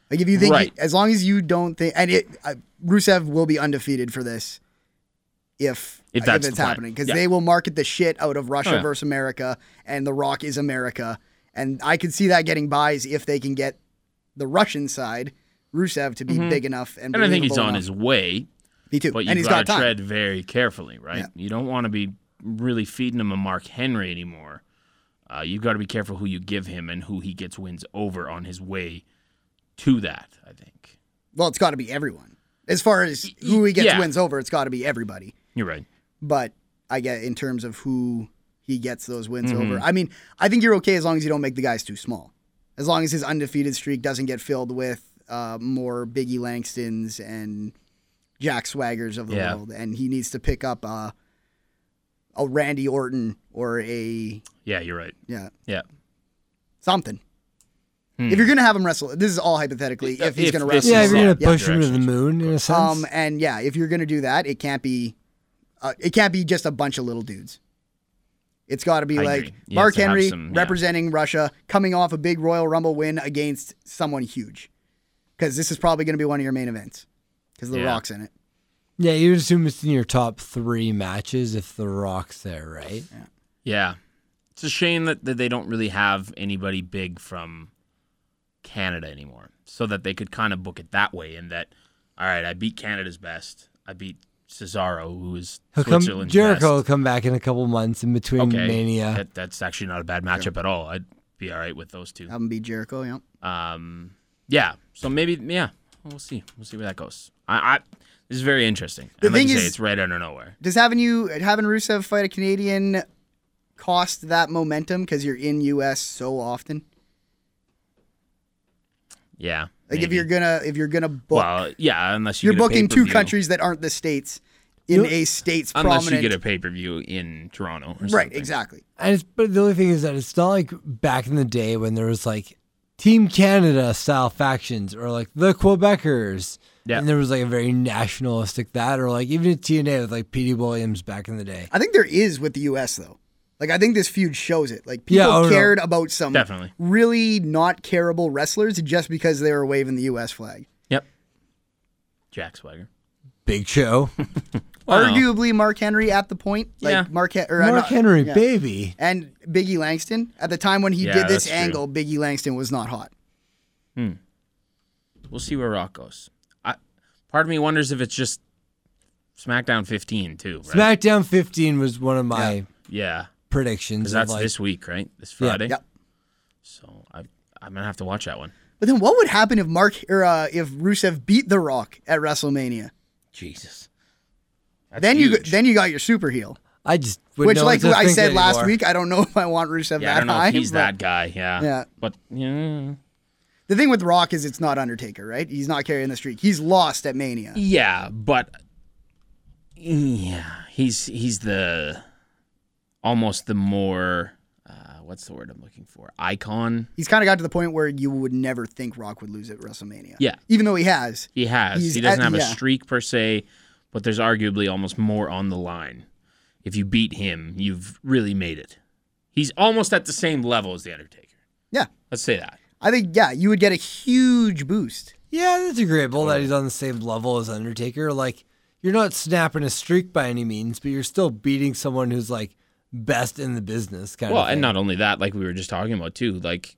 Speaker 3: Like if you think
Speaker 1: Right.
Speaker 3: as long as you don't think and it uh, Rusev will be undefeated for this if
Speaker 1: If that's the
Speaker 3: it's
Speaker 1: plan.
Speaker 3: happening because
Speaker 1: Yeah.
Speaker 3: they will market the shit out of Russia
Speaker 1: Oh, yeah.
Speaker 3: versus America and The Rock is America and I could see that getting buys if they can get the Russian side Rusev to be big enough and
Speaker 1: Mm-hmm. And I think he's
Speaker 3: believable
Speaker 1: on
Speaker 3: enough.
Speaker 1: his way,
Speaker 3: me too
Speaker 1: but
Speaker 3: and
Speaker 1: you've
Speaker 3: he's
Speaker 1: got to
Speaker 3: got time
Speaker 1: tread very carefully, right?
Speaker 3: Yeah.
Speaker 1: You don't want to be really feeding him a Mark Henry anymore. Uh, you've got to be careful who you give him and who he gets wins over on his way to that. I think
Speaker 3: well it's got to be everyone as far as who he gets
Speaker 1: yeah.
Speaker 3: wins over it's got to be everybody
Speaker 1: you're right.
Speaker 3: but I get in terms of who he gets those wins
Speaker 1: Mm-hmm.
Speaker 3: over. I mean, I think you're okay as long as you don't make the guys too small. As long as his undefeated streak doesn't get filled with uh, more Biggie Langston's and Jack Swaggers of the
Speaker 1: Yeah.
Speaker 3: world, and he needs to pick up a, a Randy Orton or a
Speaker 1: Yeah, you're right.
Speaker 3: yeah
Speaker 1: Yeah.
Speaker 3: something.
Speaker 1: Hmm.
Speaker 3: If you're gonna have him wrestle, this is all hypothetically. If he's
Speaker 1: Uh, If
Speaker 3: gonna
Speaker 1: this
Speaker 3: wrestle,
Speaker 2: Yeah, if
Speaker 1: is
Speaker 3: a
Speaker 2: you're
Speaker 3: lot.
Speaker 2: gonna
Speaker 1: it. Yeah,
Speaker 2: push him to the
Speaker 1: directions,
Speaker 2: moon in a sense.
Speaker 3: Um, and yeah, if you're gonna do that, it can't be, uh, it can't be just a bunch of little dudes. It's got to be
Speaker 1: I
Speaker 3: like
Speaker 1: agree. You
Speaker 3: Mark
Speaker 1: have to have
Speaker 3: Henry
Speaker 1: some- yeah.
Speaker 3: representing Russia, coming off a big Royal Rumble win against someone huge, because this is probably gonna be one of your main events, because The
Speaker 1: Yeah.
Speaker 3: Rock's in it.
Speaker 2: yeah, you would assume it's in your top three matches if The Rock's there, right?
Speaker 1: Yeah. It's a shame that, that they don't really have anybody big from Canada anymore. So that they could kind of book it that way in that all right, I beat Canada's best. I beat Cesaro, who is
Speaker 2: He'll come,
Speaker 1: Switzerland's
Speaker 2: Jericho will
Speaker 1: best.
Speaker 2: come back in a couple months in between
Speaker 1: Okay.
Speaker 2: Mania.
Speaker 1: That, that's actually not a bad matchup at all. I'd be all right with those two.
Speaker 3: Have him beat Jericho. Yeah.
Speaker 1: Um yeah. So maybe yeah, we'll see. We'll see where that goes. I, I this is very interesting.
Speaker 3: The
Speaker 1: and like
Speaker 3: thing
Speaker 1: you
Speaker 3: is-
Speaker 1: say, it's right out of nowhere.
Speaker 3: Does having you having Rusev fight a Canadian cost that momentum because you're in U.S. so often?
Speaker 1: Yeah.
Speaker 3: Like if
Speaker 1: maybe.
Speaker 3: you're gonna if you're gonna book,
Speaker 1: well, yeah, unless you
Speaker 3: you're
Speaker 1: get a
Speaker 3: booking two
Speaker 1: pay-per-view.
Speaker 3: countries that aren't the states in
Speaker 2: Yep.
Speaker 3: a state's
Speaker 1: Unless you
Speaker 3: prominent
Speaker 1: get a pay per view in Toronto, or
Speaker 3: Right,
Speaker 1: something.
Speaker 3: exactly.
Speaker 2: And it's, but the only thing is that it's not like back in the day when there was like Team Canada style factions or like the Quebecers.
Speaker 1: Yeah.
Speaker 2: And there was like a very nationalistic that or like even at TNA with like Petey Williams back in the day.
Speaker 3: I think there is with the US though. Like I think this feud shows it. Like people
Speaker 2: oh, no.
Speaker 3: cared about some
Speaker 1: Definitely.
Speaker 3: really not careable wrestlers just because they were waving the US flag.
Speaker 1: Yep. Jack Swagger.
Speaker 2: Big show.
Speaker 3: Arguably Mark Henry at the point, like
Speaker 1: Yeah.
Speaker 3: Mark, Hen- or, uh,
Speaker 2: Mark
Speaker 3: not-
Speaker 2: Henry,
Speaker 3: yeah.
Speaker 2: baby.
Speaker 3: and Biggie Langston at the time when he
Speaker 1: Yeah,
Speaker 3: did this
Speaker 1: that's true.
Speaker 3: angle, Biggie Langston was not hot.
Speaker 1: We'll see where Rock goes. I, part of me wonders if it's just SmackDown 15 too. Right?
Speaker 2: SmackDown 15 was one of my
Speaker 1: yeah,
Speaker 2: predictions.
Speaker 1: because
Speaker 2: Of
Speaker 1: that's
Speaker 2: like,
Speaker 1: this week, right? This Friday.
Speaker 3: Yep.
Speaker 1: So I, I'm gonna have to watch that one.
Speaker 3: But then what would happen if Mark or uh, if Rusev beat The Rock at WrestleMania?
Speaker 1: Jesus. That's
Speaker 3: then you
Speaker 1: huge.
Speaker 3: then you got your super heel,
Speaker 2: I just wouldn't
Speaker 3: which
Speaker 2: know
Speaker 3: like
Speaker 2: what to
Speaker 3: I
Speaker 2: think
Speaker 3: said last
Speaker 2: anymore.
Speaker 3: week, I don't know if I want Rusev
Speaker 1: yeah,
Speaker 3: that
Speaker 1: I don't know
Speaker 3: high.
Speaker 1: if he's
Speaker 3: but-
Speaker 1: that guy. Yeah.
Speaker 3: Yeah.
Speaker 1: But yeah.
Speaker 3: The thing with Rock is it's not Undertaker, right? He's not carrying the streak. He's lost at Mania.
Speaker 1: Yeah, but yeah, he's he's the almost the more uh, what's the word I'm looking for? Icon.
Speaker 3: He's kind of got to the point where you would never think Rock would lose at WrestleMania.
Speaker 1: Yeah.
Speaker 3: Even though he has.
Speaker 1: He has.
Speaker 3: He's
Speaker 1: he doesn't
Speaker 3: at-
Speaker 1: have
Speaker 3: yeah.
Speaker 1: a streak per se, but there's arguably almost more on the line. If you beat him, you've really made it. He's almost at the same level as the Undertaker.
Speaker 3: Yeah.
Speaker 1: Let's say that.
Speaker 3: I think, yeah, you would get a huge boost.
Speaker 2: Yeah, that's agreeable that he's on the same level as Undertaker. Like, you're not snapping a streak by any means, but you're still beating someone who's like best in the business, kind
Speaker 1: Well,
Speaker 2: of. Thing.
Speaker 1: and not only that, like we were just talking about too, like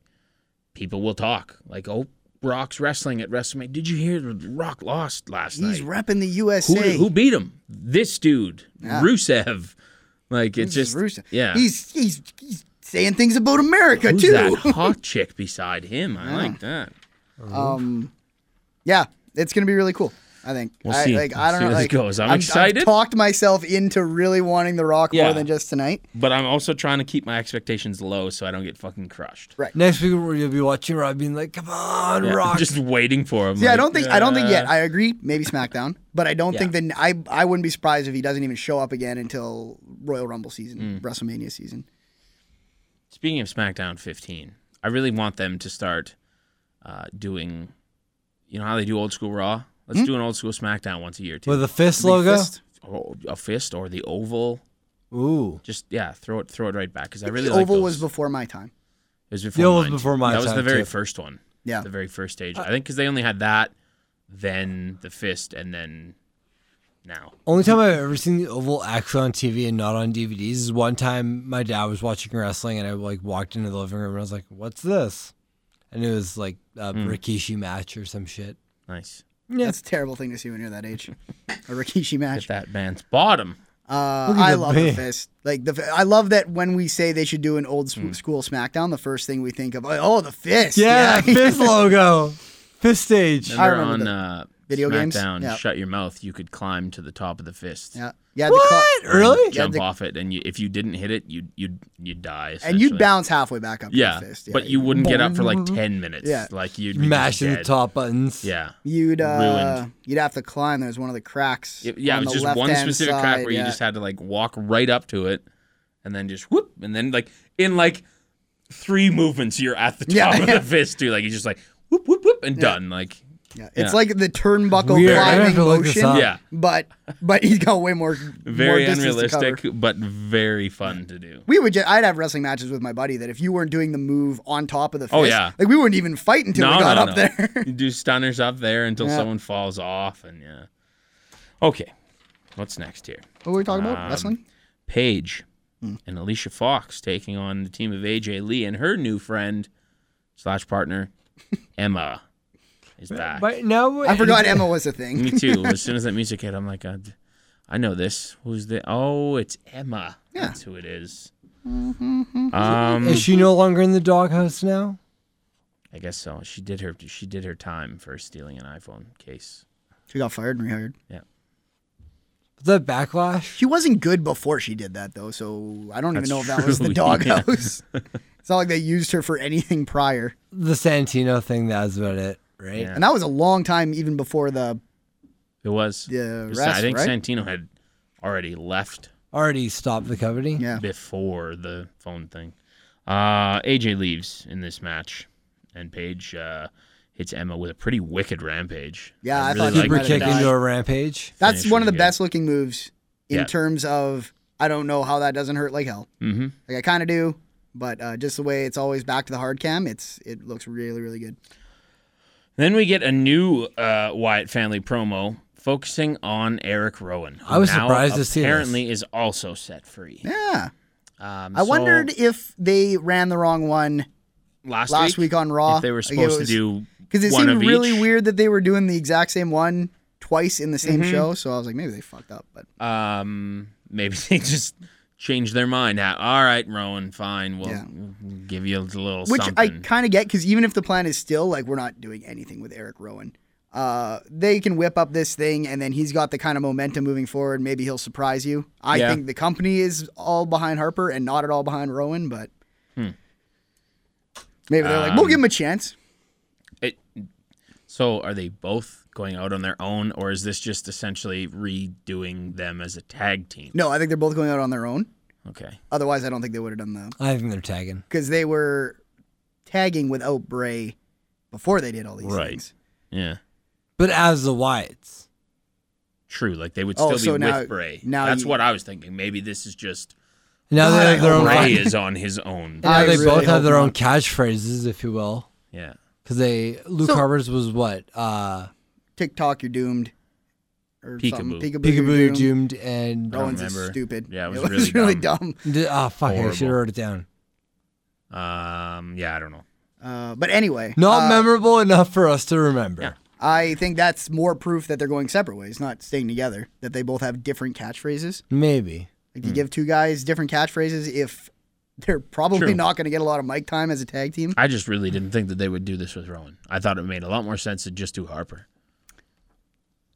Speaker 1: people will talk, like, "Oh, Rock's wrestling at WrestleMania. Did you hear Rock lost last
Speaker 3: He's
Speaker 1: night?
Speaker 3: repping the USA.
Speaker 1: who, who beat him? This dude, Rusev. Like it's
Speaker 3: This is
Speaker 1: just
Speaker 3: Rusev.
Speaker 1: yeah.
Speaker 3: He's, he's, he's saying things about America,
Speaker 1: Who's
Speaker 3: too.
Speaker 1: that hot chick beside him? I like that.
Speaker 3: Um, yeah, it's going to be really cool. I think.
Speaker 1: We'll
Speaker 3: I,
Speaker 1: see.
Speaker 3: Like
Speaker 1: We'll
Speaker 3: I don't
Speaker 1: see
Speaker 3: know.
Speaker 1: how this
Speaker 3: like,
Speaker 1: goes. I'm
Speaker 3: I've- I've
Speaker 1: excited.
Speaker 3: talked myself into really wanting the Rock
Speaker 1: Yeah.
Speaker 3: more than just tonight.
Speaker 1: But I'm also trying to keep my expectations low so I don't get fucking crushed.
Speaker 3: Right.
Speaker 2: Next week, where you'll be watching Rob being like, come on,
Speaker 1: Yeah,
Speaker 2: Rock.
Speaker 1: Just waiting for him. uh,
Speaker 3: Yeah, I don't think I don't think yet.
Speaker 1: I,
Speaker 3: I agree. Maybe SmackDown, but I don't think that I I wouldn't be surprised if he doesn't even show up again until Royal Rumble
Speaker 1: Mm.
Speaker 3: season, WrestleMania season.
Speaker 1: Speaking of SmackDown 15, I really want them to start uh, doing, you know how they do old school Raw. Let's
Speaker 3: Hmm?
Speaker 1: do an old school SmackDown once a year too.
Speaker 2: With a fist
Speaker 3: Big
Speaker 2: logo?
Speaker 3: fist.
Speaker 1: Or a fist or the oval.
Speaker 2: Ooh.
Speaker 1: Just yeah, throw it throw it right back because I
Speaker 3: The
Speaker 1: really like
Speaker 3: Oval
Speaker 1: those.
Speaker 3: was before my time.
Speaker 1: It was before
Speaker 2: The oval
Speaker 1: mine,
Speaker 2: was before
Speaker 1: too.
Speaker 2: my
Speaker 1: That was the
Speaker 2: time,
Speaker 1: very
Speaker 2: too.
Speaker 1: first one.
Speaker 3: Yeah.
Speaker 1: The very first stage. I think because they only had that, then the fist, and then now.
Speaker 2: Only time I've ever seen the Oval actually on TV and not on DVDs is one time my dad was watching wrestling and I like walked into the living room and I was like, "What's this?" And it was like a
Speaker 1: Hmm.
Speaker 2: Rikishi match or some shit.
Speaker 1: Nice.
Speaker 3: That's a terrible thing to see when you're that age. A Rikishi
Speaker 1: Get
Speaker 3: match.
Speaker 1: that man's bottom.
Speaker 3: Uh,
Speaker 2: at
Speaker 3: I
Speaker 2: the
Speaker 3: love the
Speaker 2: man.
Speaker 3: fist. Like the, f- I love that when we say they should do an old
Speaker 1: Mm.
Speaker 3: sp- school SmackDown, the first thing we think of, oh, the fist.
Speaker 2: Yeah, that fist logo, fist stage.
Speaker 1: Remember
Speaker 3: remember
Speaker 1: on
Speaker 3: the
Speaker 1: uh,
Speaker 3: video games?
Speaker 1: SmackDown,
Speaker 3: Yeah.
Speaker 1: Shut Your Mouth, you could climb to the top of the fist.
Speaker 3: yeah, yeah. The cla-
Speaker 2: What? Really?
Speaker 1: Jump
Speaker 3: the-
Speaker 1: off it, and you, if you didn't hit it, you'd you'd you'd die.
Speaker 3: and you'd
Speaker 1: essentially.
Speaker 3: bounce halfway back up. to
Speaker 1: Yeah,
Speaker 3: the fist.
Speaker 1: but you wouldn't get up for like
Speaker 2: Boing.
Speaker 1: ten minutes.
Speaker 3: Yeah.
Speaker 1: like you'd be just
Speaker 2: Mashing the
Speaker 1: dead.
Speaker 2: top buttons.
Speaker 1: Yeah,
Speaker 3: You'd uh,
Speaker 1: Ruined.
Speaker 3: you'd have to climb. There's one of the cracks.
Speaker 1: It- yeah.
Speaker 3: on
Speaker 1: It was
Speaker 3: the
Speaker 1: just one
Speaker 3: left-hand
Speaker 1: specific
Speaker 3: side,
Speaker 1: crack where
Speaker 3: yeah.
Speaker 1: you just had to like walk right up to it, and then just whoop, and then like in like three movements, you're at the top
Speaker 3: Yeah,
Speaker 1: of
Speaker 3: yeah.
Speaker 1: the fist too. Like you just like whoop whoop whoop and done. Like
Speaker 3: Yeah, it's
Speaker 1: Yeah.
Speaker 3: like the turnbuckle
Speaker 2: Weird. I have
Speaker 3: climbing
Speaker 2: to look this
Speaker 3: motion,
Speaker 2: up.
Speaker 1: Yeah.
Speaker 3: but but he's got way more Um, more
Speaker 1: very
Speaker 3: distance to
Speaker 1: unrealistic,
Speaker 3: cover.
Speaker 1: but very fun to do.
Speaker 3: We would just, I'd have wrestling matches with my buddy that if you weren't doing the move on top of the fist,
Speaker 1: Oh, yeah.
Speaker 3: like we wouldn't even fight until we got up there.
Speaker 1: you do stunners up there until
Speaker 3: Yeah.
Speaker 1: someone falls off, and yeah. Okay, what's next here?
Speaker 3: what were we talking about?
Speaker 1: Um,
Speaker 3: Wrestling?
Speaker 1: Paige
Speaker 2: Hmm.
Speaker 1: and Alicia Fox taking on the team of AJ Lee and her new friend slash partner Emma is back.
Speaker 2: But now
Speaker 3: I forgot Emma was a thing.
Speaker 1: Me too. As soon as that music hit, I'm like, I, I know this. Who's the? Oh, it's Emma.
Speaker 3: Yeah.
Speaker 1: That's who it is. Um,
Speaker 2: Mm-hmm. Is she no longer in the doghouse now?
Speaker 1: I guess so. She did her she did her time for stealing an iPhone case.
Speaker 3: She got fired and rehired.
Speaker 2: The backlash.
Speaker 3: She wasn't good before she did that though, so I don't
Speaker 1: That's
Speaker 3: even know if that was
Speaker 1: true,
Speaker 3: the
Speaker 1: yeah.
Speaker 3: doghouse. it's not like they used her for anything prior,
Speaker 2: The Santino thing. That was about it, right?
Speaker 1: Yeah.
Speaker 3: and that was a long time even before the
Speaker 1: It was.
Speaker 3: Yeah,
Speaker 1: It was-
Speaker 3: Rest,
Speaker 1: I think
Speaker 3: right?
Speaker 1: Santino had already left
Speaker 2: Already stopped the company.
Speaker 3: yeah.
Speaker 1: before the phone thing. Uh, AJ leaves in this match, and Paige uh, hits Emma with a pretty wicked rampage.
Speaker 3: Yeah, I thought he
Speaker 1: liked
Speaker 2: Super
Speaker 3: might
Speaker 1: that.
Speaker 3: have
Speaker 2: kick
Speaker 3: died.
Speaker 2: into a rampage.
Speaker 3: That's
Speaker 1: finish
Speaker 3: one of the
Speaker 1: really good.
Speaker 3: best looking moves in
Speaker 1: Yeah.
Speaker 3: terms of I don't know how that doesn't hurt like hell.
Speaker 1: Mhm.
Speaker 3: Like I kind of do, but uh, just the way it's always back to the hard cam, it's it looks really really good.
Speaker 1: Then we get a new uh, Wyatt family promo focusing on Eric Rowan. Who
Speaker 2: I was
Speaker 1: now
Speaker 2: surprised to see this.
Speaker 1: Apparently, is also set free.
Speaker 3: Yeah,
Speaker 1: Um,
Speaker 3: I
Speaker 1: so
Speaker 3: wondered if they ran the wrong one
Speaker 1: last,
Speaker 3: last week, uh, on Raw.
Speaker 1: if they were supposed to do
Speaker 3: because it
Speaker 1: one
Speaker 3: seemed
Speaker 1: of
Speaker 3: really
Speaker 1: each.
Speaker 3: weird that they were doing the exact same one twice in the same
Speaker 1: Mm-hmm.
Speaker 3: show. So I was like, maybe they fucked up. But
Speaker 1: Um, maybe they just changed their mind. Ah, All right, Rowan, fine. We'll
Speaker 3: Yeah.
Speaker 1: we'll give you a little
Speaker 3: which I
Speaker 1: something.
Speaker 3: kind of get because even if the plan is still like we're not doing anything with Eric Rowan, uh, they can whip up this thing and then he's got the kind of momentum moving forward. Maybe he'll surprise you. I
Speaker 1: Yeah.
Speaker 3: think the company is all behind Harper and not at all behind Rowan, but
Speaker 1: Hmm.
Speaker 3: maybe they're like, we'll
Speaker 1: Um,
Speaker 3: give him a chance.
Speaker 1: It, so, are they both going out on their own, or is this just essentially redoing them as a tag team?
Speaker 3: No, I think they're both going out on their own.
Speaker 1: Okay.
Speaker 3: Otherwise, I don't think they would have done the
Speaker 2: I think they're tagging.
Speaker 3: because they were tagging without Bray before they did all these
Speaker 1: Right.
Speaker 3: things.
Speaker 1: Yeah.
Speaker 2: But as the Wyatts.
Speaker 1: True. Like they would
Speaker 3: Oh,
Speaker 1: still
Speaker 3: so
Speaker 1: be
Speaker 3: now-
Speaker 1: with Bray.
Speaker 3: now
Speaker 1: That's
Speaker 3: you-
Speaker 1: what I was thinking. Maybe this is just
Speaker 2: Now
Speaker 3: God,
Speaker 2: they
Speaker 3: I
Speaker 2: have their
Speaker 3: hope
Speaker 2: own.
Speaker 3: not.
Speaker 1: Bray
Speaker 2: and
Speaker 1: is on his own.
Speaker 3: Yeah.
Speaker 2: Now
Speaker 3: I
Speaker 2: they
Speaker 3: really
Speaker 2: both have
Speaker 3: hope
Speaker 2: their own
Speaker 3: not.
Speaker 2: catchphrases, if you will,
Speaker 1: Yeah.
Speaker 2: because they Luke
Speaker 3: So-
Speaker 2: Harper's was what uh,
Speaker 3: TikTok, you're doomed. Or something.
Speaker 1: Peekaboo.
Speaker 3: Peekaboo, you're
Speaker 2: Peekaboo
Speaker 3: doomed.
Speaker 2: doomed and
Speaker 3: Rowan's is
Speaker 1: remember.
Speaker 3: stupid.
Speaker 1: Yeah, it was really dumb.
Speaker 2: oh fuck, I
Speaker 1: Horrible.
Speaker 2: should have wrote it down.
Speaker 1: Um. Yeah. I don't know.
Speaker 3: Uh, but anyway,
Speaker 2: Not
Speaker 3: uh,
Speaker 2: memorable enough for us to remember.
Speaker 1: Yeah.
Speaker 3: I think that's more proof that they're going separate ways, not staying together. That they both have different catchphrases.
Speaker 2: Maybe.
Speaker 3: Like
Speaker 1: Hmm.
Speaker 3: you give two guys different catchphrases, if they're probably
Speaker 1: True.
Speaker 3: not going to get a lot of mic time as a tag team.
Speaker 1: I just really didn't think that they would do this with Rowan. I thought it made a lot more sense to just do Harper.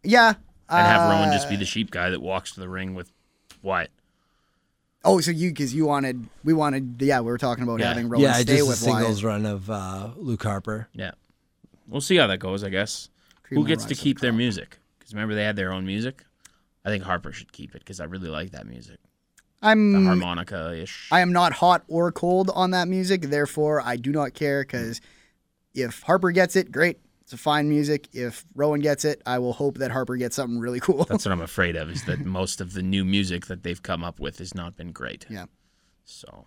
Speaker 3: Yeah.
Speaker 1: and have
Speaker 3: uh,
Speaker 1: Rowan just be the sheep guy that walks to the ring with what?
Speaker 3: Oh, so you because you wanted we wanted yeah we were talking about
Speaker 1: Yeah.
Speaker 3: having Rowan
Speaker 2: yeah,
Speaker 3: stay
Speaker 2: just a
Speaker 3: with
Speaker 2: singles
Speaker 3: Wyatt.
Speaker 2: run of uh, Luke Harper.
Speaker 1: Yeah, we'll see how that goes. I guess.
Speaker 3: Cream
Speaker 1: Who gets
Speaker 3: of
Speaker 1: to
Speaker 3: rice
Speaker 1: keep their music? Because remember they had their own music. I think Harper should keep it because I really like that music, the
Speaker 3: I'm
Speaker 1: harmonica ish.
Speaker 3: Mm. I am not hot or cold on that music, therefore I do not care because if Harper gets it, great. It's a fine music. If Rowan gets it, I will hope that Harper gets something really cool.
Speaker 1: That's what I'm afraid of is that most of the new music that they've come up with has not been great.
Speaker 3: Yeah.
Speaker 1: So,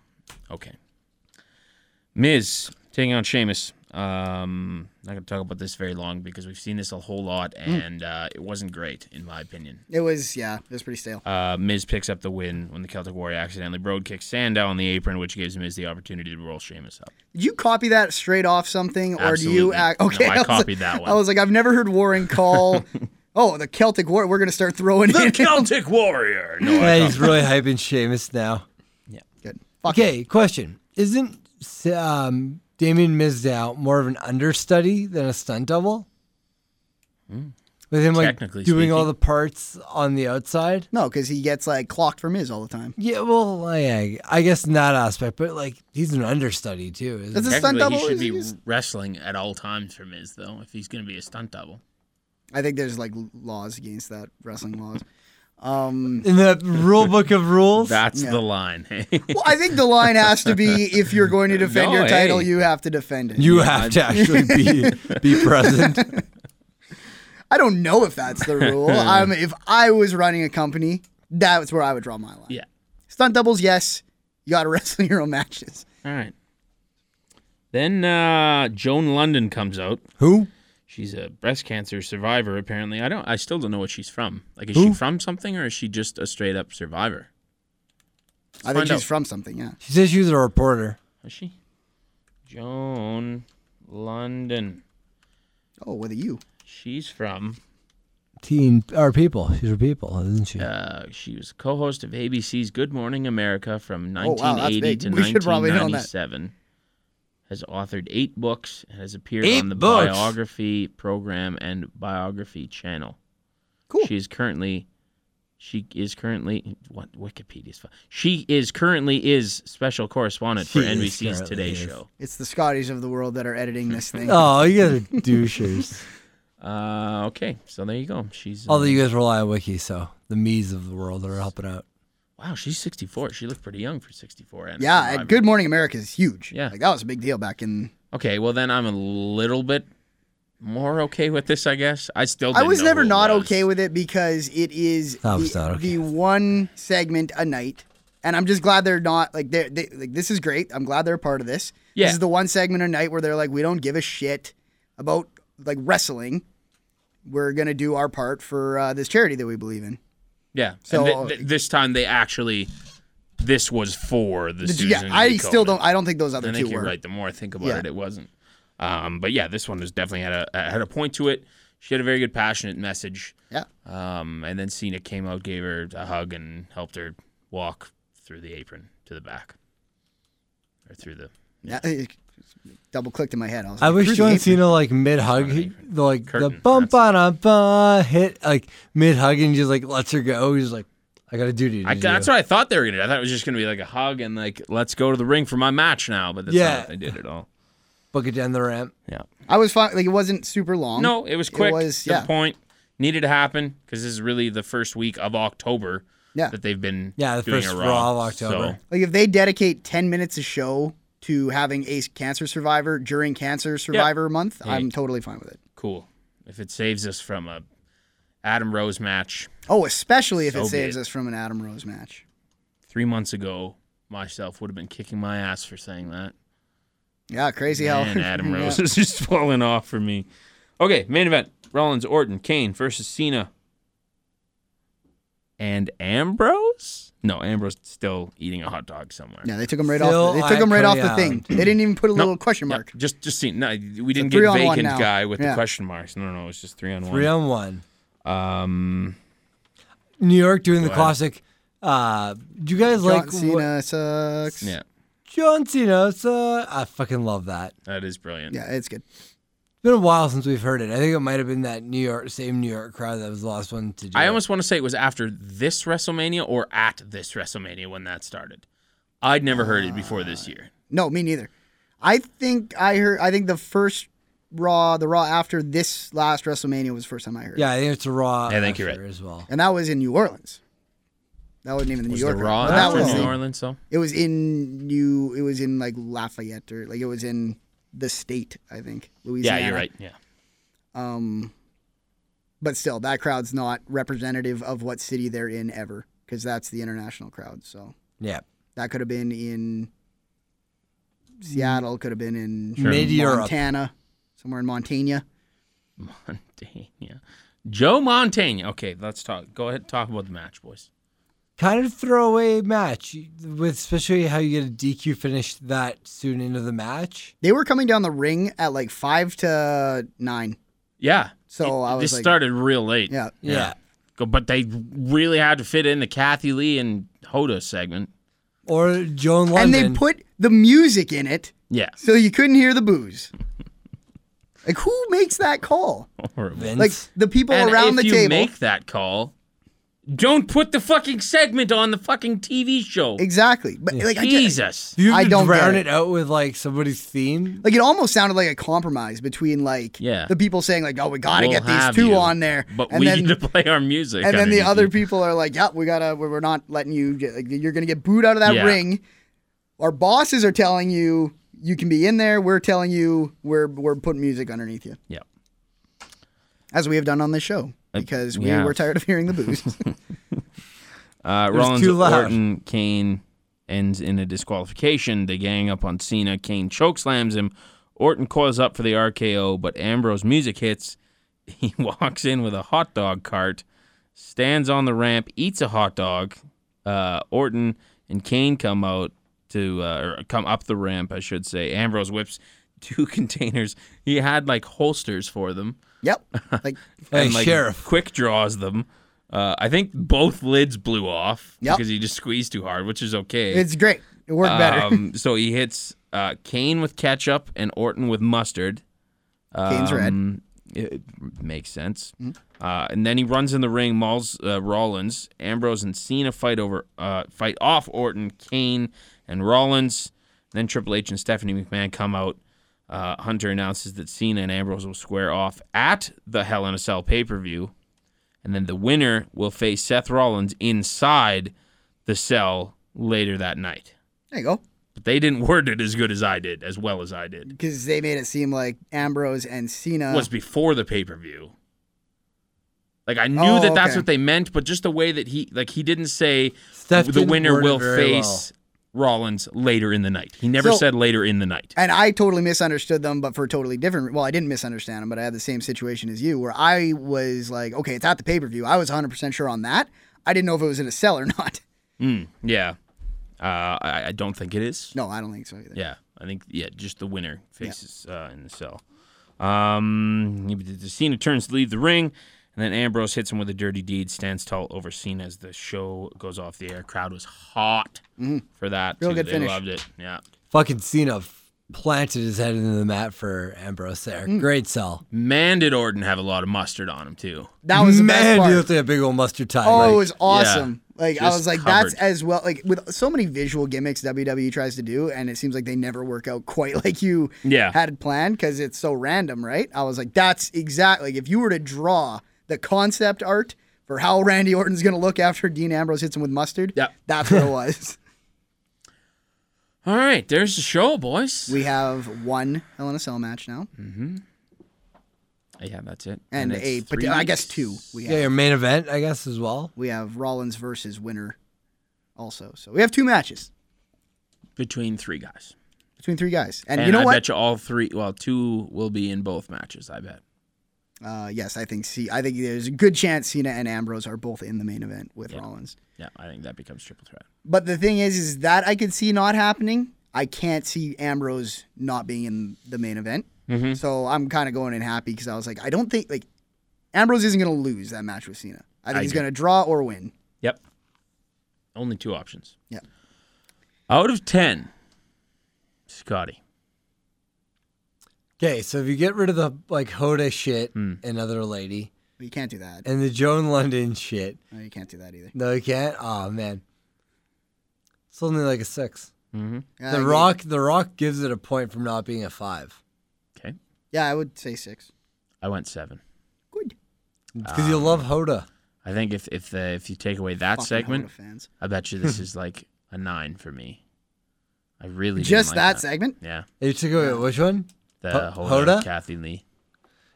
Speaker 1: okay. Miz taking on Sheamus. Um, not going to talk about this very long because we've seen this a whole lot
Speaker 3: Mm.
Speaker 1: and uh, it wasn't great, in my opinion.
Speaker 3: It was yeah, it was pretty stale.
Speaker 1: Uh, Miz picks up the win when the Celtic Warrior accidentally road kicks Sandow on the apron, which gives Miz the opportunity to roll Sheamus up.
Speaker 3: Did you copy that straight off something, or do you
Speaker 1: Absolutely.
Speaker 3: act?
Speaker 1: No,
Speaker 3: Okay,
Speaker 1: I
Speaker 3: was like-
Speaker 1: copied that one.
Speaker 3: I was like, I've never heard Warren call. oh, the Celtic War. We're gonna start throwing
Speaker 1: The
Speaker 3: in.
Speaker 1: Celtic Warrior!
Speaker 3: Oh,
Speaker 1: No, I
Speaker 2: Yeah,
Speaker 1: thought-
Speaker 2: he's really hyping Sheamus now.
Speaker 3: Good. Fuck it.
Speaker 2: Okay, question. Isn't um, Damien Mizdow more of an understudy than a stunt double?
Speaker 3: Hmm.
Speaker 2: With him like
Speaker 1: Technically
Speaker 2: doing all
Speaker 1: speaking.
Speaker 2: the parts on the outside?
Speaker 3: No, because he gets like clocked from his all the time.
Speaker 2: Yeah, well, I, I guess in that aspect, but like he's an understudy too. Isn't
Speaker 3: That's
Speaker 2: he?
Speaker 3: a stunt
Speaker 1: Technically,
Speaker 3: double.
Speaker 1: he should
Speaker 3: is
Speaker 1: be
Speaker 3: used?
Speaker 1: wrestling at all times for Miz, though, if he's going to be a stunt double.
Speaker 3: I think there's like laws against that wrestling laws. Um,
Speaker 2: in the rule book of rules?
Speaker 1: That's
Speaker 3: Yeah.
Speaker 1: the line. hey.
Speaker 3: well, I think the line has to be if you're going to defend
Speaker 1: No,
Speaker 3: your title,
Speaker 1: hey.
Speaker 3: you have to defend it.
Speaker 2: you have to actually be be present.
Speaker 3: I don't know if that's the rule. um, if I was running a company, that's where I would draw my line.
Speaker 1: yeah.
Speaker 3: Stunt doubles, yes. You got to wrestle your own matches.
Speaker 1: All right. Then uh, Joan London comes out.
Speaker 2: Who?
Speaker 1: She's a breast cancer survivor, apparently. I don't. I still don't know what she's from. Like, is she
Speaker 2: Who?
Speaker 1: from something, or is she just a straight up survivor?
Speaker 3: I think
Speaker 1: find
Speaker 3: she's
Speaker 1: out.
Speaker 3: from something. Yeah.
Speaker 2: She says she was a reporter.
Speaker 1: Is she? Joan London.
Speaker 3: Oh, with a U.
Speaker 1: She's from.
Speaker 2: Teen or people. She's a people, isn't she?
Speaker 1: Uh, she was co-host of ABC's Good Morning America from
Speaker 3: Oh, wow, that's
Speaker 1: 1980
Speaker 3: big.
Speaker 1: to
Speaker 3: We should probably know that.
Speaker 1: 1997. Has authored eight books and has appeared
Speaker 2: Eight
Speaker 1: on the
Speaker 2: books?
Speaker 1: biography program and biography channel.
Speaker 3: Cool.
Speaker 1: She is currently, she is currently what Wikipedia's. fu- She is currently is special correspondent for
Speaker 2: She is
Speaker 1: NBC's
Speaker 2: currently
Speaker 1: Today
Speaker 2: is.
Speaker 1: Show.
Speaker 3: It's the Scotties of the world that are editing this thing.
Speaker 2: Oh, you guys are douchers.
Speaker 1: Uh, okay, so there you go. She's uh,
Speaker 2: Although you guys rely on Wiki, so the me's of the world are helping out.
Speaker 1: wow, she's 64. She looked pretty young for 64. and a
Speaker 3: yeah,
Speaker 1: survivor.
Speaker 3: and Good Morning America is huge.
Speaker 1: Yeah.
Speaker 3: Like, that was a big deal back in.
Speaker 1: Okay, well then I'm a little bit more okay with this, I guess. I still
Speaker 3: I
Speaker 1: didn't
Speaker 3: was
Speaker 1: know
Speaker 3: never
Speaker 1: who it
Speaker 3: not
Speaker 1: was.
Speaker 3: okay with it because it is
Speaker 2: I was
Speaker 3: the,
Speaker 2: not okay
Speaker 3: the one segment a night, and I'm just glad they're not like they're, they like this is great. I'm glad they're a part of this.
Speaker 1: Yeah.
Speaker 3: This is the one segment a night where they're like, we don't give a shit about like wrestling. We're gonna do our part for uh, this charity that we believe in.
Speaker 1: Yeah. So
Speaker 3: So-
Speaker 1: and thi- thi- this time they actually this was for the
Speaker 3: Did you-
Speaker 1: Susan.
Speaker 3: yeah, I
Speaker 1: B.
Speaker 3: still
Speaker 1: Komen.
Speaker 3: don't. I don't think those other
Speaker 1: I
Speaker 3: two
Speaker 1: think you're
Speaker 3: were.
Speaker 1: right. The more I think about
Speaker 3: Yeah.
Speaker 1: it, it wasn't. Um, but yeah, this one was definitely had a had a point to it. She had a very good passionate message.
Speaker 3: Yeah.
Speaker 1: Um, and then Cena came out, gave her a hug, and helped her walk through the apron to the back, or through the
Speaker 3: Yeah. Double clicked in my head. I was.
Speaker 2: I
Speaker 3: like,
Speaker 2: wish
Speaker 3: "Through the
Speaker 2: John
Speaker 3: apron."
Speaker 2: Cena like mid hug, the like the
Speaker 1: Curtain,
Speaker 2: bump on a ba hit like mid hug and he just like lets her go. He's like, I got a duty to
Speaker 1: I,
Speaker 2: do.
Speaker 1: that's what I thought they were gonna do. I thought it was just gonna be like a hug and like let's go to the ring for my match now. But that's not
Speaker 2: Yeah.
Speaker 1: what they did at all.
Speaker 2: Book it down the ramp.
Speaker 1: Yeah.
Speaker 3: I was fine. Like it wasn't super
Speaker 2: Um,
Speaker 3: long.
Speaker 1: No, it was quick.
Speaker 3: was-
Speaker 1: to
Speaker 3: yeah.
Speaker 1: the point. Needed to happen because this is really the first week of October
Speaker 3: Yeah.
Speaker 1: that they've been
Speaker 2: Yeah, the
Speaker 1: doing
Speaker 2: first
Speaker 1: a
Speaker 2: Raw
Speaker 1: raw
Speaker 2: of October.
Speaker 1: So,
Speaker 3: Like if they dedicate ten minutes a show to having a cancer survivor during Cancer Survivor Month, I'm totally fine with it.
Speaker 1: cool. If it saves us from a Adam Rose match
Speaker 3: Oh, especially if
Speaker 1: So
Speaker 3: it saves
Speaker 1: good.
Speaker 3: us from an Adam Rose match.
Speaker 1: three months ago, myself would have been kicking my ass for saying that.
Speaker 3: Yeah, crazy how
Speaker 1: And Adam
Speaker 3: Yeah.
Speaker 1: Rose is just falling off for me. Okay, main event: Rollins, Orton, Kane versus Cena. And Ambrose? No, Ambrose still eating a hot dog somewhere.
Speaker 3: Yeah, they took him right
Speaker 2: Still
Speaker 3: off. The, they took him right off the
Speaker 2: iconic.
Speaker 3: thing. They didn't even put a
Speaker 1: Nope.
Speaker 3: little question
Speaker 1: Yeah,
Speaker 3: mark.
Speaker 1: just just see. No, we didn't get
Speaker 3: three on one
Speaker 1: vacant
Speaker 3: now.
Speaker 1: guy with
Speaker 3: Yeah.
Speaker 1: the question marks. No, no, it's just three on
Speaker 2: Three
Speaker 1: one.
Speaker 2: on one.
Speaker 1: um,
Speaker 2: New York doing the
Speaker 1: ahead.
Speaker 2: classic. Uh, do you guys like
Speaker 3: John
Speaker 2: what-
Speaker 3: Cena sucks.
Speaker 1: yeah,
Speaker 2: John Cena? It's, uh, I fucking love that.
Speaker 1: that is brilliant.
Speaker 3: Yeah, it's good.
Speaker 2: been a while since we've heard it. I think it might have been that New York, same New York crowd that was the last one to do.
Speaker 1: I
Speaker 2: it.
Speaker 1: almost want to say it was after this WrestleMania or at this WrestleMania when that started. I'd never heard it before
Speaker 3: Ah,
Speaker 1: this year.
Speaker 3: No, me neither. I think I heard. I think the first Raw, the Raw after this last WrestleMania was the first time I heard. it.
Speaker 2: Yeah, I think it's a Raw.
Speaker 1: I think you're
Speaker 2: after
Speaker 1: right.
Speaker 2: as well.
Speaker 3: and that was in New Orleans. That wasn't even the
Speaker 1: Was
Speaker 3: New
Speaker 1: the
Speaker 3: York.
Speaker 1: Raw
Speaker 3: but that
Speaker 1: after
Speaker 3: was
Speaker 1: New
Speaker 3: the-
Speaker 1: Orleans? So
Speaker 3: It was in New. It was in like Lafayette or like it was in the state. I think
Speaker 1: yeah,
Speaker 3: Louisiana.
Speaker 1: you're right. Yeah,
Speaker 3: Um, but still, that crowd's not representative of what city they're in ever because that's the international crowd. So
Speaker 2: Yeah,
Speaker 3: that could have been in Seattle. Could have been in
Speaker 1: Sure.
Speaker 2: Mid Europe.
Speaker 3: Montana, somewhere in Montana.
Speaker 1: Montana. Joe Montana. Okay, let's talk. Go ahead, talk about the match, boys.
Speaker 2: kind of throwaway match you- with especially how you get a DQ finish that soon into the match.
Speaker 3: They were coming down the ring at like five to nine.
Speaker 1: Yeah.
Speaker 3: So
Speaker 1: It-
Speaker 3: I was
Speaker 1: this
Speaker 3: like-
Speaker 1: started real late.
Speaker 3: Yeah,
Speaker 2: Yeah.
Speaker 1: Go- But they really had to fit in the Kathy Lee and Hoda segment.
Speaker 2: Or Joan
Speaker 3: and
Speaker 2: London.
Speaker 3: they put the music in it
Speaker 1: Yeah.
Speaker 3: so you couldn't hear the booze. like who makes that call?
Speaker 1: Horrible.
Speaker 2: Vince.
Speaker 3: Like the people
Speaker 1: And
Speaker 3: around
Speaker 1: if
Speaker 3: the
Speaker 1: you
Speaker 3: table.
Speaker 1: make that call, don't put the fucking segment on the fucking TV show.
Speaker 3: exactly, but like I just,
Speaker 1: Jesus.
Speaker 2: Do you have
Speaker 3: I
Speaker 2: to
Speaker 3: don't get
Speaker 2: drown
Speaker 3: it.
Speaker 2: it out with like somebody's theme.
Speaker 3: like it almost sounded like a compromise between like
Speaker 1: Yeah.
Speaker 3: the people saying like, "Oh, we got to
Speaker 1: We'll
Speaker 3: get these
Speaker 1: have
Speaker 3: two
Speaker 1: you,
Speaker 3: on there,"
Speaker 1: But
Speaker 3: and
Speaker 1: we
Speaker 3: then
Speaker 1: need to play our music.
Speaker 3: and then the
Speaker 1: underneath
Speaker 3: other
Speaker 1: it.
Speaker 3: people are like, "Yep, we gotta. We're we're not letting you. get- Like, you're gonna get booed out of that
Speaker 1: Yeah.
Speaker 3: ring." Our bosses are telling you you can be in there. We're telling you we're we're putting music underneath you,
Speaker 1: Yeah.
Speaker 3: as we have done on this show, because we
Speaker 1: Uh, yeah.
Speaker 3: were tired of hearing the booze.
Speaker 1: Uh, Rollins,
Speaker 2: too loud.
Speaker 1: Orton, Kane ends in a disqualification. They gang up on Cena. Kane chokeslams him. Orton coils up for the RKO, but Ambrose music hits. He walks in with a hot dog cart, stands on the ramp, eats a hot dog. Uh, Orton and Kane come out to uh, or come up the ramp, I should say. Ambrose whips two containers. He had like holsters for them
Speaker 3: yep. Like
Speaker 2: Hey,
Speaker 1: and like
Speaker 2: sheriff.
Speaker 1: quick draws them. Uh, I think both lids blew off
Speaker 3: Yep.
Speaker 1: because he just squeezed too hard, which is okay.
Speaker 3: it's great. It worked better.
Speaker 1: Um, so he hits uh, Kane with ketchup and Orton with mustard.
Speaker 3: Kane's red.
Speaker 1: Um, It it makes sense. Uh, and then he runs in the ring, mauls uh, Rollins. Ambrose and Cena fight over, uh, fight off Orton, Kane, and Rollins. Then Triple H and Stephanie McMahon come out. Uh, Hunter announces that Cena and Ambrose will square off at the Hell in a Cell pay per view, and then the winner will face Seth Rollins inside the cell later that night.
Speaker 3: There you go.
Speaker 1: But they didn't word it as good as I did, as well as I did.
Speaker 3: Because they made it seem like Ambrose and Cena.
Speaker 1: was before the pay per view. Like I knew
Speaker 3: Oh,
Speaker 1: that that's
Speaker 3: okay.
Speaker 1: what they meant, but just the way that he like he didn't say
Speaker 2: Steph
Speaker 1: the
Speaker 2: didn't
Speaker 1: winner
Speaker 2: word it
Speaker 1: will
Speaker 2: very well.
Speaker 1: face Rollins later in the night. He never
Speaker 3: So-
Speaker 1: said later in the night.
Speaker 3: and I totally misunderstood them, but for totally different. Well, I didn't misunderstand them, but I had the same situation as you, where I was like, okay, it's at the pay per view. I was 100 percent sure on that. I didn't know if it was in a cell or not.
Speaker 1: Mm, yeah, uh, I, I don't think it is.
Speaker 3: No, I don't think so either.
Speaker 1: Yeah, I think yeah, just the winner faces uh, in the cell. Um, he- the- the Cena turns to leave the ring, and then Ambrose hits him with a dirty deed. Stands tall over Cena as the show goes off the air. Crowd was hot for that.
Speaker 3: Mm-hmm. Real
Speaker 1: too.
Speaker 3: good
Speaker 1: they
Speaker 3: finish.
Speaker 1: loved it. Yeah.
Speaker 2: Fucking Cena f- planted his head into the mat for Ambrose there.
Speaker 3: Mm.
Speaker 2: Great sell.
Speaker 1: Man, did Orton have a lot of mustard on him too?
Speaker 3: that Oh, was the
Speaker 2: Man,
Speaker 3: best
Speaker 2: he
Speaker 3: part.
Speaker 2: looked like a big old mustard tie.
Speaker 3: Oh, it
Speaker 2: like,
Speaker 3: was awesome. Like I
Speaker 1: Just
Speaker 3: was like, that's
Speaker 1: covered.
Speaker 3: as well. Like with so many visual gimmicks WWE tries to do, and it seems like they never work out quite like you
Speaker 1: Yeah.
Speaker 3: had planned because it's so random, right? I was like, that's exactly. Like, if you were to draw the concept art for how Randy Orton's gonna look after Dean Ambrose hits him with mustard,
Speaker 1: Yep.
Speaker 3: that's what it was.
Speaker 1: All right, there's the show, boys.
Speaker 3: we have one Hell in a Cell match now,
Speaker 1: yeah, that's it.
Speaker 3: and,
Speaker 1: Mm-hmm. it's
Speaker 3: a pot-
Speaker 1: three
Speaker 3: I guess
Speaker 1: weeks.
Speaker 3: two. We have
Speaker 2: yeah, your main event, I guess, as well.
Speaker 3: we have Rollins versus Winner, also. So we have two matches
Speaker 1: between three guys.
Speaker 3: between three guys, and,
Speaker 1: And,
Speaker 3: you know
Speaker 1: I
Speaker 3: what?
Speaker 1: bet you all three. Well, two will be in both matches. I bet.
Speaker 3: Uh, yes, I think C- I think there's a good chance Cena and Ambrose are both in the main event with Rollins.
Speaker 1: Yeah, I think that becomes triple threat.
Speaker 3: But the thing is, is that I could see not happening. I can't see Ambrose not being in the main event.
Speaker 1: Mm-hmm.
Speaker 3: So I'm kind of going in happy because I was like, I don't think like Ambrose isn't going to lose that match with Cena. I think
Speaker 1: I
Speaker 3: he's
Speaker 1: agree.
Speaker 3: going to draw or win.
Speaker 1: Yep. Only two options.
Speaker 3: Yeah.
Speaker 1: Out of ten, Scotty.
Speaker 2: Okay, so if you get rid of the like Hoda shit,
Speaker 1: Hmm.
Speaker 2: another lady,
Speaker 3: But you can't do that.
Speaker 2: and the Joan London shit,
Speaker 3: No, you can't do that either.
Speaker 2: no, you can't. Oh man, it's only like a six.
Speaker 3: Uh,
Speaker 2: The Rock, The Rock gives it a point from not being a five
Speaker 1: Okay.
Speaker 3: Yeah, I would say six.
Speaker 1: I went seven.
Speaker 3: Good.
Speaker 2: because
Speaker 3: Ah.
Speaker 2: you love Hoda.
Speaker 1: I think if if the, if you take away that
Speaker 3: Fucking
Speaker 1: segment,
Speaker 3: Hoda fans.
Speaker 1: I bet you this is like a nine for me. I really didn't
Speaker 3: Just
Speaker 1: like
Speaker 3: that,
Speaker 1: that.
Speaker 3: segment.
Speaker 1: Yeah,
Speaker 2: You took away which one?
Speaker 1: the
Speaker 2: Ho-
Speaker 1: Hoda,
Speaker 2: Hoda?
Speaker 1: Kathy Lee.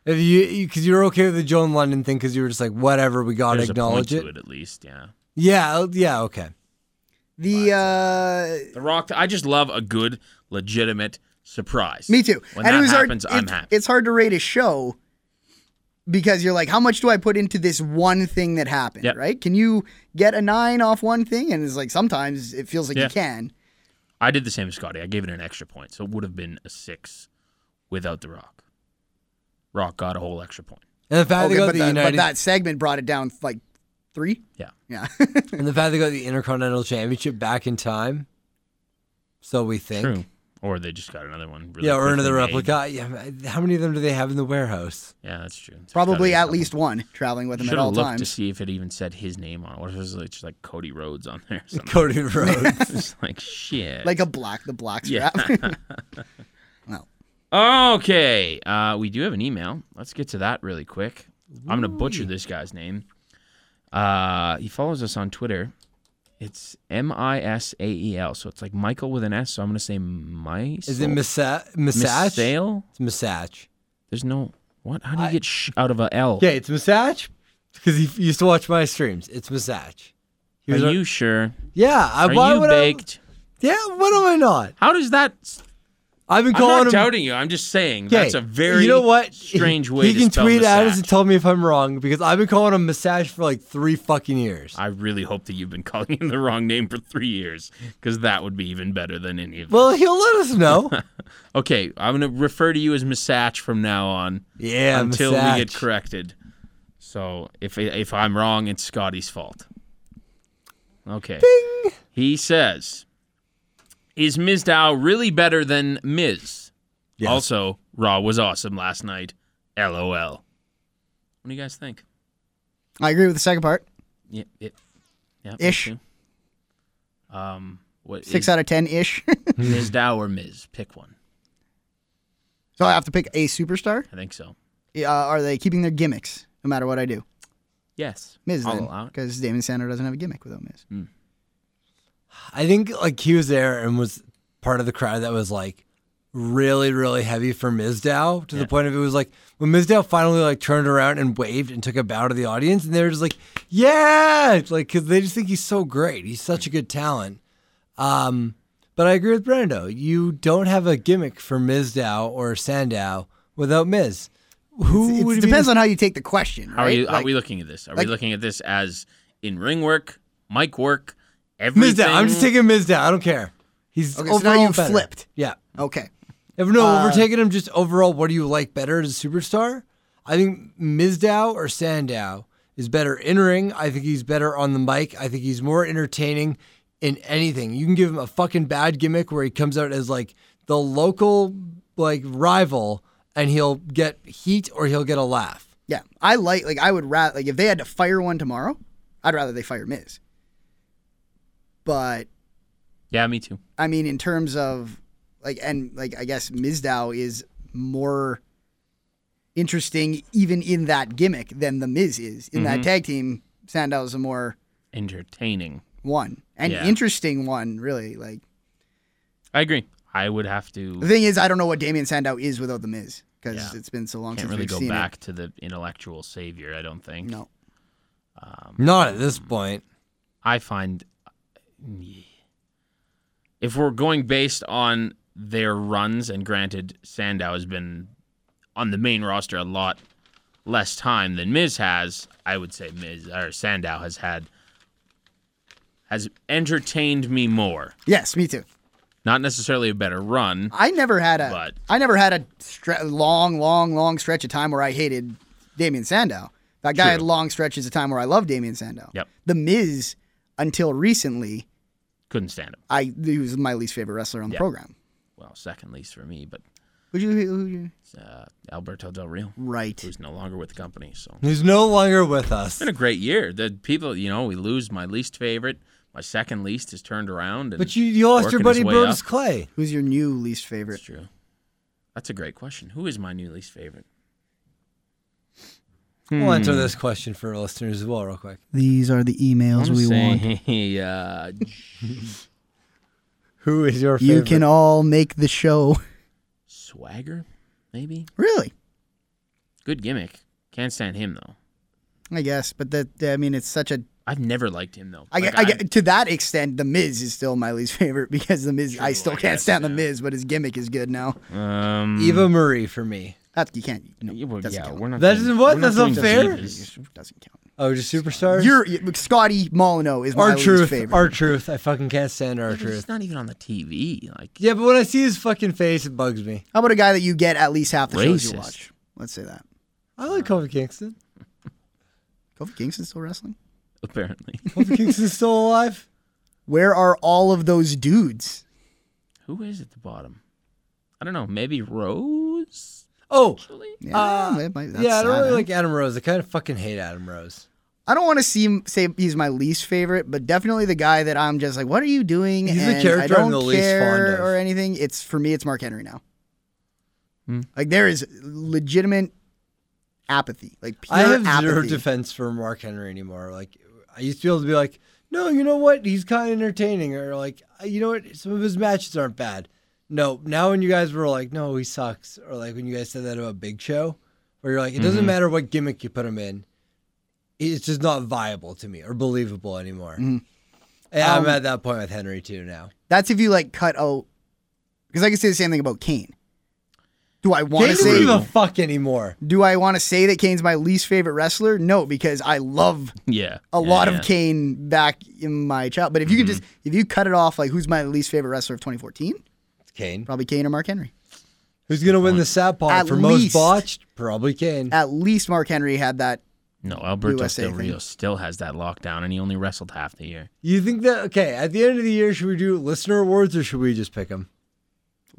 Speaker 2: If you because you, were okay with the Joan London thing because you were just like whatever, we gotta
Speaker 1: There's
Speaker 2: acknowledge
Speaker 1: a
Speaker 2: it.
Speaker 1: point to it at least. Yeah,
Speaker 2: Yeah, oh, yeah, okay.
Speaker 3: The uh,
Speaker 1: The Rock. I just love a good, legitimate surprise.
Speaker 3: me too.
Speaker 1: When
Speaker 3: and it
Speaker 1: that
Speaker 3: was
Speaker 1: happens,
Speaker 3: hard,
Speaker 1: I'm
Speaker 3: it-
Speaker 1: happy.
Speaker 3: It's hard to rate a show because you're like, how much do I put into this one thing that happened?
Speaker 1: Yep.
Speaker 3: Right? Can you get a nine off one thing? And it's like sometimes it feels like
Speaker 1: Yeah.
Speaker 3: you can.
Speaker 1: I did the same as Scotty. I gave it an extra point, so it would have been a six without The Rock. Rock got a whole extra point.
Speaker 2: And the fact
Speaker 3: Okay,
Speaker 2: they got
Speaker 3: but,
Speaker 2: the
Speaker 3: that- but
Speaker 2: United
Speaker 3: that segment brought it down like three.
Speaker 1: Yeah.
Speaker 3: Yeah.
Speaker 2: and the fact they got the Intercontinental Championship back in time. So we think.
Speaker 1: True. Or they just got another one. Really
Speaker 2: yeah, or
Speaker 1: quickly
Speaker 2: another
Speaker 1: made.
Speaker 2: replica. Yeah, how many of them do they have in the warehouse?
Speaker 1: Yeah, that's true. There's gotta be
Speaker 3: Probably
Speaker 1: a
Speaker 3: at
Speaker 1: couple.
Speaker 3: least one traveling with them
Speaker 1: Should
Speaker 3: at
Speaker 1: have
Speaker 3: all
Speaker 1: looked to
Speaker 3: times.
Speaker 1: see if it even said his name on it. What if it was like, just like Cody Rhodes on there? Or something?
Speaker 2: Cody Rhodes.
Speaker 1: It's like shit.
Speaker 3: Like a black, the black
Speaker 1: Yeah.
Speaker 3: strap. well,
Speaker 1: okay, uh, we do have an email. Let's get to that really quick. I'm gonna butcher this guy's name. Uh, he follows us on Twitter. It's M I S A E L, so it's like Michael with an S. So I'm gonna say Mice.
Speaker 2: Is it Misa- Misach?
Speaker 1: Sale?
Speaker 2: It's Misach.
Speaker 1: There's no what? How do you get sh out of a L?
Speaker 2: Yeah, it's Misach because he f- used to watch my streams. It's Misach. He
Speaker 1: Are
Speaker 2: was our-
Speaker 1: you sure?
Speaker 2: Yeah, I,
Speaker 1: Are
Speaker 2: Uh, why
Speaker 1: you
Speaker 2: would I-
Speaker 1: baked?
Speaker 2: yeah, what am I not?
Speaker 1: How does that? s-
Speaker 2: I've been
Speaker 1: I'm
Speaker 2: calling
Speaker 1: not
Speaker 2: him.
Speaker 1: doubting you. I'm just saying
Speaker 2: Okay,
Speaker 1: that's a very
Speaker 2: you know what
Speaker 1: strange
Speaker 2: He-
Speaker 1: way
Speaker 2: He
Speaker 1: to
Speaker 2: can
Speaker 1: spell
Speaker 2: tweet at us
Speaker 1: massage.
Speaker 2: and tell me if I'm wrong because I've been calling him Misach for like three fucking years.
Speaker 1: I really hope that you've been calling him the wrong name for three years, because that would be even better than any of.
Speaker 2: Well, he'll let us know.
Speaker 1: okay, I'm gonna refer to you as Misach from now on
Speaker 2: yeah,
Speaker 1: until
Speaker 2: Misach.
Speaker 1: we get corrected. So if if I'm wrong, it's Scotty's fault. Okay. He says, "Is Ms. Dow really better than Ms.?"
Speaker 2: Yes.
Speaker 1: Also, Raw was awesome last night. LOL. What do you guys think?
Speaker 3: I agree with the second part.
Speaker 1: Yeah, it, yeah, me
Speaker 3: Ish.
Speaker 1: too. Um, what
Speaker 3: Six
Speaker 1: is
Speaker 3: out of ten ish.
Speaker 1: Ms. Dow or Ms. Pick one.
Speaker 3: so I have to pick a superstar.
Speaker 1: I think so.
Speaker 3: Uh, are they keeping their gimmicks no matter what I do?
Speaker 1: Yes,
Speaker 3: Miz
Speaker 1: I'll allow
Speaker 3: then,
Speaker 1: it.
Speaker 3: because Damon Sandler doesn't have a gimmick without Miz.
Speaker 2: I think like he was there and was part of the crowd that was like really, really heavy for Mizdow to the point of it was like when Mizdow finally like turned around and waved and took a bow to the audience and they were just like, yeah, It's like because they just think he's so great. He's such a good talent. Um, but I agree with Brando. You don't have a gimmick for Mizdow or Sandow without Miz. Who would
Speaker 3: It
Speaker 2: be
Speaker 3: depends
Speaker 2: the-
Speaker 3: on how you take the question.
Speaker 1: How are
Speaker 3: right?
Speaker 1: you? How are
Speaker 3: Like,
Speaker 1: we looking at this? Are
Speaker 3: like-
Speaker 1: we looking at this as in ring work, mic work, everything?
Speaker 2: Mizdow? I'm just taking Mizdow. I don't care. He's
Speaker 3: Okay, so now
Speaker 2: overall
Speaker 3: you
Speaker 2: better.
Speaker 3: flipped.
Speaker 2: Yeah.
Speaker 3: Okay.
Speaker 2: If no, overtaking him just overall, what do you like better as a superstar? I think Mizdow or Sandow is better in ring. I think he's better on the mic. I think he's more entertaining in anything. You can give him a fucking bad gimmick where he comes out as like the local like rival and he'll get heat or he'll get a laugh.
Speaker 3: Yeah, I like like I would rather like if they had to fire one tomorrow, I'd rather they fire Miz. But
Speaker 1: Yeah, me too.
Speaker 3: I mean, in terms of like and like I guess Mizdow is more interesting even in that gimmick than the Miz is
Speaker 1: Mm-hmm.
Speaker 3: in that tag team. Sandow's a more
Speaker 1: Entertaining.
Speaker 3: one and
Speaker 1: Yeah.
Speaker 3: interesting one, really. Like
Speaker 1: I agree. I would have
Speaker 3: the
Speaker 1: to.
Speaker 3: thing is, I don't know what Damian Sandow is without the Miz because
Speaker 1: Yeah.
Speaker 3: it's been so long
Speaker 1: Can't
Speaker 3: since
Speaker 1: really
Speaker 3: we've
Speaker 1: go
Speaker 3: seen
Speaker 1: back to the intellectual savior. I don't
Speaker 3: it.
Speaker 1: think.
Speaker 3: No,
Speaker 2: Not at this point.
Speaker 1: I find if we're going based on their runs, and granted, Sandow has been on the main roster a lot less time than Miz has, I would say Miz or Sandow has had has entertained me more.
Speaker 3: yes, me too.
Speaker 1: Not necessarily a better run.
Speaker 3: I never had a
Speaker 1: But-
Speaker 3: I never had a stre- long, long, long stretch of time where I hated Damien Sandow. That guy had
Speaker 1: True.
Speaker 3: long stretches of time where I loved Damien Sandow.
Speaker 1: Yep.
Speaker 3: The Miz, until recently,
Speaker 1: Couldn't stand him.
Speaker 3: I he was my least favorite wrestler on the program.
Speaker 1: Well, second least for me, but
Speaker 3: Would you, who'd you?
Speaker 1: uh, Alberto Del Rio,
Speaker 3: Right.
Speaker 1: who's no longer with the company. So it's
Speaker 2: He's no longer with us.
Speaker 1: been a great year. The people, you know, we lose my least favorite. My second least is turned around. And
Speaker 2: But you, you lost your
Speaker 1: working his
Speaker 2: buddy
Speaker 1: way
Speaker 2: Brodus
Speaker 1: up.
Speaker 2: Clay.
Speaker 3: Who's your new least favorite?
Speaker 1: That's true. That's a great question. Who is my new least favorite?
Speaker 2: We'll answer this question for our listeners as well, real quick.
Speaker 3: These are the emails
Speaker 1: I'm
Speaker 3: we want.
Speaker 1: say, uh,
Speaker 2: Who is your favorite?
Speaker 3: You can all make the show.
Speaker 1: Swagger, maybe.
Speaker 3: Really?
Speaker 1: Good gimmick. Can't stand him though.
Speaker 3: I guess, but that I mean, it's such a.
Speaker 1: I've never liked him though.
Speaker 3: I,
Speaker 1: Like,
Speaker 3: get- I get- to that extent, the Miz is still my least favorite because the Miz. I
Speaker 1: True,
Speaker 3: still
Speaker 1: I
Speaker 3: can't
Speaker 1: guess,
Speaker 3: stand the
Speaker 1: yeah.
Speaker 3: Miz, but his gimmick is good now.
Speaker 1: um,
Speaker 2: Eva Marie for me.
Speaker 3: That you can't. No,
Speaker 1: Yeah, well,
Speaker 3: doesn't
Speaker 1: yeah,
Speaker 3: count.
Speaker 1: we're not.
Speaker 2: That
Speaker 1: doing-
Speaker 2: isn't what?
Speaker 1: we're not
Speaker 2: That's not
Speaker 1: doing
Speaker 2: fair?
Speaker 1: divas.
Speaker 3: doesn't count.
Speaker 2: Oh, just superstars.
Speaker 3: You're you- Scotty Molyneux is my
Speaker 2: our
Speaker 3: least
Speaker 2: truth.
Speaker 3: favorite.
Speaker 2: Our truth. I fucking can't stand our
Speaker 1: But
Speaker 2: truth.
Speaker 1: It's not even on the TV. Like
Speaker 2: Yeah, but when I see his fucking face, it bugs me.
Speaker 3: How about a guy that you get at least half the shows
Speaker 1: Racist.
Speaker 3: you watch? Let's say that.
Speaker 2: I like Kofi Kingston.
Speaker 3: Kofi Kingston still wresting.
Speaker 1: apparently,
Speaker 2: Kofi Kingston's still alive.
Speaker 3: Where are all of those dudes?
Speaker 1: who is at the bottom? I don't know. Maybe Rose.
Speaker 2: Oh,
Speaker 1: Actually,
Speaker 3: Yeah,
Speaker 2: Uh,
Speaker 3: that might- that's
Speaker 2: yeah. I don't
Speaker 3: sad, eh?
Speaker 2: really
Speaker 3: huh?
Speaker 2: like Adam Rose. I kind of fucking hate Adam Rose.
Speaker 3: I don't want to seem say he's my least favorite, but definitely the guy that I'm just like, what are you doing?
Speaker 2: He's the
Speaker 3: and
Speaker 2: character
Speaker 3: I
Speaker 2: I'm
Speaker 3: don't
Speaker 2: the least
Speaker 3: care
Speaker 2: fond of.
Speaker 3: or anything. It's for me, it's Mark Henry now.
Speaker 2: Hmm.
Speaker 3: Like there is legitimate apathy, like pure
Speaker 2: I have
Speaker 3: apathy.
Speaker 2: zero defense for Mark Henry anymore. Like I used to be able to be like, no, you know what? He's kind of entertaining, or like, "Uh, you know what? Some of his matches aren't bad. No, now when you guys were like, no, he sucks, or like when you guys said that about Big Show, where you're like, it
Speaker 3: Mm-hmm.
Speaker 2: doesn't matter what gimmick you put him in, it's just not viable to me or believable anymore. Yeah,
Speaker 3: Mm-hmm. Um,
Speaker 2: I'm at that point with Henry too now.
Speaker 3: That's if you like cut out, because I can say the same thing about Kane. Do I want
Speaker 2: Kane
Speaker 3: to
Speaker 2: doesn't
Speaker 3: say?
Speaker 2: give a fuck anymore.
Speaker 3: Do I want to say that Kane's my least favorite wrestler? No, because I love
Speaker 1: yeah.
Speaker 3: a
Speaker 1: yeah,
Speaker 3: lot
Speaker 1: yeah.
Speaker 3: of Kane back in my child. But if you could
Speaker 2: Mm-hmm.
Speaker 3: just if you cut it off, like who's my least favorite wrestler of 2014?
Speaker 2: It's Kane.
Speaker 3: Probably Kane or Mark Henry.
Speaker 2: Who's gonna win the sap
Speaker 3: At
Speaker 2: pot for
Speaker 3: least-
Speaker 2: most botched? Probably Kane.
Speaker 3: At least Mark Henry had that
Speaker 1: No, Alberto
Speaker 3: USA
Speaker 1: Del Rio
Speaker 3: thing.
Speaker 1: still has that lockdown, and he only wrestled half the year.
Speaker 2: You think that okay? At the end of the year, should we do listener awards or should we just pick them?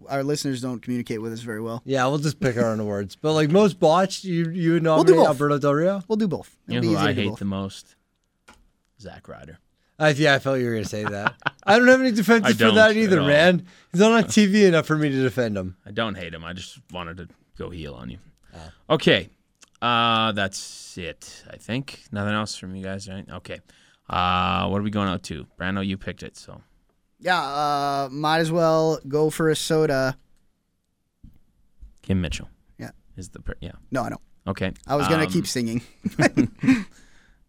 Speaker 3: our listeners don't communicate with us very well.
Speaker 2: Yeah, we'll just pick our own awards. But like most botched, you you would
Speaker 3: do
Speaker 2: nominate
Speaker 3: both.
Speaker 2: Alberto Del Rio.
Speaker 3: We'll do both.
Speaker 1: You
Speaker 3: It'll
Speaker 1: know
Speaker 3: be
Speaker 1: who
Speaker 3: easy
Speaker 1: I
Speaker 3: to do
Speaker 1: hate
Speaker 3: both.
Speaker 1: the most? Zack Ryder.
Speaker 2: I, yeah, I felt you were gonna say that. I don't have any
Speaker 1: I
Speaker 2: defenses for
Speaker 1: don't
Speaker 2: that
Speaker 1: at
Speaker 2: either,
Speaker 1: all.
Speaker 2: man. He's not on TV enough for me to defend him.
Speaker 1: I don't hate him. I just wanted to go heel on you. Okay. Uh, that's it, I think. Nothing else from you guys, right? Okay. Uh, what are we going out to? Brando, you picked it, so.
Speaker 3: Yeah, uh, might as well go for a soda.
Speaker 1: Kim Mitchell.
Speaker 3: Yeah.
Speaker 1: Is the, per- yeah.
Speaker 3: No, I don't.
Speaker 1: Okay.
Speaker 3: I was gonna
Speaker 1: Um,
Speaker 3: keep singing,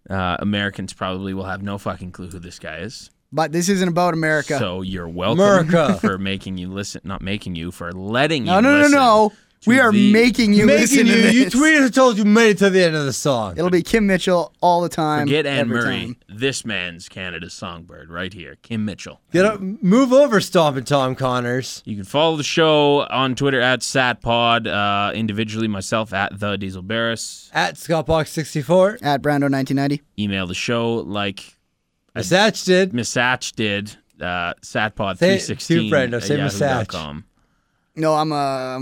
Speaker 1: Uh, Americans probably will have no fucking clue who this guy is.
Speaker 3: but this isn't about America.
Speaker 1: So you're welcome
Speaker 2: America.
Speaker 1: for making you listen, not making you, for letting
Speaker 3: no,
Speaker 1: you
Speaker 3: no, no,
Speaker 1: listen
Speaker 3: no.
Speaker 1: to
Speaker 3: We are
Speaker 1: the-
Speaker 3: making you listen
Speaker 2: Making you,
Speaker 3: to this.
Speaker 2: you tweeted and told you made it to the end of the song.
Speaker 3: It'll be Kim Mitchell all the time.
Speaker 1: Forget Anne
Speaker 3: every
Speaker 1: Murray.
Speaker 3: time.
Speaker 1: This man's Canada's songbird right here, Kim Mitchell.
Speaker 2: Get up, move over, stomping Tom Connors.
Speaker 1: You can follow the show on Twitter at SatPod, uh, individually myself at the Diesel Barris.
Speaker 2: At Scottbox64,
Speaker 3: At Brando 1990.
Speaker 1: Email the show like
Speaker 2: Satch did.
Speaker 1: Miss Satch did, uh, SatPod316
Speaker 2: Say it too, Brando. Say
Speaker 1: at
Speaker 2: Miss Satch.
Speaker 1: yahoo.com.
Speaker 3: No, I'm a.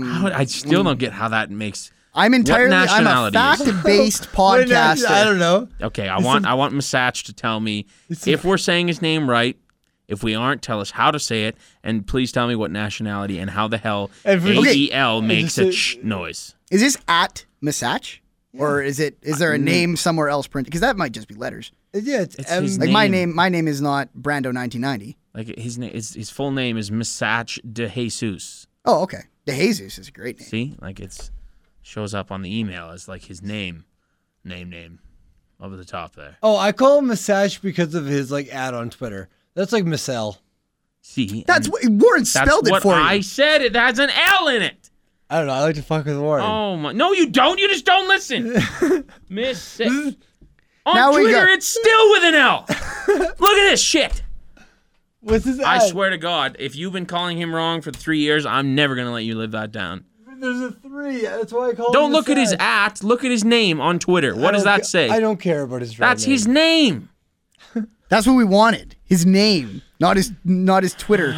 Speaker 1: How- I still don't get how that makes.
Speaker 3: I'm entirely. I'm a
Speaker 1: nationality is-
Speaker 3: fact-based
Speaker 2: Wait, no,
Speaker 3: podcaster.
Speaker 2: I don't know.
Speaker 1: Okay, I want I want Miss Satch to tell me if we're saying his name right. If we aren't, tell us how to say it, and please tell me what nationality and how the hell
Speaker 2: And for- Okay.
Speaker 1: AEL makes a
Speaker 2: say-
Speaker 1: ch noise.
Speaker 3: Is this at Misatch? Or is it?
Speaker 1: Uh,
Speaker 3: Is there a name somewhere else printed? Because that might just be letters.
Speaker 2: Yeah, it's,
Speaker 1: It's
Speaker 2: M-
Speaker 1: his
Speaker 3: Like my
Speaker 1: Name.
Speaker 3: name, my name is not Brando 1990.
Speaker 1: Like his name, his, his full name is Misach De Jesus.
Speaker 3: Oh, okay. De Jesus is a great name.
Speaker 1: See, like it's shows up on the email as like his name, name, name, over the top there.
Speaker 2: Oh, I call him Massage because of his like ad on Twitter. That's like Missel.
Speaker 1: See,
Speaker 3: That's
Speaker 1: and
Speaker 3: what Warren
Speaker 1: that's
Speaker 3: spelled
Speaker 1: what
Speaker 3: it for
Speaker 1: I
Speaker 3: you.
Speaker 1: said. It has an L in it.
Speaker 2: I don't know. I like to fuck with Warren.
Speaker 1: Oh my! No, you don't. You just don't listen. Miss on
Speaker 3: Now we
Speaker 1: Twitter,
Speaker 3: got-
Speaker 1: it's still with an L. Look at this shit.
Speaker 2: What's his ad?
Speaker 1: I swear to God, if you've been calling him wrong for three years, I'm never gonna let you live that down.
Speaker 2: There's a three. That's why I call.
Speaker 1: Don't
Speaker 2: him
Speaker 1: look at his
Speaker 2: Massage.
Speaker 1: at. Look at his name on Twitter. What
Speaker 2: I
Speaker 1: does
Speaker 2: don't
Speaker 1: that
Speaker 2: ca-
Speaker 1: say?
Speaker 2: I don't care about his. real
Speaker 1: That's
Speaker 2: name.
Speaker 1: his name.
Speaker 3: That's what we wanted. His name, not his, not his Twitter.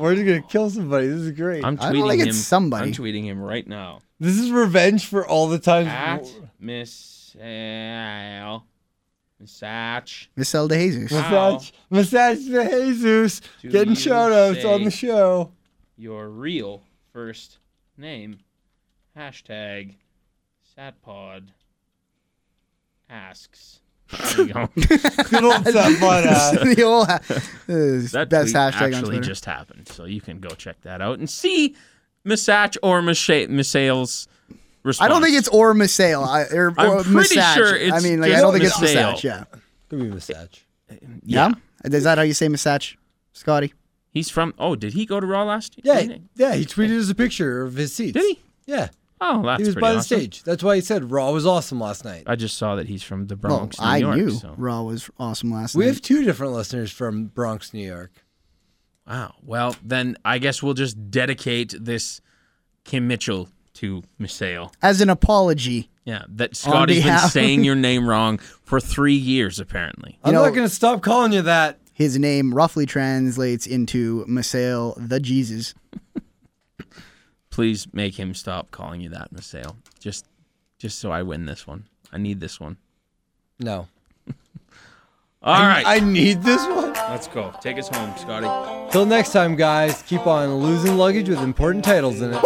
Speaker 2: We're just gonna kill somebody. This is great.
Speaker 1: I'm tweeting
Speaker 3: I don't think
Speaker 1: him.
Speaker 3: it's somebody.
Speaker 1: I'm tweeting him right now.
Speaker 2: this is revenge for all the times.
Speaker 1: At Miss Al Satch.
Speaker 3: Miss Zelda Jesus.
Speaker 2: Massage, massage the Jesus,
Speaker 1: Do
Speaker 2: getting
Speaker 1: you
Speaker 2: shout outs on the
Speaker 1: say-
Speaker 2: show.
Speaker 1: your real first name. Hashtag SatPod asks. There you go.
Speaker 2: Good old Sat Pod ass.
Speaker 3: the old ha- uh,
Speaker 1: that
Speaker 3: best
Speaker 1: tweet
Speaker 3: hashtag on
Speaker 1: actually
Speaker 3: Twitter.
Speaker 1: just happened, so you can go check that out and see Misach or Misha- Misale's response.
Speaker 3: I don't think it's or Masale. I, or,
Speaker 1: I'm
Speaker 3: or
Speaker 1: pretty
Speaker 3: Masach.
Speaker 1: sure it's
Speaker 3: I mean, like, I
Speaker 1: just
Speaker 3: don't think it's
Speaker 1: Masale.
Speaker 3: Masach. Yeah.
Speaker 2: Could be massage.
Speaker 1: Yeah.
Speaker 3: Is that how you say Masach, Scotty?
Speaker 1: He's from. Oh, did he go to Raw last year?
Speaker 2: Yeah, he- yeah. He tweeted us a picture of his seats.
Speaker 1: Did he?
Speaker 2: Yeah,
Speaker 1: Oh, that's
Speaker 2: he was
Speaker 1: pretty
Speaker 2: by the
Speaker 1: awesome.
Speaker 2: stage. That's why he said Raw was awesome last night.
Speaker 1: I just saw that he's from the
Speaker 3: Well,
Speaker 1: Bronx, New
Speaker 3: I
Speaker 1: York.
Speaker 3: knew
Speaker 1: So.
Speaker 3: Raw was awesome last
Speaker 2: We
Speaker 3: night.
Speaker 2: have two different listeners from Bronx, New York.
Speaker 1: Wow. Well, then I guess we'll just dedicate this Kim Mitchell to Misale.
Speaker 3: As an apology,
Speaker 1: Yeah, that Scotty's been
Speaker 3: behalf-
Speaker 1: saying your name wrong for three years apparently.
Speaker 2: I'm
Speaker 3: know-
Speaker 2: not gonna stop calling you that.
Speaker 3: his name roughly translates into Masale the Jesus.
Speaker 1: Please make him stop calling you that, Misale. Just, just so I win this one. I need this one.
Speaker 2: No.
Speaker 1: All
Speaker 2: I-
Speaker 1: right,
Speaker 2: I need this one.
Speaker 1: let's go. Take us home, Scotty.
Speaker 2: Till next time, guys, keep on losing luggage with important titles in it.